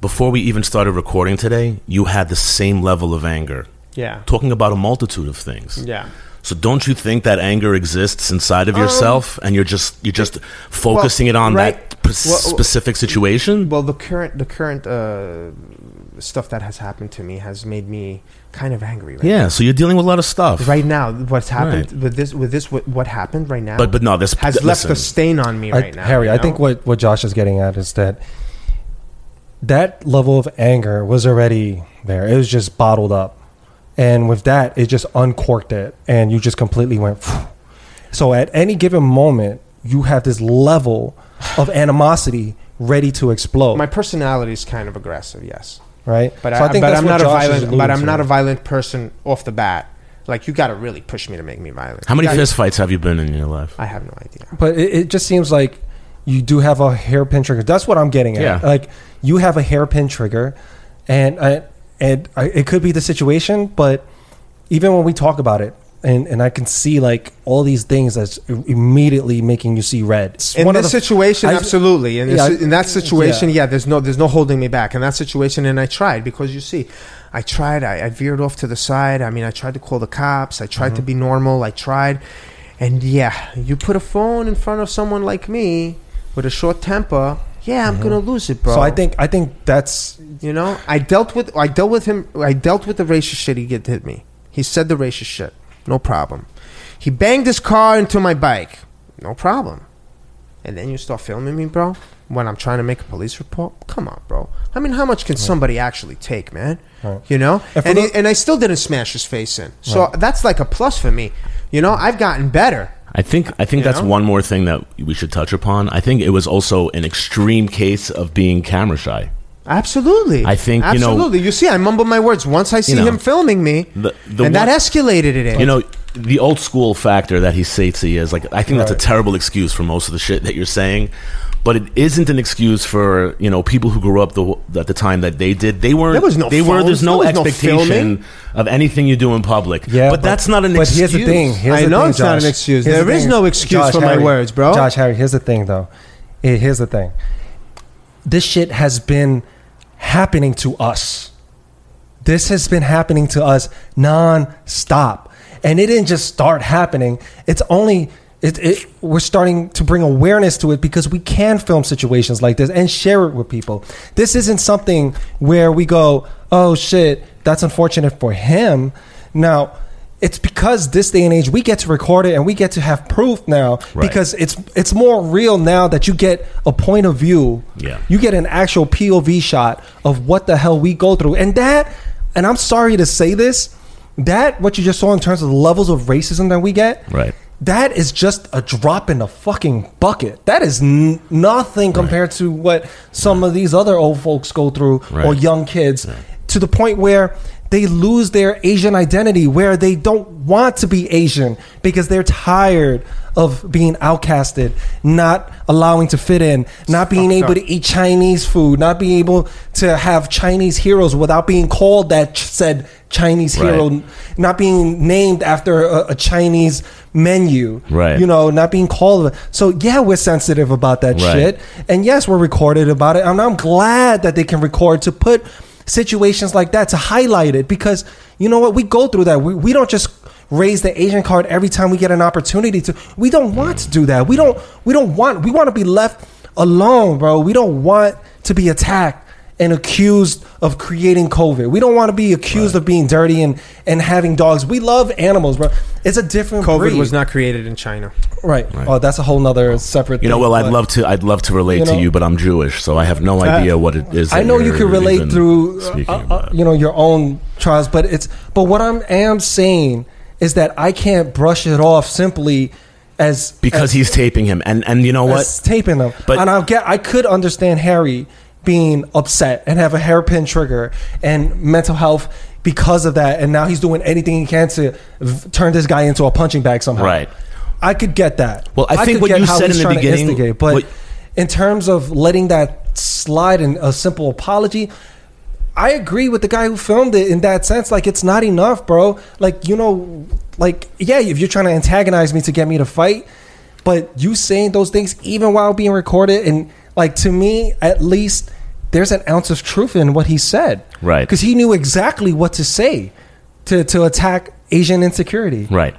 S7: Before we even started recording today, you had the same level of anger.
S1: Yeah.
S7: Talking about a multitude of things.
S1: Yeah. Um,
S7: So don't you think that anger exists inside of yourself and you're just you're just focusing it on
S1: right.
S7: that p-
S1: Well, well,
S7: specific situation?
S1: Well, the current the current uh, stuff that has happened to me has made me kind of angry. Right
S7: yeah, so you're dealing with a lot of stuff.
S1: Right now, what's happened
S7: Right.
S1: with this with this what, what happened right now?
S7: But- but no, this-
S1: has
S7: th-
S1: left
S7: listen.
S1: a stain on me
S2: I-
S1: right now.
S2: Harry,
S1: you
S2: I think
S1: know?
S2: what, what Josh is getting at is that that level of anger was already there. It was just bottled up. And with that, it just uncorked it and you just completely went. Phew. So at any given moment, you have this level of animosity ready to explode,
S1: my personality is kind of aggressive. Yes,
S2: right?
S1: but
S2: So
S1: I, but I'm
S2: what
S1: not a
S2: Josh is
S1: violent. But
S2: alluding
S1: I'm
S2: to.
S1: not a violent person off the bat. Like you got to really push me to make me violent.
S7: How many
S1: You gotta-
S7: fist fights have you been in your life?
S1: I have no idea.
S2: But it, it just seems like you do have a hairpin trigger. That's what I'm getting at.
S7: Yeah.
S2: Like you have a hairpin trigger, and I, and I, it could be the situation. But even when we talk about it, and and I can see like all these things that's immediately making you see red. It's
S1: In
S2: one of
S1: this
S2: the-
S1: situation,
S2: I-
S1: absolutely. In, this,
S2: Yeah, I-
S1: in that situation,
S2: yeah.
S1: yeah. there's no there's no holding me back. In that situation, and I tried because you see, I tried. I, I veered off to the side. I mean, I tried to call the cops. I tried
S2: Mm-hmm.
S1: to be normal. I tried, and yeah, you put a phone in front of someone like me with a short temper. Yeah, I'm gonna lose it, bro.
S2: Mm-hmm. So I think I think that's
S1: You know, I dealt with I dealt with him. I dealt with the racist shit he did hit me. He said the racist shit. No problem. He banged his car into my bike. No problem. And then you start filming me, bro. When I'm trying to make a police report, come on, bro. I mean, how much can somebody actually take, man?
S2: Right.
S1: You know,
S2: And
S1: and
S2: for
S1: and,
S2: the-
S1: he- and I still didn't smash his face in. So that's like a plus for me. You know, I've gotten better.
S7: I think I think
S1: You
S7: that's
S1: know?
S7: one more thing that we should touch upon. I think it was also an extreme case of being camera shy.
S1: Absolutely.
S7: I think, you know-
S1: absolutely. You see, I mumble my words once I see
S7: know,
S1: him filming me,
S7: the- the
S1: and that
S7: one-
S1: escalated it.
S7: You know, the old school factor that he states he is like I think that's a
S2: Right.
S7: terrible excuse for most of the shit that you're saying, but it isn't an excuse for you know people who grew up the, at the time that they did. They weren't.
S1: There was no
S7: They were. There's
S1: phones,
S7: no
S1: there was no
S7: expectation
S1: filming.
S7: of anything you do in public.
S2: yeah.
S7: but, that's not an
S2: but
S7: excuse.
S2: here's the thing. Here's
S1: I
S2: the
S1: know
S2: thing,
S1: it's not an
S2: Josh.
S1: excuse.
S2: Here's the
S1: There is
S2: thing.
S1: no excuse for my words, bro.
S2: Josh Harry, here's the thing though. Eh, Here's the thing. This shit has been happening to us. This has been happening to us non-stop. And it didn't just start happening. It's only it, it we're starting to bring awareness to it because we can film situations like this and share it with people. This isn't something where we go, "Oh shit, that's unfortunate for him." Now, it's because this day and age we get to record it and we get to have proof now
S7: Right.
S2: because it's it's more real now that you get a point of view.
S7: Yeah.
S2: You get an actual POV shot of what the hell we go through. And that, and I'm sorry to say this, that what you just saw in terms of the levels of racism that we get,
S7: Right.
S2: That is just a drop in the fucking bucket. That is n- nothing compared to what some of these other old folks go through or
S7: Right.
S2: young kids to the point where they lose their Asian identity, where they don't want to be Asian because they're tired of being outcasted, not allowing to fit in, not being able to eat Chinese food, not being able to have Chinese heroes without being called that ch- said Chinese
S7: Right.
S2: hero, not being named after a, a Chinese menu,
S7: Right.
S2: You know, not being called. So yeah, we're sensitive about that
S7: Right.
S2: shit. And yes, we're recorded about it. And I'm glad that they can record to put situations like that to highlight it because you know what? We go through that. We, we don't just raise the Asian card every time we get an opportunity to. We don't want to do that. We don't we don't want we want to be left alone, bro. We don't want to be attacked and accused of creating COVID. We don't want to be accused of being dirty and and having dogs. We love animals, bro. It's a different
S1: COVID
S2: breed.
S1: was not created in China.
S2: right. Oh, that's a whole nother separate
S7: You know,
S2: thing,
S7: well, I'd
S2: but-
S7: love to. I'd love to relate
S2: you know-
S7: to you, but I'm Jewish, so I have no idea what it is.
S2: I
S7: that
S2: know you
S7: you're
S2: can relate
S7: even
S2: through, uh,
S7: speaking
S2: uh,
S7: about.
S2: you know, your own trials, but it's but what I'm am saying is that I can't brush it off simply as
S7: because
S2: as,
S7: he's taping him, and and you know what?
S2: as taping them.
S7: But-
S2: and I get I could understand Harry being upset and have a hairpin trigger and mental health because of that, and now he's doing anything he can to v- turn this guy into a punching bag somehow.
S7: Right.
S2: I could get that.
S7: Well, I think
S2: could
S7: what
S2: get
S7: you
S2: how
S7: said
S2: he's
S7: in the
S2: trying to
S7: beginning-
S2: instigate, but
S7: what-
S2: in terms of letting that slide and a simple apology, I agree with the guy who filmed it in that sense. Like, it's not enough, bro. Like, you know, like, yeah, if you're trying to antagonize me to get me to fight, but you saying those things even while being recorded, and like, to me, at least there's an ounce of truth in what he said.
S7: Right.
S2: Because he knew exactly what to say to, to attack Asian insecurity.
S7: Right.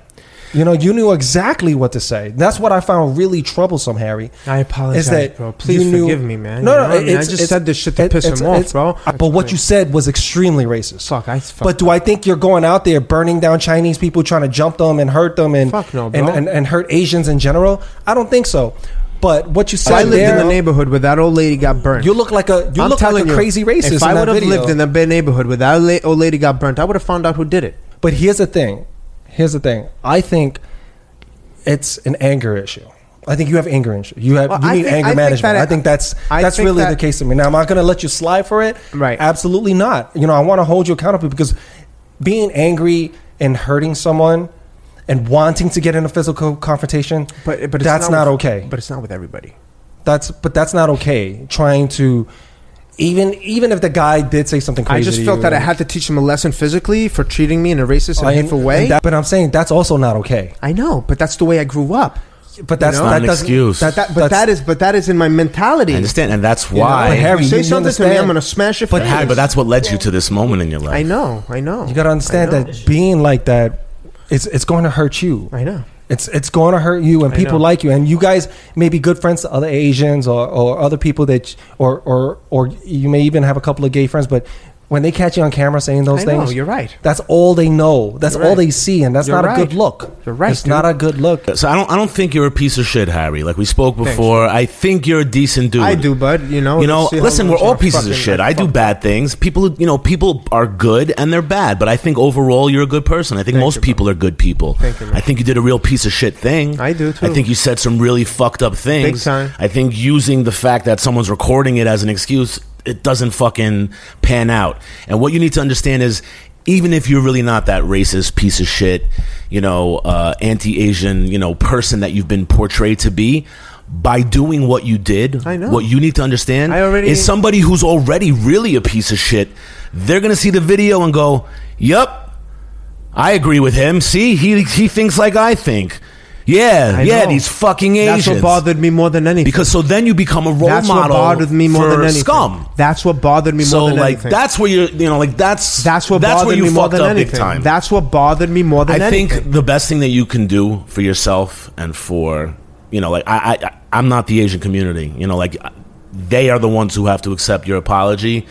S2: You know, you knew exactly what to say. That's what I found really troublesome, Harry.
S1: I apologize,
S2: Is that
S1: bro. Please
S2: you knew-
S1: forgive me, man.
S2: No,
S1: You
S2: no,
S1: know what I mean? I
S2: it's-
S1: just
S2: it's-
S1: said this shit to
S2: it-
S1: piss
S2: it's-
S1: him off,
S2: it's-
S1: bro.
S2: But what you said was extremely racist.
S1: Fuck, I fuck
S2: But do I think you're going out there burning down Chinese people, trying to jump them and hurt them, and
S1: Fuck no,
S2: and,
S1: bro.
S2: and, and hurt Asians in general? I don't think so. But what you said
S1: I lived
S2: there,
S1: in a neighborhood where that old lady got burnt.
S2: you look like a you
S1: I'm
S2: look like
S1: telling
S2: a
S1: you,
S2: crazy racist.
S1: If I
S2: in that
S1: would have
S2: video.
S1: lived in that bad neighborhood where that la- old lady got burnt, I would have found out who did it.
S2: But here's the thing. Here's the thing. I think it's an anger issue. I think you have anger issue. You have
S1: Well,
S2: you
S1: I
S2: need
S1: think-
S2: anger
S1: I think
S2: management.
S1: that-
S2: I think that's
S1: I
S2: that's
S1: think
S2: really
S1: that-
S2: the case to me. Now, am I going to let you slide for it?
S1: Right.
S2: Absolutely not. You know, I want to hold you accountable because being angry and hurting someone and wanting to get in a physical confrontation,
S1: But but it's
S2: that's not,
S1: with-
S2: okay
S1: But it's not with everybody.
S2: that's but that's not okay. Trying to even even if the guy did say something crazy,
S1: I just
S2: to
S1: felt
S2: you,
S1: that I had to teach him a lesson physically for treating me in a racist and
S2: I-
S1: hateful way.
S2: and that- but I'm saying that's also not okay.
S1: I know, but that's the way I grew up.
S2: But that's
S1: know?
S7: Not
S2: that
S7: an
S2: doesn't-
S7: excuse.
S1: That, that, but
S2: that's-
S1: that is but that is in my mentality.
S7: I understand, and that's why.
S2: but
S1: If
S2: Harry,
S1: you say
S2: you
S1: something to me,
S2: understand.
S1: I'm gonna smash your
S7: but,
S1: face.
S7: Harry, but that's what led you to this moment in your life.
S1: I know, I know.
S2: You gotta understand
S1: I know.
S2: that being like that, it's it's going to hurt you.
S1: I know.
S2: It's it's going to hurt you and
S1: I
S2: people
S1: know.
S2: like you and you guys may be good friends to other Asians or, or other people that or or or you may even have a couple of gay friends, but when they catch you on camera saying those
S1: I know,
S2: things,
S1: you're right.
S2: That's all they know. That's
S1: You're
S2: all
S1: right.
S2: they see, and that's
S1: You're
S2: not
S1: right.
S2: a good look.
S1: You're right,
S2: It's not
S1: dude.
S2: a good look.
S7: So I don't. I don't think you're a piece of shit, Harry. Like we spoke before. I think you're a decent dude.
S1: I do, bud. You know.
S7: You know,
S1: let's see how
S7: listen,
S1: long
S7: we're
S1: it's
S7: all
S1: gonna
S7: pieces of
S1: fucking-
S7: shit. I do bad things. People, you know, people are good and they're bad, but I think overall you're a good person. I think most people are good people.
S1: Thank you, man.
S7: I think you did a real piece of shit thing.
S1: I do, too.
S7: I think you said some really fucked up things.
S1: time.
S7: I think using the fact that someone's recording it as an excuse, it doesn't fucking pan out. And what you need to understand is even if you're really not that racist piece of shit, you know, uh, anti Asian, you know, person that you've been portrayed to be, by doing what you did,
S1: I know.
S7: what you need to understand
S1: I already-
S7: is somebody who's already really a piece of shit. They're gonna see the video and go, "Yep, I agree with him. See, he he thinks like I think. Yeah,
S1: I
S7: yeah,
S1: know.
S7: these fucking Asians."
S1: That's what bothered me more than anything.
S7: because so then you become a role
S1: that's what
S7: model
S1: bothered me more
S7: for
S1: than anything.
S7: scum.
S1: That's what bothered me
S7: So
S1: more than
S7: like
S1: anything.
S7: that's where you're you know like that's
S1: That's what
S7: that's
S1: bothered
S7: where you
S1: me more
S7: fucked
S1: than
S7: up
S1: anything.
S7: big time.
S1: That's what bothered me more than
S7: I
S1: anything.
S7: think the best thing that you can do for yourself and for you know, like I, I, I'm not the Asian community. You know, like they are the ones who have to accept your apology.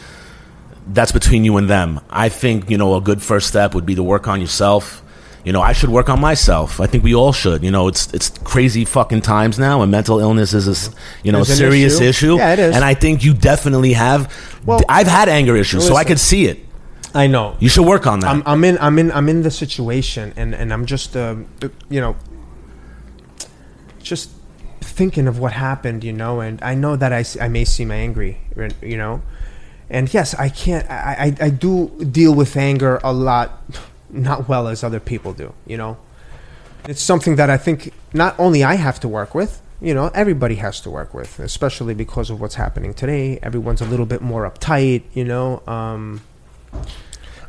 S7: That's between you and them. I think you know a good first step would be to work on yourself. You know, I should work on myself. I think we all should. You know, it's it's crazy fucking times now, and mental illness is a s- you know
S1: Is an
S7: serious
S1: issue.
S7: issue.
S1: Yeah, it is.
S7: And I think you definitely have.
S1: Well-
S7: I've had anger issues, so I
S1: Listen.
S7: could see it.
S1: I know.
S7: You should work on that.
S1: I'm, I'm in. I'm in. I'm in the situation, and and I'm just, um, you know, just thinking of what happened, you know, and I know that I, s- I may seem angry, you know, and yes, I can't. I, I I do deal with anger a lot, not well as other people do, you know. It's something that I think not only I have to work with. You know, everybody has to work with, especially because of what's happening today. Everyone's a little bit more uptight, you know. Um,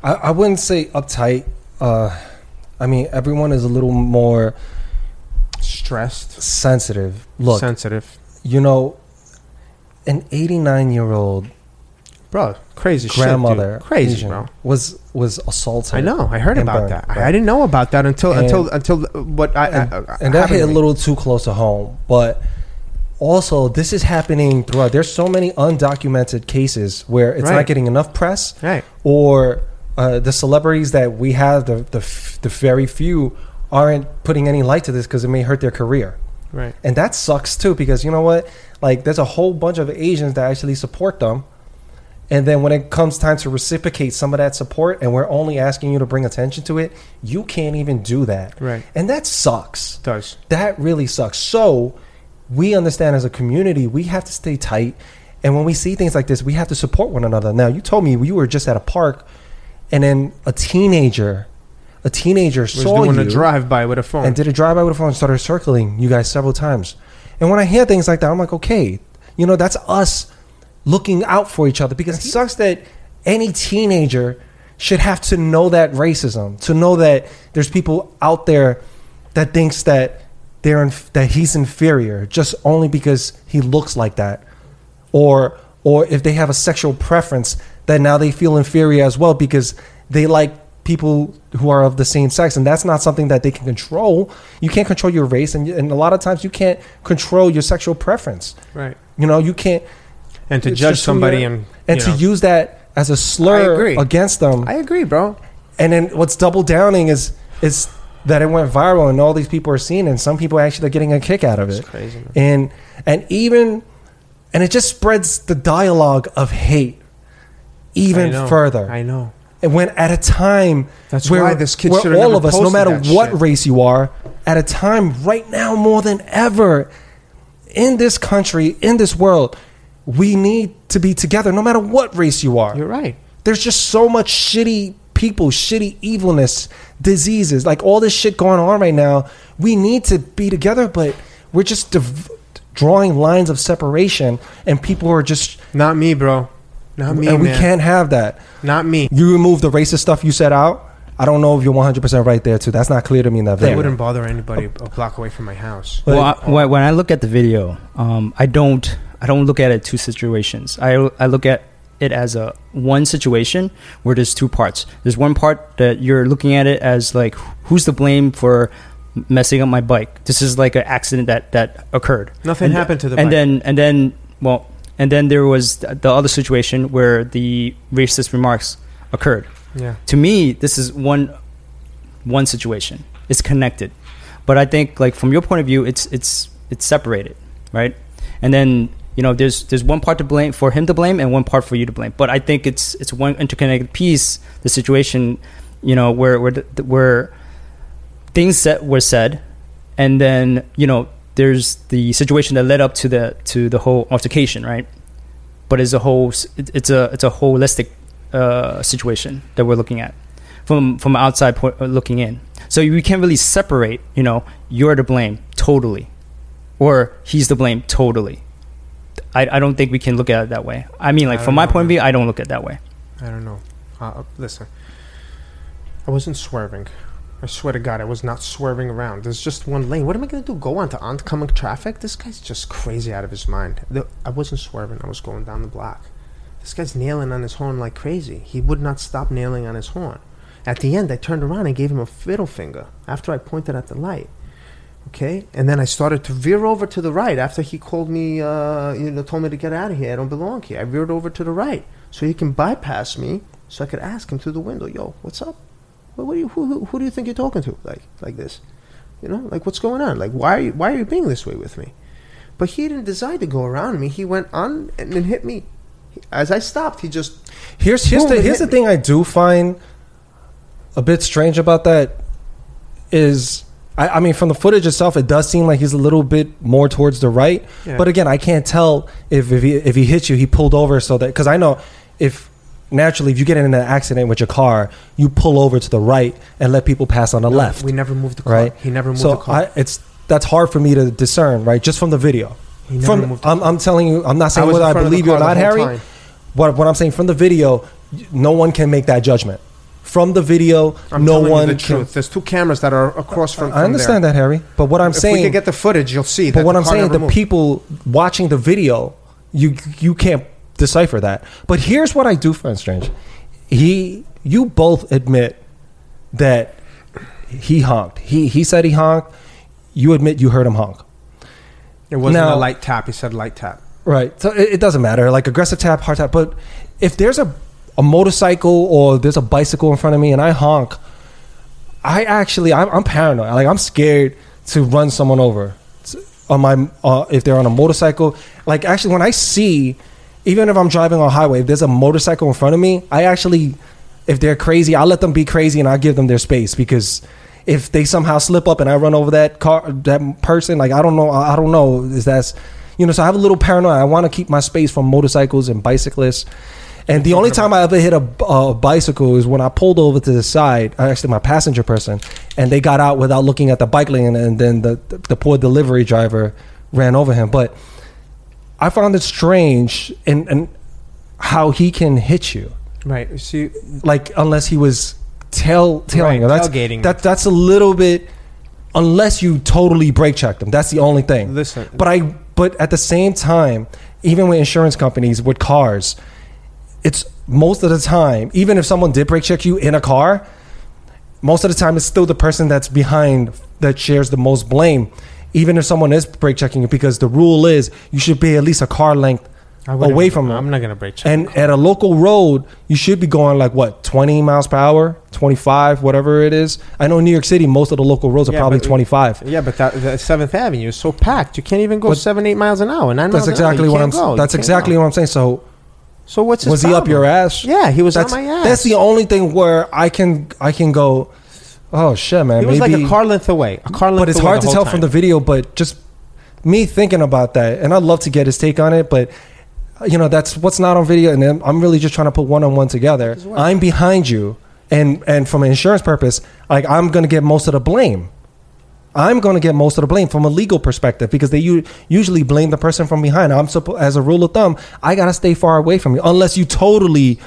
S2: I, I wouldn't say uptight. Uh, I mean, everyone is a little more
S1: stressed,
S2: sensitive. Look,
S1: sensitive.
S2: you know, an 89 year old
S1: bro, crazy shit, dude.
S2: grandmother,
S1: crazy,
S2: Asian,
S1: bro.
S2: was was assaulted.
S1: I know. I heard
S2: and
S1: about
S2: burned,
S1: that.
S2: right?
S1: I, I didn't know about that until
S2: And-
S1: until until uh, what I,
S2: and,
S1: I, I
S2: and that hit a
S1: happened to me.
S2: little too close to home. But also, this is happening throughout. There's so many undocumented cases where it's
S1: Right.
S2: not getting enough press,
S1: Right.
S2: or uh, the celebrities that we have, the, the f- the very few, aren't putting any light to this because it may hurt their career.
S1: right.
S2: And that sucks too because you know what? Like, there's a whole bunch of Asians that actually support them. And then when it comes time to reciprocate some of that support, and we're only asking you to bring attention to it, you can't even do that.
S1: Right.
S2: And that sucks.
S1: Does.
S2: That really sucks. So we understand as a community, we have to stay tight. And when we see things like this, we have to support one another. Now, you told me you were just at a park, and then a teenager, a teenager
S1: Was
S2: saw
S1: doing
S2: you
S1: a drive by with a phone.
S2: and did a drive by with a phone and started circling you guys several times. And when I hear things like that, I'm like, okay, you know, that's us looking out for each other because it sucks that any teenager should have to know that racism, to know that there's people out there that thinks that they're in, that he's inferior just only because he looks like that, or or if they have a sexual preference that now they feel inferior as well because they like people who are of the same sex and that's not something that they can control you can't control your race and, and a lot of times you can't control your sexual preference
S1: Right.
S2: you know you can't
S1: And to
S2: it's
S1: judge
S2: just who
S1: somebody
S2: you are.
S1: and
S2: and
S1: you
S2: to
S1: know.
S2: use that as a
S1: I
S2: slur
S1: agree.
S2: against them.
S1: I agree, bro.
S2: and then what's double downing is is that it went viral and all these people are seeing, it, and some people actually are getting a kick out of it.
S1: crazy, man.
S2: And and even and it just spreads the dialogue of hate
S1: I
S2: even
S1: know.
S2: further.
S1: I know.
S2: And when at a time
S1: That's why this kid
S2: where
S1: shoulda
S2: all
S1: never
S2: of us, no
S1: posted
S2: matter
S1: that
S2: what
S1: shit.
S2: race you are, at a time right now more than ever in this country, in this world, we need to be together no matter what race you are.
S1: You're right.
S2: There's just so much shitty people, shitty evilness, diseases, like all this shit going on right now. We need to be together, but we're just div- drawing lines of separation, and people are just,
S1: Not me, bro. Not me,
S2: and we
S1: man.
S2: can't have that.
S1: Not me.
S2: You remove the racist stuff you set out. I don't know if you're 100% right there, too. That's not clear to me in that Oh.
S1: That
S2: video.
S1: wouldn't bother anybody a block away from my house.
S2: But-
S4: well, I, when- when I look at the video, um, I don't I don't look at it two situations. I I look at it as a one situation where there's two parts. There's one part that you're looking at it as like who's to blame for messing up my bike. This is like an accident that that occurred.
S1: Nothing
S4: And-
S1: happened to the
S4: And
S1: bike.
S4: then and then well and then there was th- the other situation where the racist remarks occurred
S1: Yeah.
S4: to me this is one one situation it's connected but i think like from your point of view it's it's it's separated right and then you know there's there's one part to blame for him to blame and one part for you to blame but i think it's it's one interconnected piece the situation you know where where the, where things that were said and then you know there's the situation that led up to the to the whole altercation right but it's a whole s- it- it's a it's a holistic uh, situation that we're looking at from from outside point, uh, looking in so you can't really separate you know you're to blame totally or he's to blame totally I, I don't think we can look at it that way i mean like
S1: I
S4: from
S1: don't
S4: my
S1: know,
S4: point of
S1: man.
S4: view i don't look at it that way
S1: I don't know. Uh, listen, I wasn't swerving. I swear to God, I was not swerving around. There's just one lane. What am I going to do? Go onto oncoming traffic? This guy's just crazy out of his mind. The, I wasn't swerving. I was going down the block. This guy's nailing on his horn like crazy. He would not stop nailing on his horn. At the end, I turned around and gave him a fiddle finger after I pointed at the light. Okay, and then I started to veer over to the right after he called me, uh, you know, told me to get out of here. I don't belong here. I veered over to the right so he can bypass me, so I could ask him through the window, "Yo, what's up? What, what do you, who, who, who do you think you're talking to? Like, like this? You know, like what's going on? Like, why are you, why are you being this way with me?" But he didn't decide to go around me. He went on and then hit me. As I stopped, he just
S2: Here's here's
S1: Boom,
S2: the
S1: it
S2: here's the
S1: hit
S2: thing I do find a bit strange about that is I, I mean from the footage itself it does seem like he's a little bit more towards the right.
S1: Yeah.
S2: But again, I can't tell if if he, if he hit you, he pulled over so that because I know if naturally if you get in an accident with your car, you pull over to the right and let people pass on the left.
S1: We never moved the car.
S2: right?
S1: He never moved
S2: so
S1: the car.
S2: I, it's that's hard for me to discern, right? Just from the video.
S1: He never
S2: From
S1: moved the
S2: I'm, I'm telling you, I'm not
S1: I
S2: saying
S1: was
S2: whether
S1: in
S2: I
S1: front of the
S2: believe you or
S1: car the
S2: not,
S1: whole
S2: Harry.
S1: time.
S2: What, what I'm saying from the video, no one can make that judgment. From the video,
S1: I'm
S2: no
S1: telling
S2: one
S1: you the
S2: can.
S1: truth. There's two cameras that are across from.
S2: I understand that, Harry. But what I'm
S1: If we
S2: saying,
S1: could get the footage, you'll see.
S2: but
S1: that
S2: what
S1: the
S2: I'm
S1: car
S2: saying,
S1: never
S2: the
S1: moved.
S2: people watching the video, you you can't decipher that. But here's what I do find strange: he, you both admit that he honked. He he said he honked. You admit you heard him honk.
S1: It wasn't
S2: Now-
S1: a light tap. He said light tap.
S2: Right. So it, it doesn't matter. Like aggressive tap, hard tap. But if there's a, a motorcycle or there's a bicycle in front of me and I honk, I actually I'm, I'm paranoid. Like I'm scared to run someone over It's- on my uh, if they're on a motorcycle. Like actually, when I see, even if I'm driving on a highway, if there's a motorcycle in front of me, I actually, if they're crazy, I let them be crazy and I give them their space because if they somehow slip up and I run over that car, that person, like I don't know, I I don't know, is that's you know. So I have a little paranoia. I want to keep my space from motorcycles and bicyclists. And the only time I ever hit a, a bicycle is when I pulled over to the side, uh, actually my passenger person, and they got out without looking at the bike lane, and then the, the, poor delivery driver ran over him. But I found it strange and, and how he can hit you.
S1: Right. See,
S2: like unless he was tell telling
S1: Right,
S2: that's
S1: tailgating.
S2: that that's a little bit unless you totally brake checked him that's the only thing
S1: Listen.
S2: but i but at the same time even with insurance companies with cars it's most of the time even if someone did brake check you in a car most of the time it's still the person that's behind that shares the most blame even if someone is brake checking you because the rule is you should be at least a car length away from them
S1: I'm not gonna break. Check.
S2: and at a local road, you should be going like what, 20 miles per hour, 25, whatever it is. I know in New York City, most of the local roads are
S1: Yeah,
S2: probably
S1: but-
S2: 25.
S1: yeah, but that, that Seventh Avenue is so packed, you can't even go
S2: But-
S1: seven, eight miles an hour. Nine miles
S2: That's
S1: an hour,
S2: exactly
S1: you
S2: what I'm.
S1: can't go, you
S2: that's
S1: can't
S2: exactly
S1: go.
S2: what I'm saying. So
S1: So what's his
S2: was he up
S1: problem?
S2: your ass?
S1: Yeah, he was
S2: that's,
S1: on my ass.
S2: That's the only thing where I can I can go. Oh shit, man!
S1: He was
S2: maybe,
S1: like a car length away. A car length.
S2: but it's
S1: away
S2: hard
S1: the
S2: to
S1: whole
S2: tell
S1: time.
S2: from the video. But just me thinking about that, and I'd love to get his take on it, but. You know that's what's not on video, and I'm- I'm really just trying to put one on one together. I'm behind you, and and from an insurance purpose, like I'm gonna get most of the blame. I'm going to get most of the blame from a legal perspective because they u- usually blame the person from behind. I'm suppo- as a rule of thumb, I got to stay far away from you unless you totally,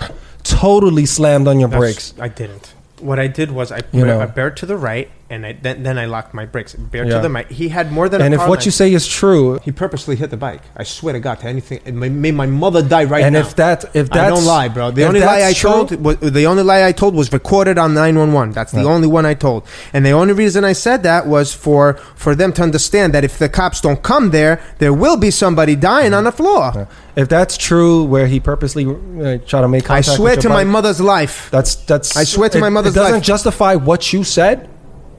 S2: totally slammed on your brakes.
S1: That's- I didn't. What I did was I,
S2: You know.
S1: I bared to the right, and I, then then I locked my brakes. Bared
S2: Yeah.
S1: to the right. He had more than.
S2: And
S1: a
S2: if
S1: car
S2: what you
S1: length.
S2: say is true,
S1: he purposely hit the bike. I swear to God, to anything, it may, may my mother die right
S2: and
S1: now.
S2: if that if that's
S1: I don't lie, bro. The
S2: if
S1: only lie
S2: that's
S1: I
S2: true-
S1: told was, the only lie I told was recorded on 911. That's the only one I told. And the only reason I said that was for for them to understand that if the cops don't come there, there will be somebody dying on the floor.
S2: if that's true, where he purposely uh, try to make
S1: I
S2: contact.
S1: swear
S2: with
S1: to
S2: your
S1: my
S2: bike,
S1: mother's life.
S2: That's that's.
S1: I swear to
S2: it-
S1: my mother's
S2: It doesn't
S1: life.
S2: justify what you said.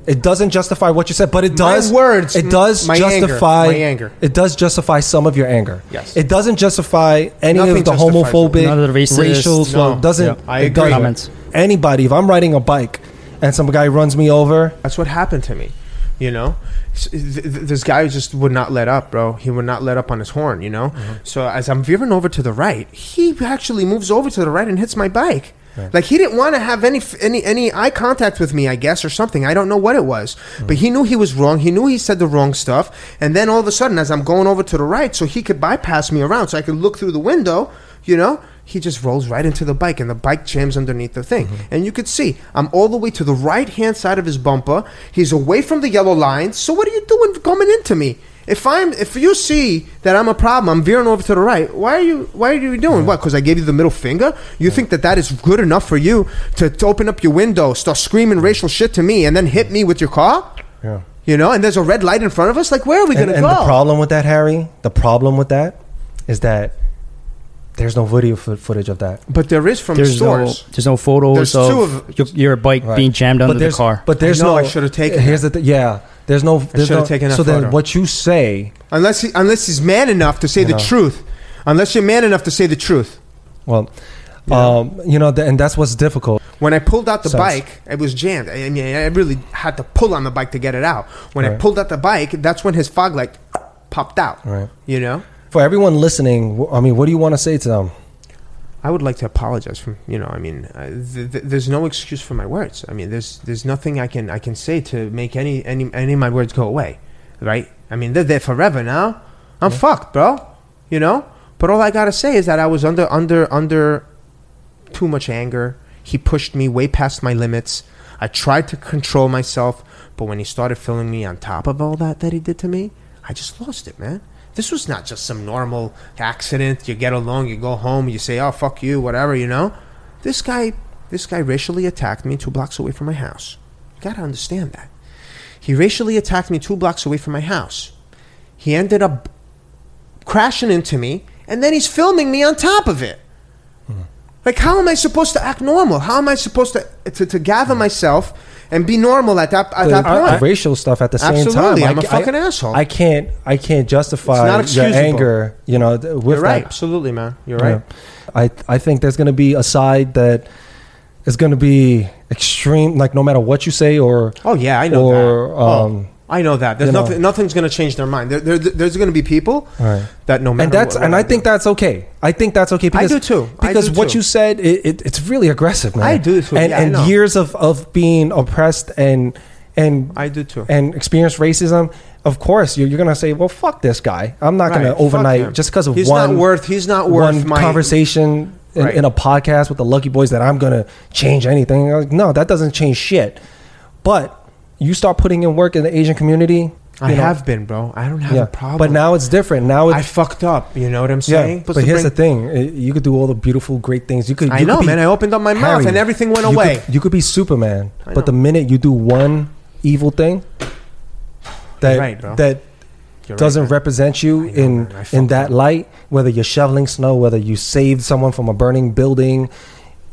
S2: It doesn't justify what you said, but it
S1: My
S2: does.
S1: words,
S2: It does
S1: my anger,
S2: justify
S1: my anger.
S2: It does justify some of your anger.
S1: Yes.
S2: It doesn't justify any
S1: Nothing
S2: of the
S1: justifies it.
S2: homophobic,
S4: None of the racist,
S2: racial. flow.
S1: no.
S2: Doesn't.
S4: Yeah,
S1: I
S2: it
S1: agree.
S2: doesn't.
S4: Comments.
S2: Anybody, if I'm riding a bike and some guy runs me over,
S1: That's what happened to me, you know. S- th- th- This guy just would not let up, bro. He would not let up on his horn, you know. So as I'm veering over to the right, he actually moves over to the right and hits my bike. Like he didn't want to have any f- any any eye contact with me, I guess, or something. I don't know what it was, but he knew he was wrong. He knew he said the wrong stuff, and then all of a sudden, as I'm going over to the right, so he could bypass me around, so I could look through the window, you know he just rolls right into the bike and the bike jams underneath the thing
S2: Mm-hmm.
S1: and you could see i'm all the way to the right hand side of his bumper he's away from the yellow line so what are you doing coming into me if i'm if you see that i'm a problem i'm veering over to the right why are you why are you doing what because i gave you the middle finger you think that that is good enough for you to, to open up your window start screaming racial shit to me and then hit me with your car
S2: Yeah.
S1: you know and there's a red light in front of us like where are we
S2: and,
S1: gonna
S2: and
S1: go
S2: the problem with that, Harry, the problem with that is that there's no video fo- footage of that.
S1: but there is from
S4: There's no,
S1: stores
S4: there's no photos
S1: There's
S4: of,
S1: two of-
S4: your, your bike
S2: Right.
S4: being jammed
S2: But
S4: under the
S2: there's-
S4: car.
S2: But there's
S1: I know
S2: no.
S1: I should've taken
S2: Here's the th- yeah. There's no. There's
S1: should've
S2: no-
S1: taken that
S2: So then,
S1: photo.
S2: what you say?
S1: Unless he, unless he's man enough to say the
S2: know.
S1: truth. Unless you're man enough to say the truth.
S2: Well, um, you know, th- and that's what's difficult.
S1: When I pulled out the
S2: Sounds-
S1: bike, it was jammed. I I mean, I really had to pull on the bike to get it out. When I
S2: Right.
S1: pulled out the bike, that's when his fog light popped out.
S2: Right.
S1: You know,
S2: For everyone listening, wh- I mean, what do you want to say to them?
S1: I would like to apologize from you know. I mean, uh, th- th- there's no excuse for my words. I mean, there's there's nothing I can I can say to make any any any of my words go away, right? I mean, they're there forever now. I'm fucked, bro. You know. But all I gotta say is that I was under under under too much anger. He pushed me way past my limits. I tried to control myself, but when he started filling me on top of all that that he did to me, I just lost it, man. This was not just some normal accident. You get along, you go home, you say, "Oh fuck you," whatever, you know. This guy, this guy racially attacked me two blocks away from my house. You gotta understand that. He racially attacked me two blocks away from my house. He ended up crashing into me, and then he's filming me on top of it. Like, how am I supposed to act normal? How am I supposed to to, to
S2: Hmm.
S1: gather myself and be normal at that at
S2: The,
S1: that
S2: the
S1: point?
S2: racial stuff at the same time.
S1: Absolutely, I'm
S2: I,
S1: a
S2: ca-
S1: fucking
S2: I,
S1: asshole.
S2: I can't. I can't justify
S1: It's not
S2: your
S1: excusable.
S2: anger. You know, th- with
S1: You're right,
S2: that
S1: absolutely, man. You're right.
S2: Yeah. I I think there's going to be a side that is going to be extreme. Like no matter what you say or
S1: Oh yeah, I know
S2: or,
S1: that.
S2: um,
S1: oh, I know that. There's
S2: you know.
S1: nothing. Nothing's gonna change their mind. There, there, there's gonna be people
S2: Right.
S1: that no matter.
S2: and that's
S1: what-
S2: and
S1: what
S2: I think
S1: do.
S2: that's okay. I think that's okay.
S1: do too. I
S2: Because
S1: do
S2: what
S1: too.
S2: you said, it, it, it's really aggressive, man.
S1: I do too.
S2: And
S1: Yeah, I
S2: and
S1: know.
S2: years of of being oppressed and and
S1: I do too.
S2: and experience racism. Of course, you're, you're gonna say, "Well, fuck this guy. I'm not
S1: Right,
S2: gonna
S1: fuck him.
S2: overnight just because of
S1: He's
S2: one
S1: not worth- he's not worth
S2: one
S1: my-
S2: conversation in,
S1: Right.
S2: in a podcast with the Lucky Boys that I'm gonna change anything. I'm like, no, that doesn't change shit. But you start putting in work in the Asian community.
S1: I
S2: you know,
S1: have been, bro. I don't have
S2: yeah.
S1: a problem.
S2: But now it's different. Now it's
S1: I fucked up. You know what I'm
S2: yeah.
S1: saying?
S2: But,
S1: to
S2: here's
S1: bring-
S2: the thing: eh, you could do all the beautiful, great things. You could.
S1: I
S2: you
S1: know,
S2: could be
S1: man. I opened up my mouth and everything went
S2: You could-
S1: away.
S2: you could be Superman,
S1: I know.
S2: but the minute you do one evil thing, that
S1: You're right, bro.
S2: that
S1: You're right,
S2: doesn't
S1: man.
S2: represent you
S1: I know,
S2: in
S1: man. I fucked
S2: in that light, whether you're shoveling snow, whether you saved someone from a burning building,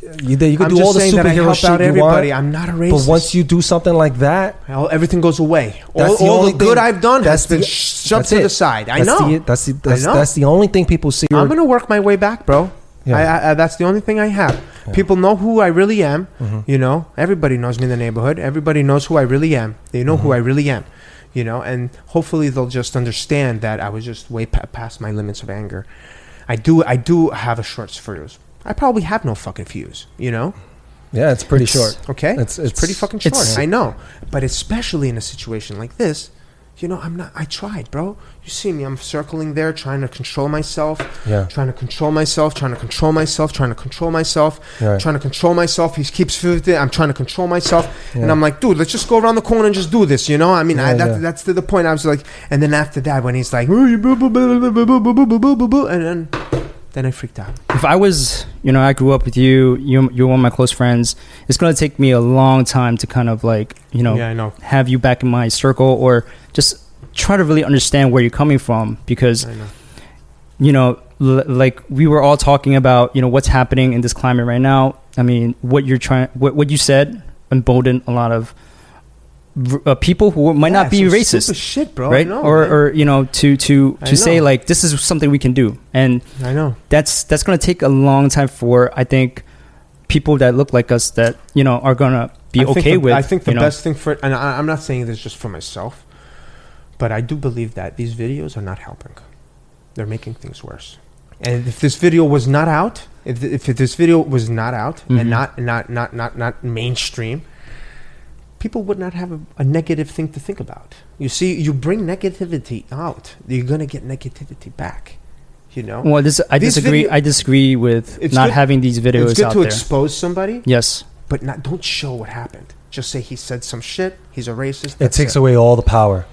S2: you, you could
S1: I'm
S2: do
S1: just
S2: all the
S1: saying that I
S2: superhero
S1: help
S2: shit
S1: out
S2: you
S1: everybody.
S2: want.
S1: I'm not a
S2: But
S1: racist.
S2: once you do something like that,
S1: All- everything goes away.
S2: that's
S1: all
S2: the
S1: all
S2: only
S1: the good
S2: thing-
S1: I've done has been
S2: the-
S1: shoved
S2: that's
S1: to
S2: it.
S1: the side. I
S2: That's
S1: know.
S2: the- that's the, that's,
S1: know.
S2: that's the only thing people see.
S1: I'm gonna work my way back, bro.
S2: Yeah.
S1: I, I, that's the only thing I have. People know who I really am.
S2: Mm-hmm.
S1: You know, everybody knows me in the neighborhood. Everybody knows who I really am. They know
S2: Mm-hmm.
S1: who I really am. You know, and hopefully they'll just understand that I was just way pa- past my limits of anger. I do. I do have a short fuse. I probably have no fucking fuse. You know.
S2: yeah, it's pretty short.
S1: Okay, it's,
S2: It's- it's-
S1: it's pretty fucking short.
S4: it's-
S1: I know, but especially in a situation like this, you know, I'm not. I tried, bro. You see me? I'm circling there, trying to control myself.
S2: Yeah.
S1: Trying to control myself. Trying to control myself. Trying to control myself.
S2: Right.
S1: Trying to control myself. He keeps fifty. I'm trying to control myself, and
S2: Yeah.
S1: I'm like, dude, let's just go around the corner and just do this. You know? I mean, I,
S2: Yeah,
S1: that,
S2: yeah.
S1: that's to the point. I was like, and then after that, when he's like, "Oh, you boo, boo, boo, boo, boo, boo, boo, boo, boo, boo, boo," and then, then I freaked out.
S4: if I was, you know, I grew up with you, you you're one of my close friends. It's gonna take me a long time to kind of like, you know,
S1: Yeah, I know.
S4: have you back in my circle or just try to really understand where you're coming from because,
S1: I know.
S4: you know, l- like we were all talking about, you know, what's happening in this climate right now. I mean, what you're trying, what what you said emboldened a lot of r- uh, people who might
S1: Yeah,
S4: not be
S1: some
S4: racist.
S1: stupid shit, bro. I
S4: right
S1: know,
S4: or
S1: man.
S4: or you know to to
S1: I
S4: to say
S1: know.
S4: like this is something we can do and
S1: I know.
S4: that's that's going to take a long time for I think people that look like us that you know are going to be
S1: I think
S4: okay
S1: the-
S4: with.
S1: I think the
S4: you know.
S1: best thing for, and I, I'm not saying this just for myself, but I do believe that these videos are not helping. They're making things worse. And if this video was not out, if, if this video was not out
S4: Mhm.
S1: and not not not not not mainstream, people would not have a, a negative thing to think about. You see, you bring negativity out, you're gonna get negativity back. You know,
S4: Well, this I
S1: These
S4: disagree.
S1: video-
S4: I disagree with
S1: It's
S4: not
S1: good-
S4: having these videos
S1: it's good
S4: out
S1: to
S4: there.
S1: expose somebody,
S4: yes,
S1: but not don't show what happened. Just say he said some shit. He's a racist.
S2: It
S1: that's
S2: takes away all the power.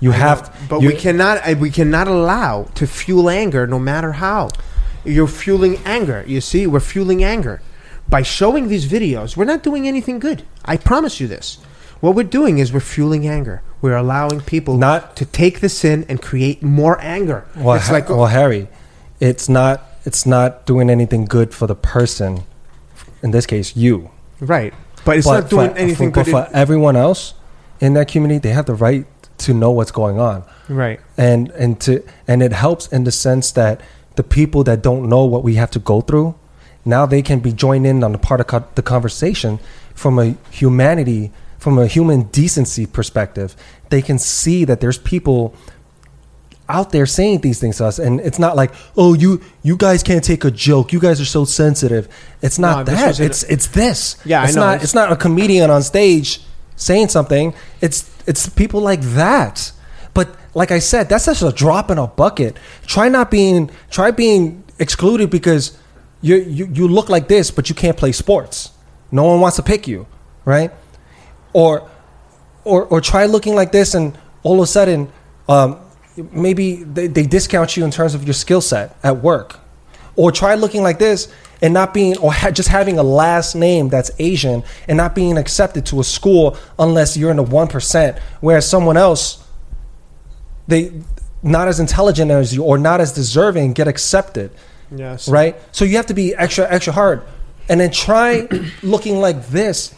S2: You
S1: I
S2: have,
S1: know, but
S2: you,
S1: we cannot. uh, We cannot allow to fuel anger, no matter how. You're fueling anger. You see, we're fueling anger by showing these videos. We're not doing anything good. I promise you this. What we're doing is we're fueling anger. We're allowing people
S2: Not-
S1: to take this in and create more anger.
S2: Well,
S1: it's
S2: Ha-
S1: like
S2: well, Harry, it's not it's not doing anything good for the person. In this case, you.
S1: right, but it's not doing anything
S2: for,
S1: good.
S2: But for everyone else in that community, they have the right to know what's going on,
S1: right.
S2: and and to and it helps in the sense that the people that don't know what we have to go through, now they can be joined in on the part of co- the conversation from a humanity, from a human decency perspective. They can see that there's people out there saying these things to us and it's not like oh you you guys can't take a joke you guys are so sensitive it's not
S1: this
S2: that
S1: was in-
S2: it's it's this
S1: Yeah, I
S2: it's
S1: know.
S2: not it's not a comedian on stage saying something it's it's people like that but like i said that's just a drop in a bucket try not being try being excluded because you you, you look like this but you can't play sports no one wants to pick you right or or or try looking like this and all of a sudden um, maybe they, they discount you in terms of your skill set at work or try looking like this and not being or ha- just having a last name that's asian and not being accepted to a school unless you're in the 1% whereas someone else they not as intelligent as you or not as deserving get accepted
S1: Yes.
S2: right? So you have to be extra, extra hard, and then try looking like this,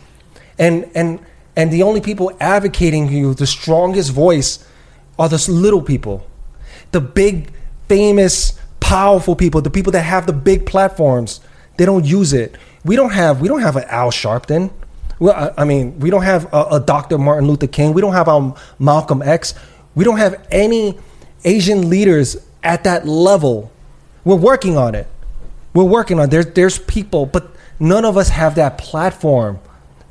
S2: and and and the only people advocating you, the strongest voice, are the s- little people, the big, famous, powerful people, the people that have the big platforms. They don't use it. We don't have we don't have an Al Sharpton. Well, I, I mean, we don't have a, a Dr. Martin Luther King. We don't have um, Malcolm X. We don't have any Asian leaders at that level we're working on it. We're working on there's there's people, but none of us have that platform.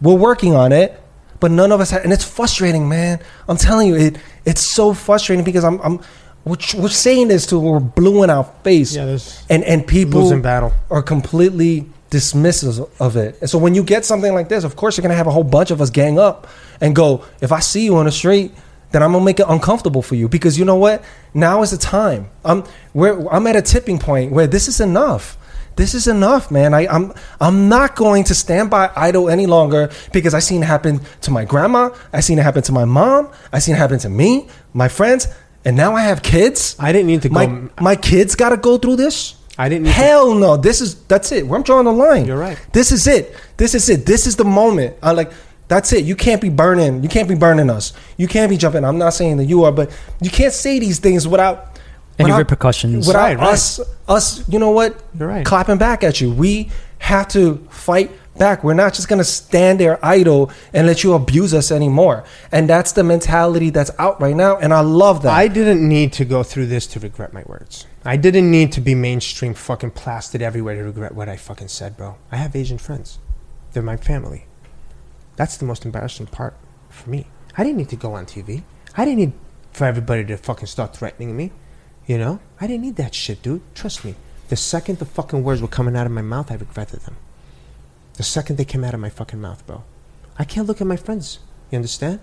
S2: We're working on it, but none of us have, and it's frustrating, man. I'm telling you, it it's so frustrating because I'm I'm Which we're saying this to we're blue in our face,
S1: Yeah, there's-
S2: and and people
S1: Losing battle.
S2: are completely dismissive of it. And so when you get something like this, of course you're gonna have a whole bunch of us gang up and go, if I see you on the street, then I'm gonna make it uncomfortable for you because you know what? Now is the time. I'm where I'm at a tipping point where this is enough. This is enough, man. I, I'm I'm not going to stand by idle any longer because I seen it happen to my grandma, I seen it happen to my mom, I seen it happen to me, my friends, and now I have kids.
S1: I didn't need to
S2: my,
S1: go-
S2: My kids got to go through this.
S1: I didn't need to-
S2: Hell no. This is that's it. I'm drawing the line.
S1: You're right.
S2: This is it. This is it. This is the moment. I like that's it. You can't be burning. You can't be burning us. You can't be jumping. I'm not saying that you are, but you can't say these things without
S4: Any
S2: without-
S4: repercussions.
S2: Without
S1: Right, right.
S2: us, us. You know what?
S1: You're right.
S2: Clapping back at you. We have to fight back. We're not just gonna stand there idle and let you abuse us anymore. And that's the mentality that's out right now. And I love that.
S1: I didn't need to go through this to regret my words. I didn't need to be mainstream fucking plastered everywhere to regret what I fucking said, bro. I have Asian friends. They're my family. That's the most embarrassing part for me. I didn't need to go on TV. I didn't need for everybody to fucking start threatening me. You know? I didn't need that shit, dude. Trust me. The second the fucking words were coming out of my mouth, I regretted them. The second they came out of my fucking mouth, bro. I can't look at my friends. You understand?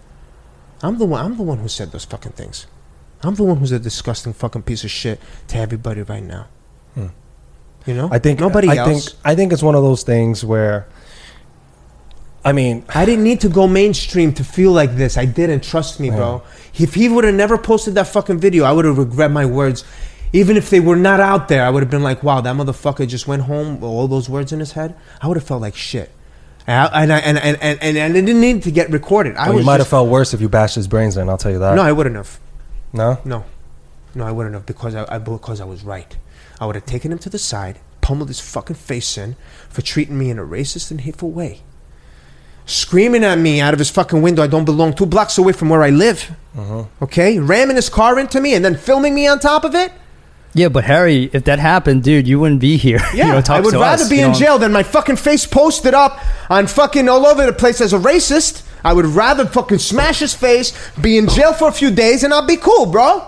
S1: I'm the one I'm the one who said those fucking things. I'm the one who's a disgusting fucking piece of shit to everybody right now. You know?
S2: Hmm. I think
S1: nobody
S2: I
S1: else.
S2: Think, I think it's one of those things where, I mean,
S1: I didn't need to go mainstream to feel like this. I didn't trust me, bro. If he would have never posted that fucking video, I would have regret my words. Even if they were not out there, I would have been like, "Wow, that motherfucker just went home with all those words in his head." I would have felt like shit. And I, and, I, and, and, and, and I didn't need to get recorded. I
S2: well,
S1: was
S2: Oh, you might have
S1: just-
S2: felt worse if you bashed his brains in. I'll tell you that.
S1: no, I wouldn't have.
S2: no.
S1: No, no, I wouldn't have because I, I because I was right. I would have taken him to the side, pummeled his fucking face in for treating me in a racist and hateful way, screaming at me out of his fucking window. I don't belong two blocks away from where I live.
S4: Uh-huh.
S1: Okay, ramming his car into me and then filming me on top of it.
S4: Yeah, but Harry, if that happened, dude, you wouldn't be here. you
S1: Yeah,
S4: know, talk
S1: I would
S4: to
S1: rather
S4: us,
S1: be
S4: you
S1: in
S4: know.
S1: jail than my fucking face posted up on fucking all over the place as a racist. I would rather fucking smash his face, be in jail for a few days, and I'll be cool, bro.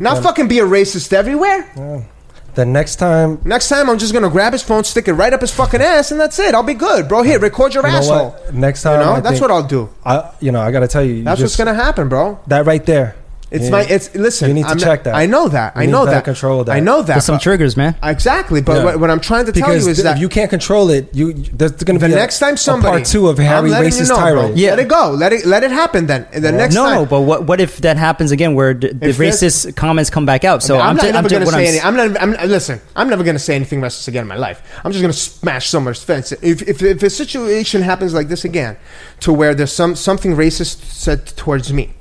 S1: Not fucking be a racist everywhere.
S2: The next time,
S1: Next time, I'm just gonna grab his phone, stick it right up his fucking ass, and that's it. I'll be good, bro. Here, record your
S2: you know
S1: asshole.
S2: what? Next
S1: You
S2: time,
S1: know,
S2: I
S1: that's
S2: think-
S1: what I'll do.
S2: I, you know, I gotta tell you, you
S1: That's what's
S2: just-
S1: gonna happen, bro.
S2: that right there.
S1: It's
S2: You-
S1: my. It's listen.
S2: You need to
S1: I'm not-
S2: check that.
S1: I know that.
S2: You
S1: I
S2: need
S1: know
S2: to
S1: that.
S2: Control that.
S1: I know that.
S4: There's some
S1: but-
S4: triggers, man.
S1: Exactly, but
S2: Yeah.
S1: what, what I'm trying to tell
S2: Because
S1: you is
S2: th-
S1: that
S2: if you can't control it, you there's going to
S1: The
S2: be a-
S1: next
S2: a
S1: time somebody
S2: part two of
S1: I'm
S2: Harry
S1: letting
S2: racist
S1: you know, bro.
S2: tirade.
S4: Yeah.
S1: Let it go. Let it let it happen. Then And the next
S4: no,
S1: time.
S4: but what what if that happens again, where the, the
S1: If there's-
S4: racist comments come back out? So
S1: I'm,
S4: I'm,
S1: not
S4: ju- I'm
S1: never
S4: ju-
S1: gonna
S4: what
S1: say
S4: I'm
S1: any.
S4: s-
S1: I'm not. I'm, listen, I'm never gonna say anything racist again in my life. I'm just gonna smash someone's fence. If, if, if a situation happens like this again, to where there's some something racist said towards me,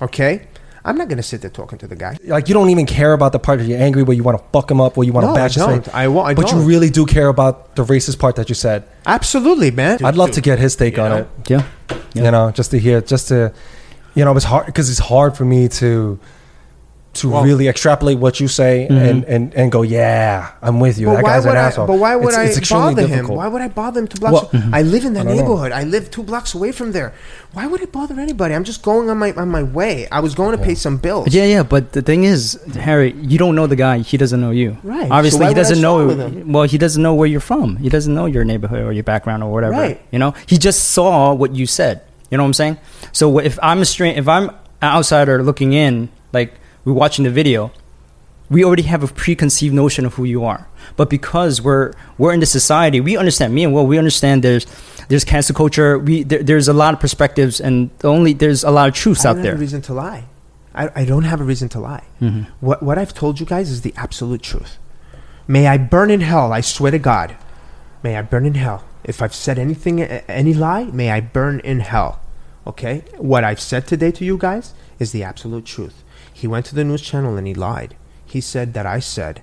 S1: okay, I'm not gonna sit there talking to the guy.
S2: Like you don't even care about the part that you're angry, where you want to fuck him up, where you want to
S1: No, I
S2: bash his
S1: don't.
S2: face.
S1: I won't- I
S2: but you
S1: don't.
S2: really do care about the racist part that you said.
S1: Absolutely, man.
S2: I'd love to get his take on
S1: know?
S2: it.
S4: yeah. Yeah.
S2: you know just to hear just to you know it's hard because it's hard for me to to really extrapolate what you say and, and and go yeah i'm with you
S1: Mm-hmm. But
S2: that
S1: why
S2: guy's
S1: would
S2: an
S1: I?
S2: asshole
S1: But why would
S2: It's-
S1: I
S2: it's extremely
S1: bother him?
S2: difficult.
S1: Why would I bother him two blocks?
S2: Well,
S1: I live in that
S2: don't know.
S1: neighborhood. I live two blocks away from there. Why would it bother anybody? I'm just going on my on my way. I was going to pay some bills.
S4: Yeah, yeah, but the thing is, Harry, you don't know the guy. He doesn't know you.
S1: Right. So
S4: Obviously,
S1: why
S4: he
S1: would I
S4: doesn't
S1: swap with
S4: know.
S1: him?
S4: Well, he doesn't know where you're from. He doesn't know your neighborhood or your background or whatever.
S1: Right.
S4: You know, he just saw what you said. You know what I'm saying? So wh- if I'm a stra- if I'm an outsider looking in, like we're watching the video, we already have a preconceived notion of who you are. But because we're we're in the society, we understand me and well, we understand there's there's cancel culture. We there, there's a lot of perspectives, and the only there's a lot of truths
S1: I
S4: out
S1: don't
S4: there.
S1: have a reason to lie. I, I don't have a reason to lie.
S4: Mm-hmm.
S1: What, what I've told you guys is the absolute truth. May I burn in hell, I swear to God. May I burn in hell. If I've said anything, a- any lie, may I burn in hell. Okay? What I've said today to you guys is the absolute truth. He went to the news channel and he lied. He said that I said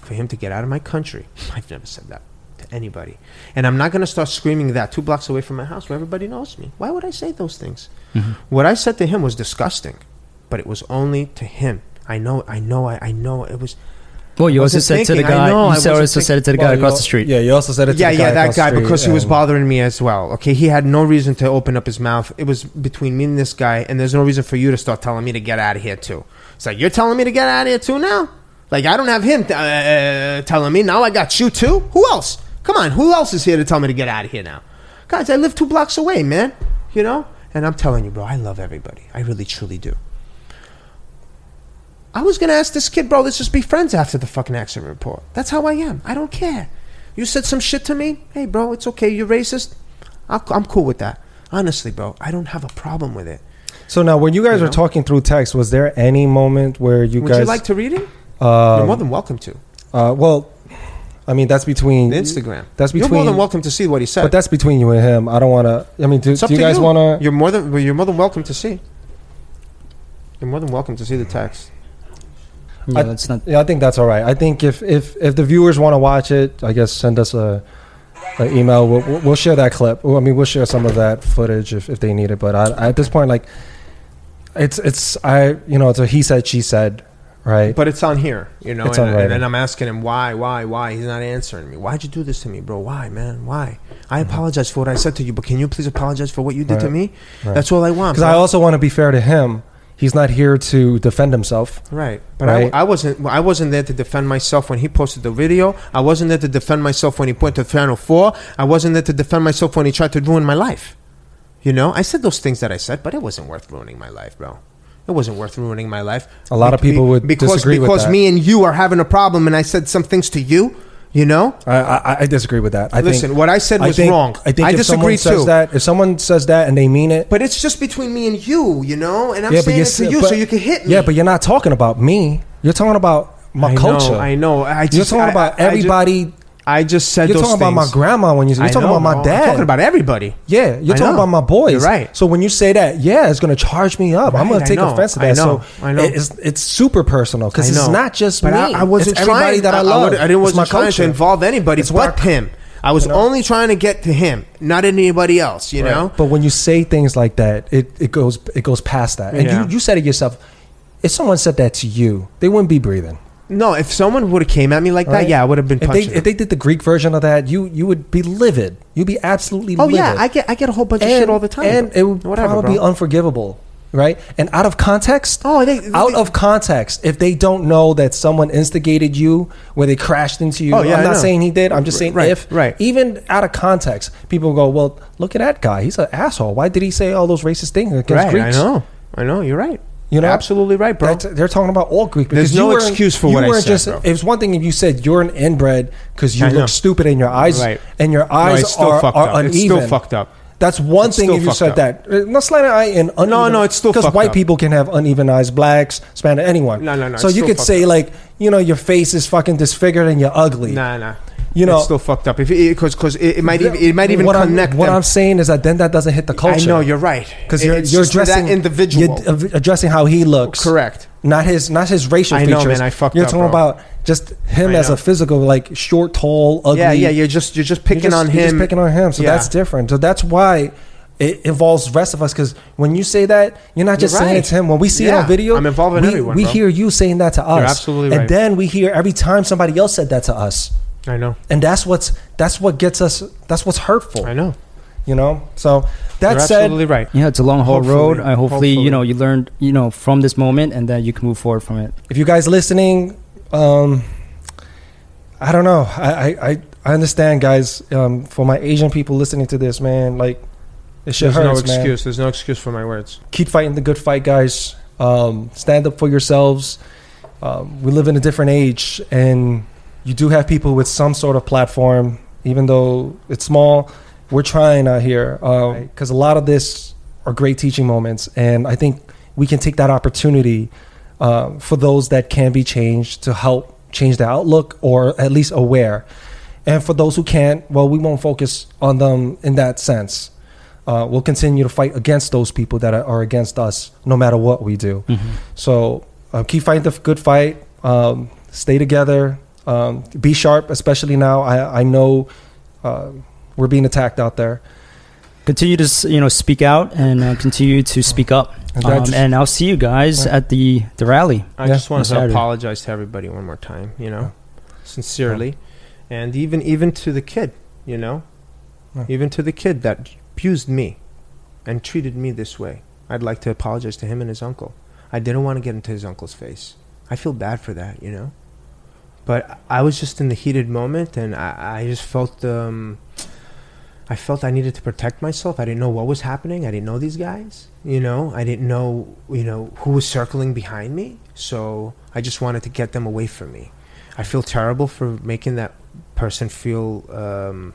S1: for him to get out of my country. I've never said that to anybody. And I'm not going to start screaming that two blocks away from my house where everybody knows me. Why would I say those things? What I said to him was disgusting, but it was only to him. I know, I know, I, I know. It was.
S4: Well, you also
S1: Wasn't
S4: said to the
S1: thinking. I
S4: guy.
S1: know, I
S4: you said
S1: wasn't
S4: also said it to the guy
S2: Well, you
S4: across
S2: al-
S4: the street.
S2: Yeah, you also said it. To
S1: yeah,
S2: the guy
S1: yeah, that
S2: across the
S1: guy
S2: street,
S1: because he was
S2: and-
S1: bothering me as well. Okay, he had no reason to open up his mouth. It was between me and this guy, and there's no reason for you to start telling me to get out of here too. It's like you're telling me to get out of here too now. Like I don't have him uh, uh, telling me now. I got you too. Who else? Come on, who else is here to tell me to get out of here now? Guys, I live two blocks away, man. You know, and I'm telling you, bro, I love everybody. I really, truly do. I was gonna ask this kid, bro, let's just be friends after the fucking accident report. That's how I am. I don't care. You said some shit to me. Hey, bro, it's okay. You're racist. I'll, I'm cool with that. Honestly, bro, I don't have a problem with it.
S2: So now, when you guys
S1: You
S2: were
S1: know?
S2: talking through text, was there any moment where you
S1: Would
S2: guys?
S1: you like to read it?
S2: uh,
S1: You're more than welcome to.
S2: uh, well, I mean, that's between
S1: The Instagram.
S2: That's
S1: You're more
S2: between-
S1: than welcome to see what he said.
S2: But that's between you and him. I don't want to. I mean, do,
S1: It's up
S2: do you
S1: to
S2: guys want to?
S1: You're more than. well, You're more than welcome to see. You're more than welcome to see the text.
S4: Yeah,
S2: I-
S4: that's not.
S2: Yeah, I think that's all right. I think if if if the viewers want to watch it, I guess send us a. An email. We'll, we'll- we'll share that clip. Well, I mean, we'll share some of that footage if, if they need it. But I, at this point, like, it's it's I you know it's a he said she said, right?
S1: But it's on here, you know.
S2: It's
S1: and,
S2: on
S1: and,
S2: writing.
S1: and I'm asking him why, why, why. He's not answering me. Why'd you do this to me, bro? Why, man? Why? I apologize for what I said to you, but can you please apologize for what you did to
S2: Mm-hmm. Right.
S1: me?
S2: Right.
S1: That's all I want.
S2: Because I
S1: bro.
S2: also want to be fair to him. He's not here to defend himself.
S1: Right, but
S2: Right?
S1: I, I wasn't. I wasn't there to defend myself when he posted the video. I wasn't there to defend myself when he went to Final Four. I wasn't there to defend myself when he tried to ruin my life. You know, I said those things that I said, but it wasn't worth ruining my life, bro. It wasn't worth ruining my life.
S2: A lot of people would
S1: because
S2: disagree with
S1: because
S2: that.
S1: me and you are having a problem, and I said some things to you. You know,
S2: I, I, I disagree with that. I
S1: Listen,
S2: think,
S1: what I said was
S2: think-
S1: wrong.
S2: I think
S1: I
S2: if
S1: disagree
S2: someone says
S1: too.
S2: that, if someone says that and they mean it,
S1: but it's just between me and you. You know, and I'm saying it
S2: s-
S1: to you so you can hit me.
S2: Yeah, but you're not talking about me. You're talking about my
S1: I know,
S2: culture.
S1: I know. I
S2: you're
S1: just-
S2: talking
S1: I-
S2: about
S1: I- I ju-
S2: everybody.
S1: I just said
S2: you're
S1: those
S2: talking about my
S1: things.
S2: grandma when you. You're
S1: I
S2: talking
S1: know,
S2: about my
S1: bro.
S2: dad.
S1: I'm talking about everybody.
S2: Yeah, you're
S1: I
S2: talking
S1: know.
S2: about my boys.
S1: You're right.
S2: So when you say that, yeah, it's going to charge me up.
S1: Right,
S2: I'm going
S1: I
S2: to take
S1: know.
S2: offense to
S1: I
S2: that.
S1: know.
S2: So
S1: I know.
S2: it's it's super personal because
S1: I
S2: it's
S1: know.
S2: not just
S1: but
S2: me.
S1: I, I wasn't
S2: it's everybody
S1: trying
S2: that I, love.
S1: I, didn't
S2: It's my
S1: wasn't trying
S2: culture.
S1: to involve anybody
S2: It's
S1: but
S2: my-
S1: him. I was
S2: you know?
S1: only trying to get to him, not anybody else. You know.
S2: But when you say things like that, it, it goes it goes past that. And
S1: Yeah.
S2: you, you said it yourself. If someone said that to you, they wouldn't be breathing.
S1: no, if someone would have came at me like
S2: right?
S1: that, yeah, I would have been
S2: If they,
S1: punching.
S2: if
S1: him.
S2: they did the Greek version of that, you you would be livid. You'd be absolutely.
S1: oh
S2: livid.
S1: yeah, I get I get a whole bunch of shit all the time.
S2: And it would
S1: Whatever,
S2: probably be
S1: bro.
S2: unforgivable, right? And out of context.
S1: Oh, they- they-
S2: out of context. If they don't know that someone instigated you, where they crashed into you.
S1: Oh, yeah,
S2: I'm
S1: I
S2: not
S1: know.
S2: saying he did. I'm just saying
S1: right,
S2: if.
S1: right.
S2: Even out of context, people go, "Well, look at that guy. He's an asshole. Why did he say all those racist things against
S1: right.
S2: Greeks?"
S1: I know. I know. You're right.
S2: You know?
S1: absolutely right, bro.
S2: That's- they're talking about all Greek.
S1: There's
S2: because you
S1: no
S2: weren't-
S1: excuse for
S2: you
S1: what I
S2: weren't
S1: said,
S2: Just,
S1: bro.
S2: It was one thing if you said you're an inbred because you
S1: I know.
S2: look stupid and your eyes
S1: Right.
S2: and your
S1: No,
S2: eyes
S1: it's still
S2: are,
S1: fucked
S2: are
S1: up.
S2: uneven.
S1: It's still fucked up.
S2: That's one
S1: It's
S2: thing
S1: still
S2: if you
S1: fuck
S2: said
S1: up.
S2: that. Uh, Not slanted eye and uneven.
S1: no, it's still
S2: because
S1: fucked
S2: white
S1: up.
S2: people can have uneven eyes, blacks, Spanish, anyone.
S1: No, no, no,
S2: So
S1: it's
S2: you
S1: still
S2: could
S1: fucked
S2: say
S1: up.
S2: like you know your face is fucking disfigured and you're ugly.
S1: Nah, nah.
S2: You know-
S1: it's still fucked up. If because because it, it might even, it might even
S2: what
S1: connect.
S2: I'm, what
S1: them.
S2: I'm saying is that then that doesn't hit the culture.
S1: I know you're right
S2: because
S1: It-
S2: you're,
S1: it's
S2: you're
S1: just to
S2: addressing
S1: that individual.
S2: You're ad- addressing how he looks.
S1: Correct.
S2: Not his not his racial
S1: I know,
S2: features.
S1: man, I fucked
S2: You're
S1: up,
S2: talking
S1: bro.
S2: about just him
S1: I
S2: as
S1: know.
S2: a physical, like short, tall, ugly.
S1: yeah, yeah. You're just you're just
S2: You're
S1: picking
S2: just-
S1: on him.
S2: you're just picking on him. So
S1: Yeah.
S2: that's different. So that's why it involves the rest of us. Because when you say that, you're not just
S1: You're
S2: saying
S1: right.
S2: it to him. When we see it
S1: Yeah,
S2: on video,
S1: I'm involving
S2: we,
S1: everyone,
S2: We
S1: bro.
S2: hear you saying that to us.
S1: absolutely
S2: And
S1: right.
S2: then we hear every time somebody else said that to us.
S1: I know.
S2: And that's what's that's what gets us. That's what's hurtful.
S1: I know.
S2: You know. So that
S1: You're
S2: said,
S1: absolutely right.
S4: Yeah, it's a long haul road.
S1: Hopefully.
S4: I hopefully,
S1: Hopefully.
S4: you know you learned you know from this moment, and then you can move forward from it.
S2: if you guys listening, um, I don't know. I, I, I, I understand, guys. Um, for my Asian people listening to this, man, like it shit
S1: There's
S2: hurts,
S1: no
S2: man.
S1: excuse. There's no excuse for my words.
S2: Keep fighting the good fight, guys. Um, stand up for yourselves. Um, we live in a different age, and you do have people with some sort of platform, even though it's small. We're trying out here because a lot of this are great teaching moments, and I think we can take that opportunity uh, for those that can be changed to help change their outlook or at least aware. And for those who can't, well, we won't focus on them in that sense. Uh, we'll continue to fight against those people that are, are against us, no matter what we do.
S1: Mm-hmm.
S2: So uh, keep fighting the f- good fight. Um, stay together. Um, be sharp, especially now. I, I know uh, we're being attacked out there.
S4: continue to s- you know speak out and uh, continue to speak up.
S2: And
S4: Um,
S2: that's-
S4: and I'll see you guys at the the rally.
S1: I
S2: Yeah,
S1: just want to
S4: Saturday.
S1: apologize to everybody one more time, you know, sincerely, and even even to the kid, you know,
S2: Yeah.
S1: even to the kid that abused me and treated me this way. I'd like to apologize to him and his uncle. I didn't want to get into his uncle's face. I feel bad for that, you know. But I was just in the heated moment, and I, I just felt um, I felt I needed to protect myself. I didn't know what was happening. I didn't know these guys. You know, I didn't know, you know, who was circling behind me. So I just wanted to get them away from me. I feel terrible for making that person feel, um,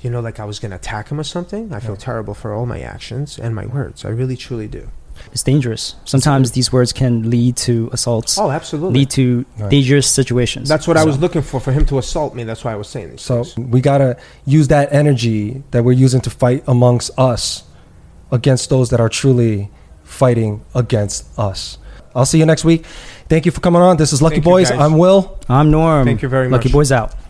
S1: you know, like I was going to attack him or something. I feel terrible for all my actions and my words. I really, truly do.
S4: It's dangerous. Sometimes these words can lead to assaults,
S1: Oh, absolutely.
S4: lead to
S2: Right.
S4: dangerous situations.
S1: That's what I
S4: So-
S1: was looking for, for him to assault me. That's why I was saying this.
S2: So we gotta use that energy that we're using to fight amongst us against those that are truly fighting against us. I'll see you next week. Thank you for coming on. This is Lucky
S1: Thank you,
S2: Boys.
S1: guys.
S2: I'm Will.
S4: I'm Norm.
S1: Thank you very
S4: Lucky
S1: much.
S4: boys out.